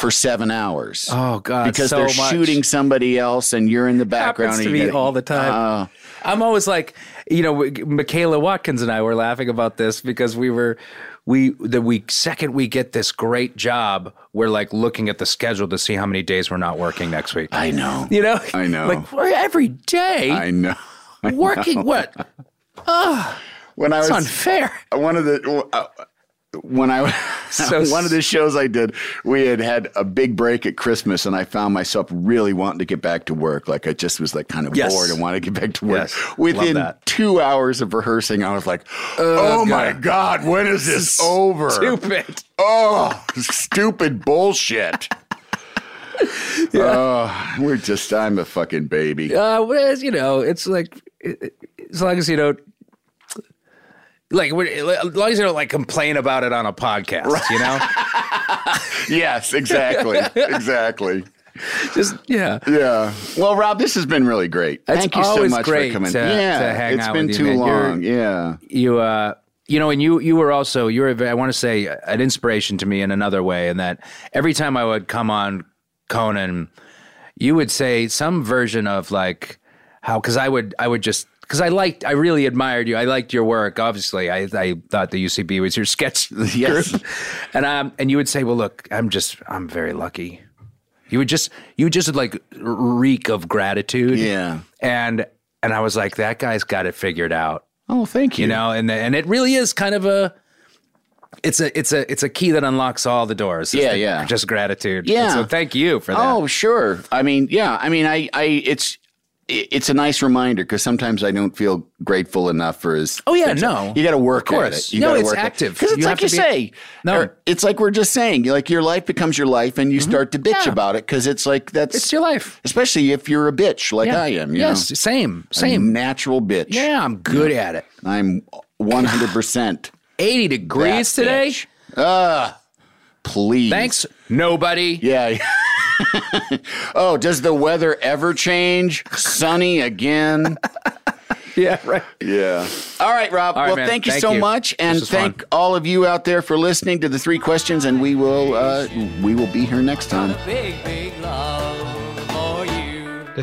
[SPEAKER 1] for seven hours
[SPEAKER 2] Oh, God,
[SPEAKER 1] because
[SPEAKER 2] so
[SPEAKER 1] they're
[SPEAKER 2] much.
[SPEAKER 1] shooting somebody else and you're in the background.
[SPEAKER 2] happens
[SPEAKER 1] and
[SPEAKER 2] to
[SPEAKER 1] you
[SPEAKER 2] me
[SPEAKER 1] get-
[SPEAKER 2] all the time.
[SPEAKER 1] Uh,
[SPEAKER 2] I'm always like, you know, w- Michaela Watkins and I were laughing about this because we were, we the week second we get this great job, we're like looking at the schedule to see how many days we're not working next week.
[SPEAKER 1] I know.
[SPEAKER 2] you know,
[SPEAKER 1] I know.
[SPEAKER 2] like we're every day
[SPEAKER 1] I know.
[SPEAKER 2] working. What? Ah,
[SPEAKER 1] When I
[SPEAKER 2] It's
[SPEAKER 1] was
[SPEAKER 2] unfair.
[SPEAKER 1] one of the uh, when I
[SPEAKER 2] So-
[SPEAKER 1] one of the shows I did, we had had a big break at Christmas, and I found myself really wanting to get back to work. Like I just was like kind of
[SPEAKER 2] Yes.
[SPEAKER 1] bored and wanted to get back to work.
[SPEAKER 2] Yes. Love
[SPEAKER 1] Within
[SPEAKER 2] that.
[SPEAKER 1] two hours of rehearsing, I was like, "Oh my god, when is this over?
[SPEAKER 2] Stupid.
[SPEAKER 1] Oh, stupid bullshit." Oh, we're just, I'm a fucking baby.
[SPEAKER 2] Uh, whereas, you know, it's like it- it- as long as you don't. Like, when- as long as you don't like complain about it on a podcast, you know,
[SPEAKER 1] Yes, exactly. exactly.
[SPEAKER 2] just yeah.
[SPEAKER 1] Yeah. Well, Rob, this has been really great.
[SPEAKER 2] It's
[SPEAKER 1] Thank you so
[SPEAKER 2] always
[SPEAKER 1] much
[SPEAKER 2] great
[SPEAKER 1] for coming.
[SPEAKER 2] to-
[SPEAKER 1] yeah,
[SPEAKER 2] to hang
[SPEAKER 1] it's
[SPEAKER 2] out
[SPEAKER 1] been
[SPEAKER 2] with you,
[SPEAKER 1] too
[SPEAKER 2] man. You're-
[SPEAKER 1] long. yeah.
[SPEAKER 2] you uh you know and you you were also you were i want to say an inspiration to me in another way in that every time i would come on conan you would say some version of like how because i would i would just because i liked i really admired you i liked your work obviously i i thought the ucb was your sketch
[SPEAKER 1] Yes.
[SPEAKER 2] group and um and you would say well look i'm just i'm very lucky you would just you would just like reek of gratitude
[SPEAKER 1] Yeah.
[SPEAKER 2] and and i was like that guy's got it figured out
[SPEAKER 1] Oh, thank you.
[SPEAKER 2] you know and the, and it really is kind of a it's a it's a it's a key that unlocks all the doors It's
[SPEAKER 1] Yeah,
[SPEAKER 2] the-
[SPEAKER 1] yeah.
[SPEAKER 2] just gratitude
[SPEAKER 1] Yeah.
[SPEAKER 2] And so thank you for that
[SPEAKER 1] Oh, sure. I mean, yeah. I mean, I, I, it's, i- it's a nice reminder because sometimes I don't feel grateful enough for his.
[SPEAKER 2] Oh, yeah,
[SPEAKER 1] things.
[SPEAKER 2] no.
[SPEAKER 1] you got to work
[SPEAKER 2] Of
[SPEAKER 1] at
[SPEAKER 2] course.
[SPEAKER 1] it. You
[SPEAKER 2] No,
[SPEAKER 1] gotta
[SPEAKER 2] it's
[SPEAKER 1] work at-
[SPEAKER 2] active.
[SPEAKER 1] 'Cause it's
[SPEAKER 2] You
[SPEAKER 1] like you
[SPEAKER 2] have to
[SPEAKER 1] say.
[SPEAKER 2] be- No. Mm-hmm.
[SPEAKER 1] or it's like we're just saying. Like your life becomes your life, and you start to bitch
[SPEAKER 2] Yeah.
[SPEAKER 1] about it because it's like that's
[SPEAKER 2] It's your life.
[SPEAKER 1] especially if you're a bitch like
[SPEAKER 2] Yeah.
[SPEAKER 1] I am. You
[SPEAKER 2] yes,
[SPEAKER 1] know?
[SPEAKER 2] same,
[SPEAKER 1] A
[SPEAKER 2] same.
[SPEAKER 1] natural bitch.
[SPEAKER 2] Yeah, I'm good at it.
[SPEAKER 1] I'm 100 percent
[SPEAKER 2] 80 degrees today.
[SPEAKER 1] please.
[SPEAKER 2] Thanks, nobody.
[SPEAKER 1] Yeah. oh, does the weather ever change? Sunny again.
[SPEAKER 2] Yeah, right.
[SPEAKER 1] Yeah. All right, Rob.
[SPEAKER 2] All right,
[SPEAKER 1] well,
[SPEAKER 2] man.
[SPEAKER 1] thank you
[SPEAKER 2] Thank
[SPEAKER 1] so
[SPEAKER 2] you.
[SPEAKER 1] much, and
[SPEAKER 2] was fun.
[SPEAKER 1] thank all of you out there for listening to the three questions. And we will uh, we will be here next time.
[SPEAKER 7] Big, big love for you.
[SPEAKER 3] The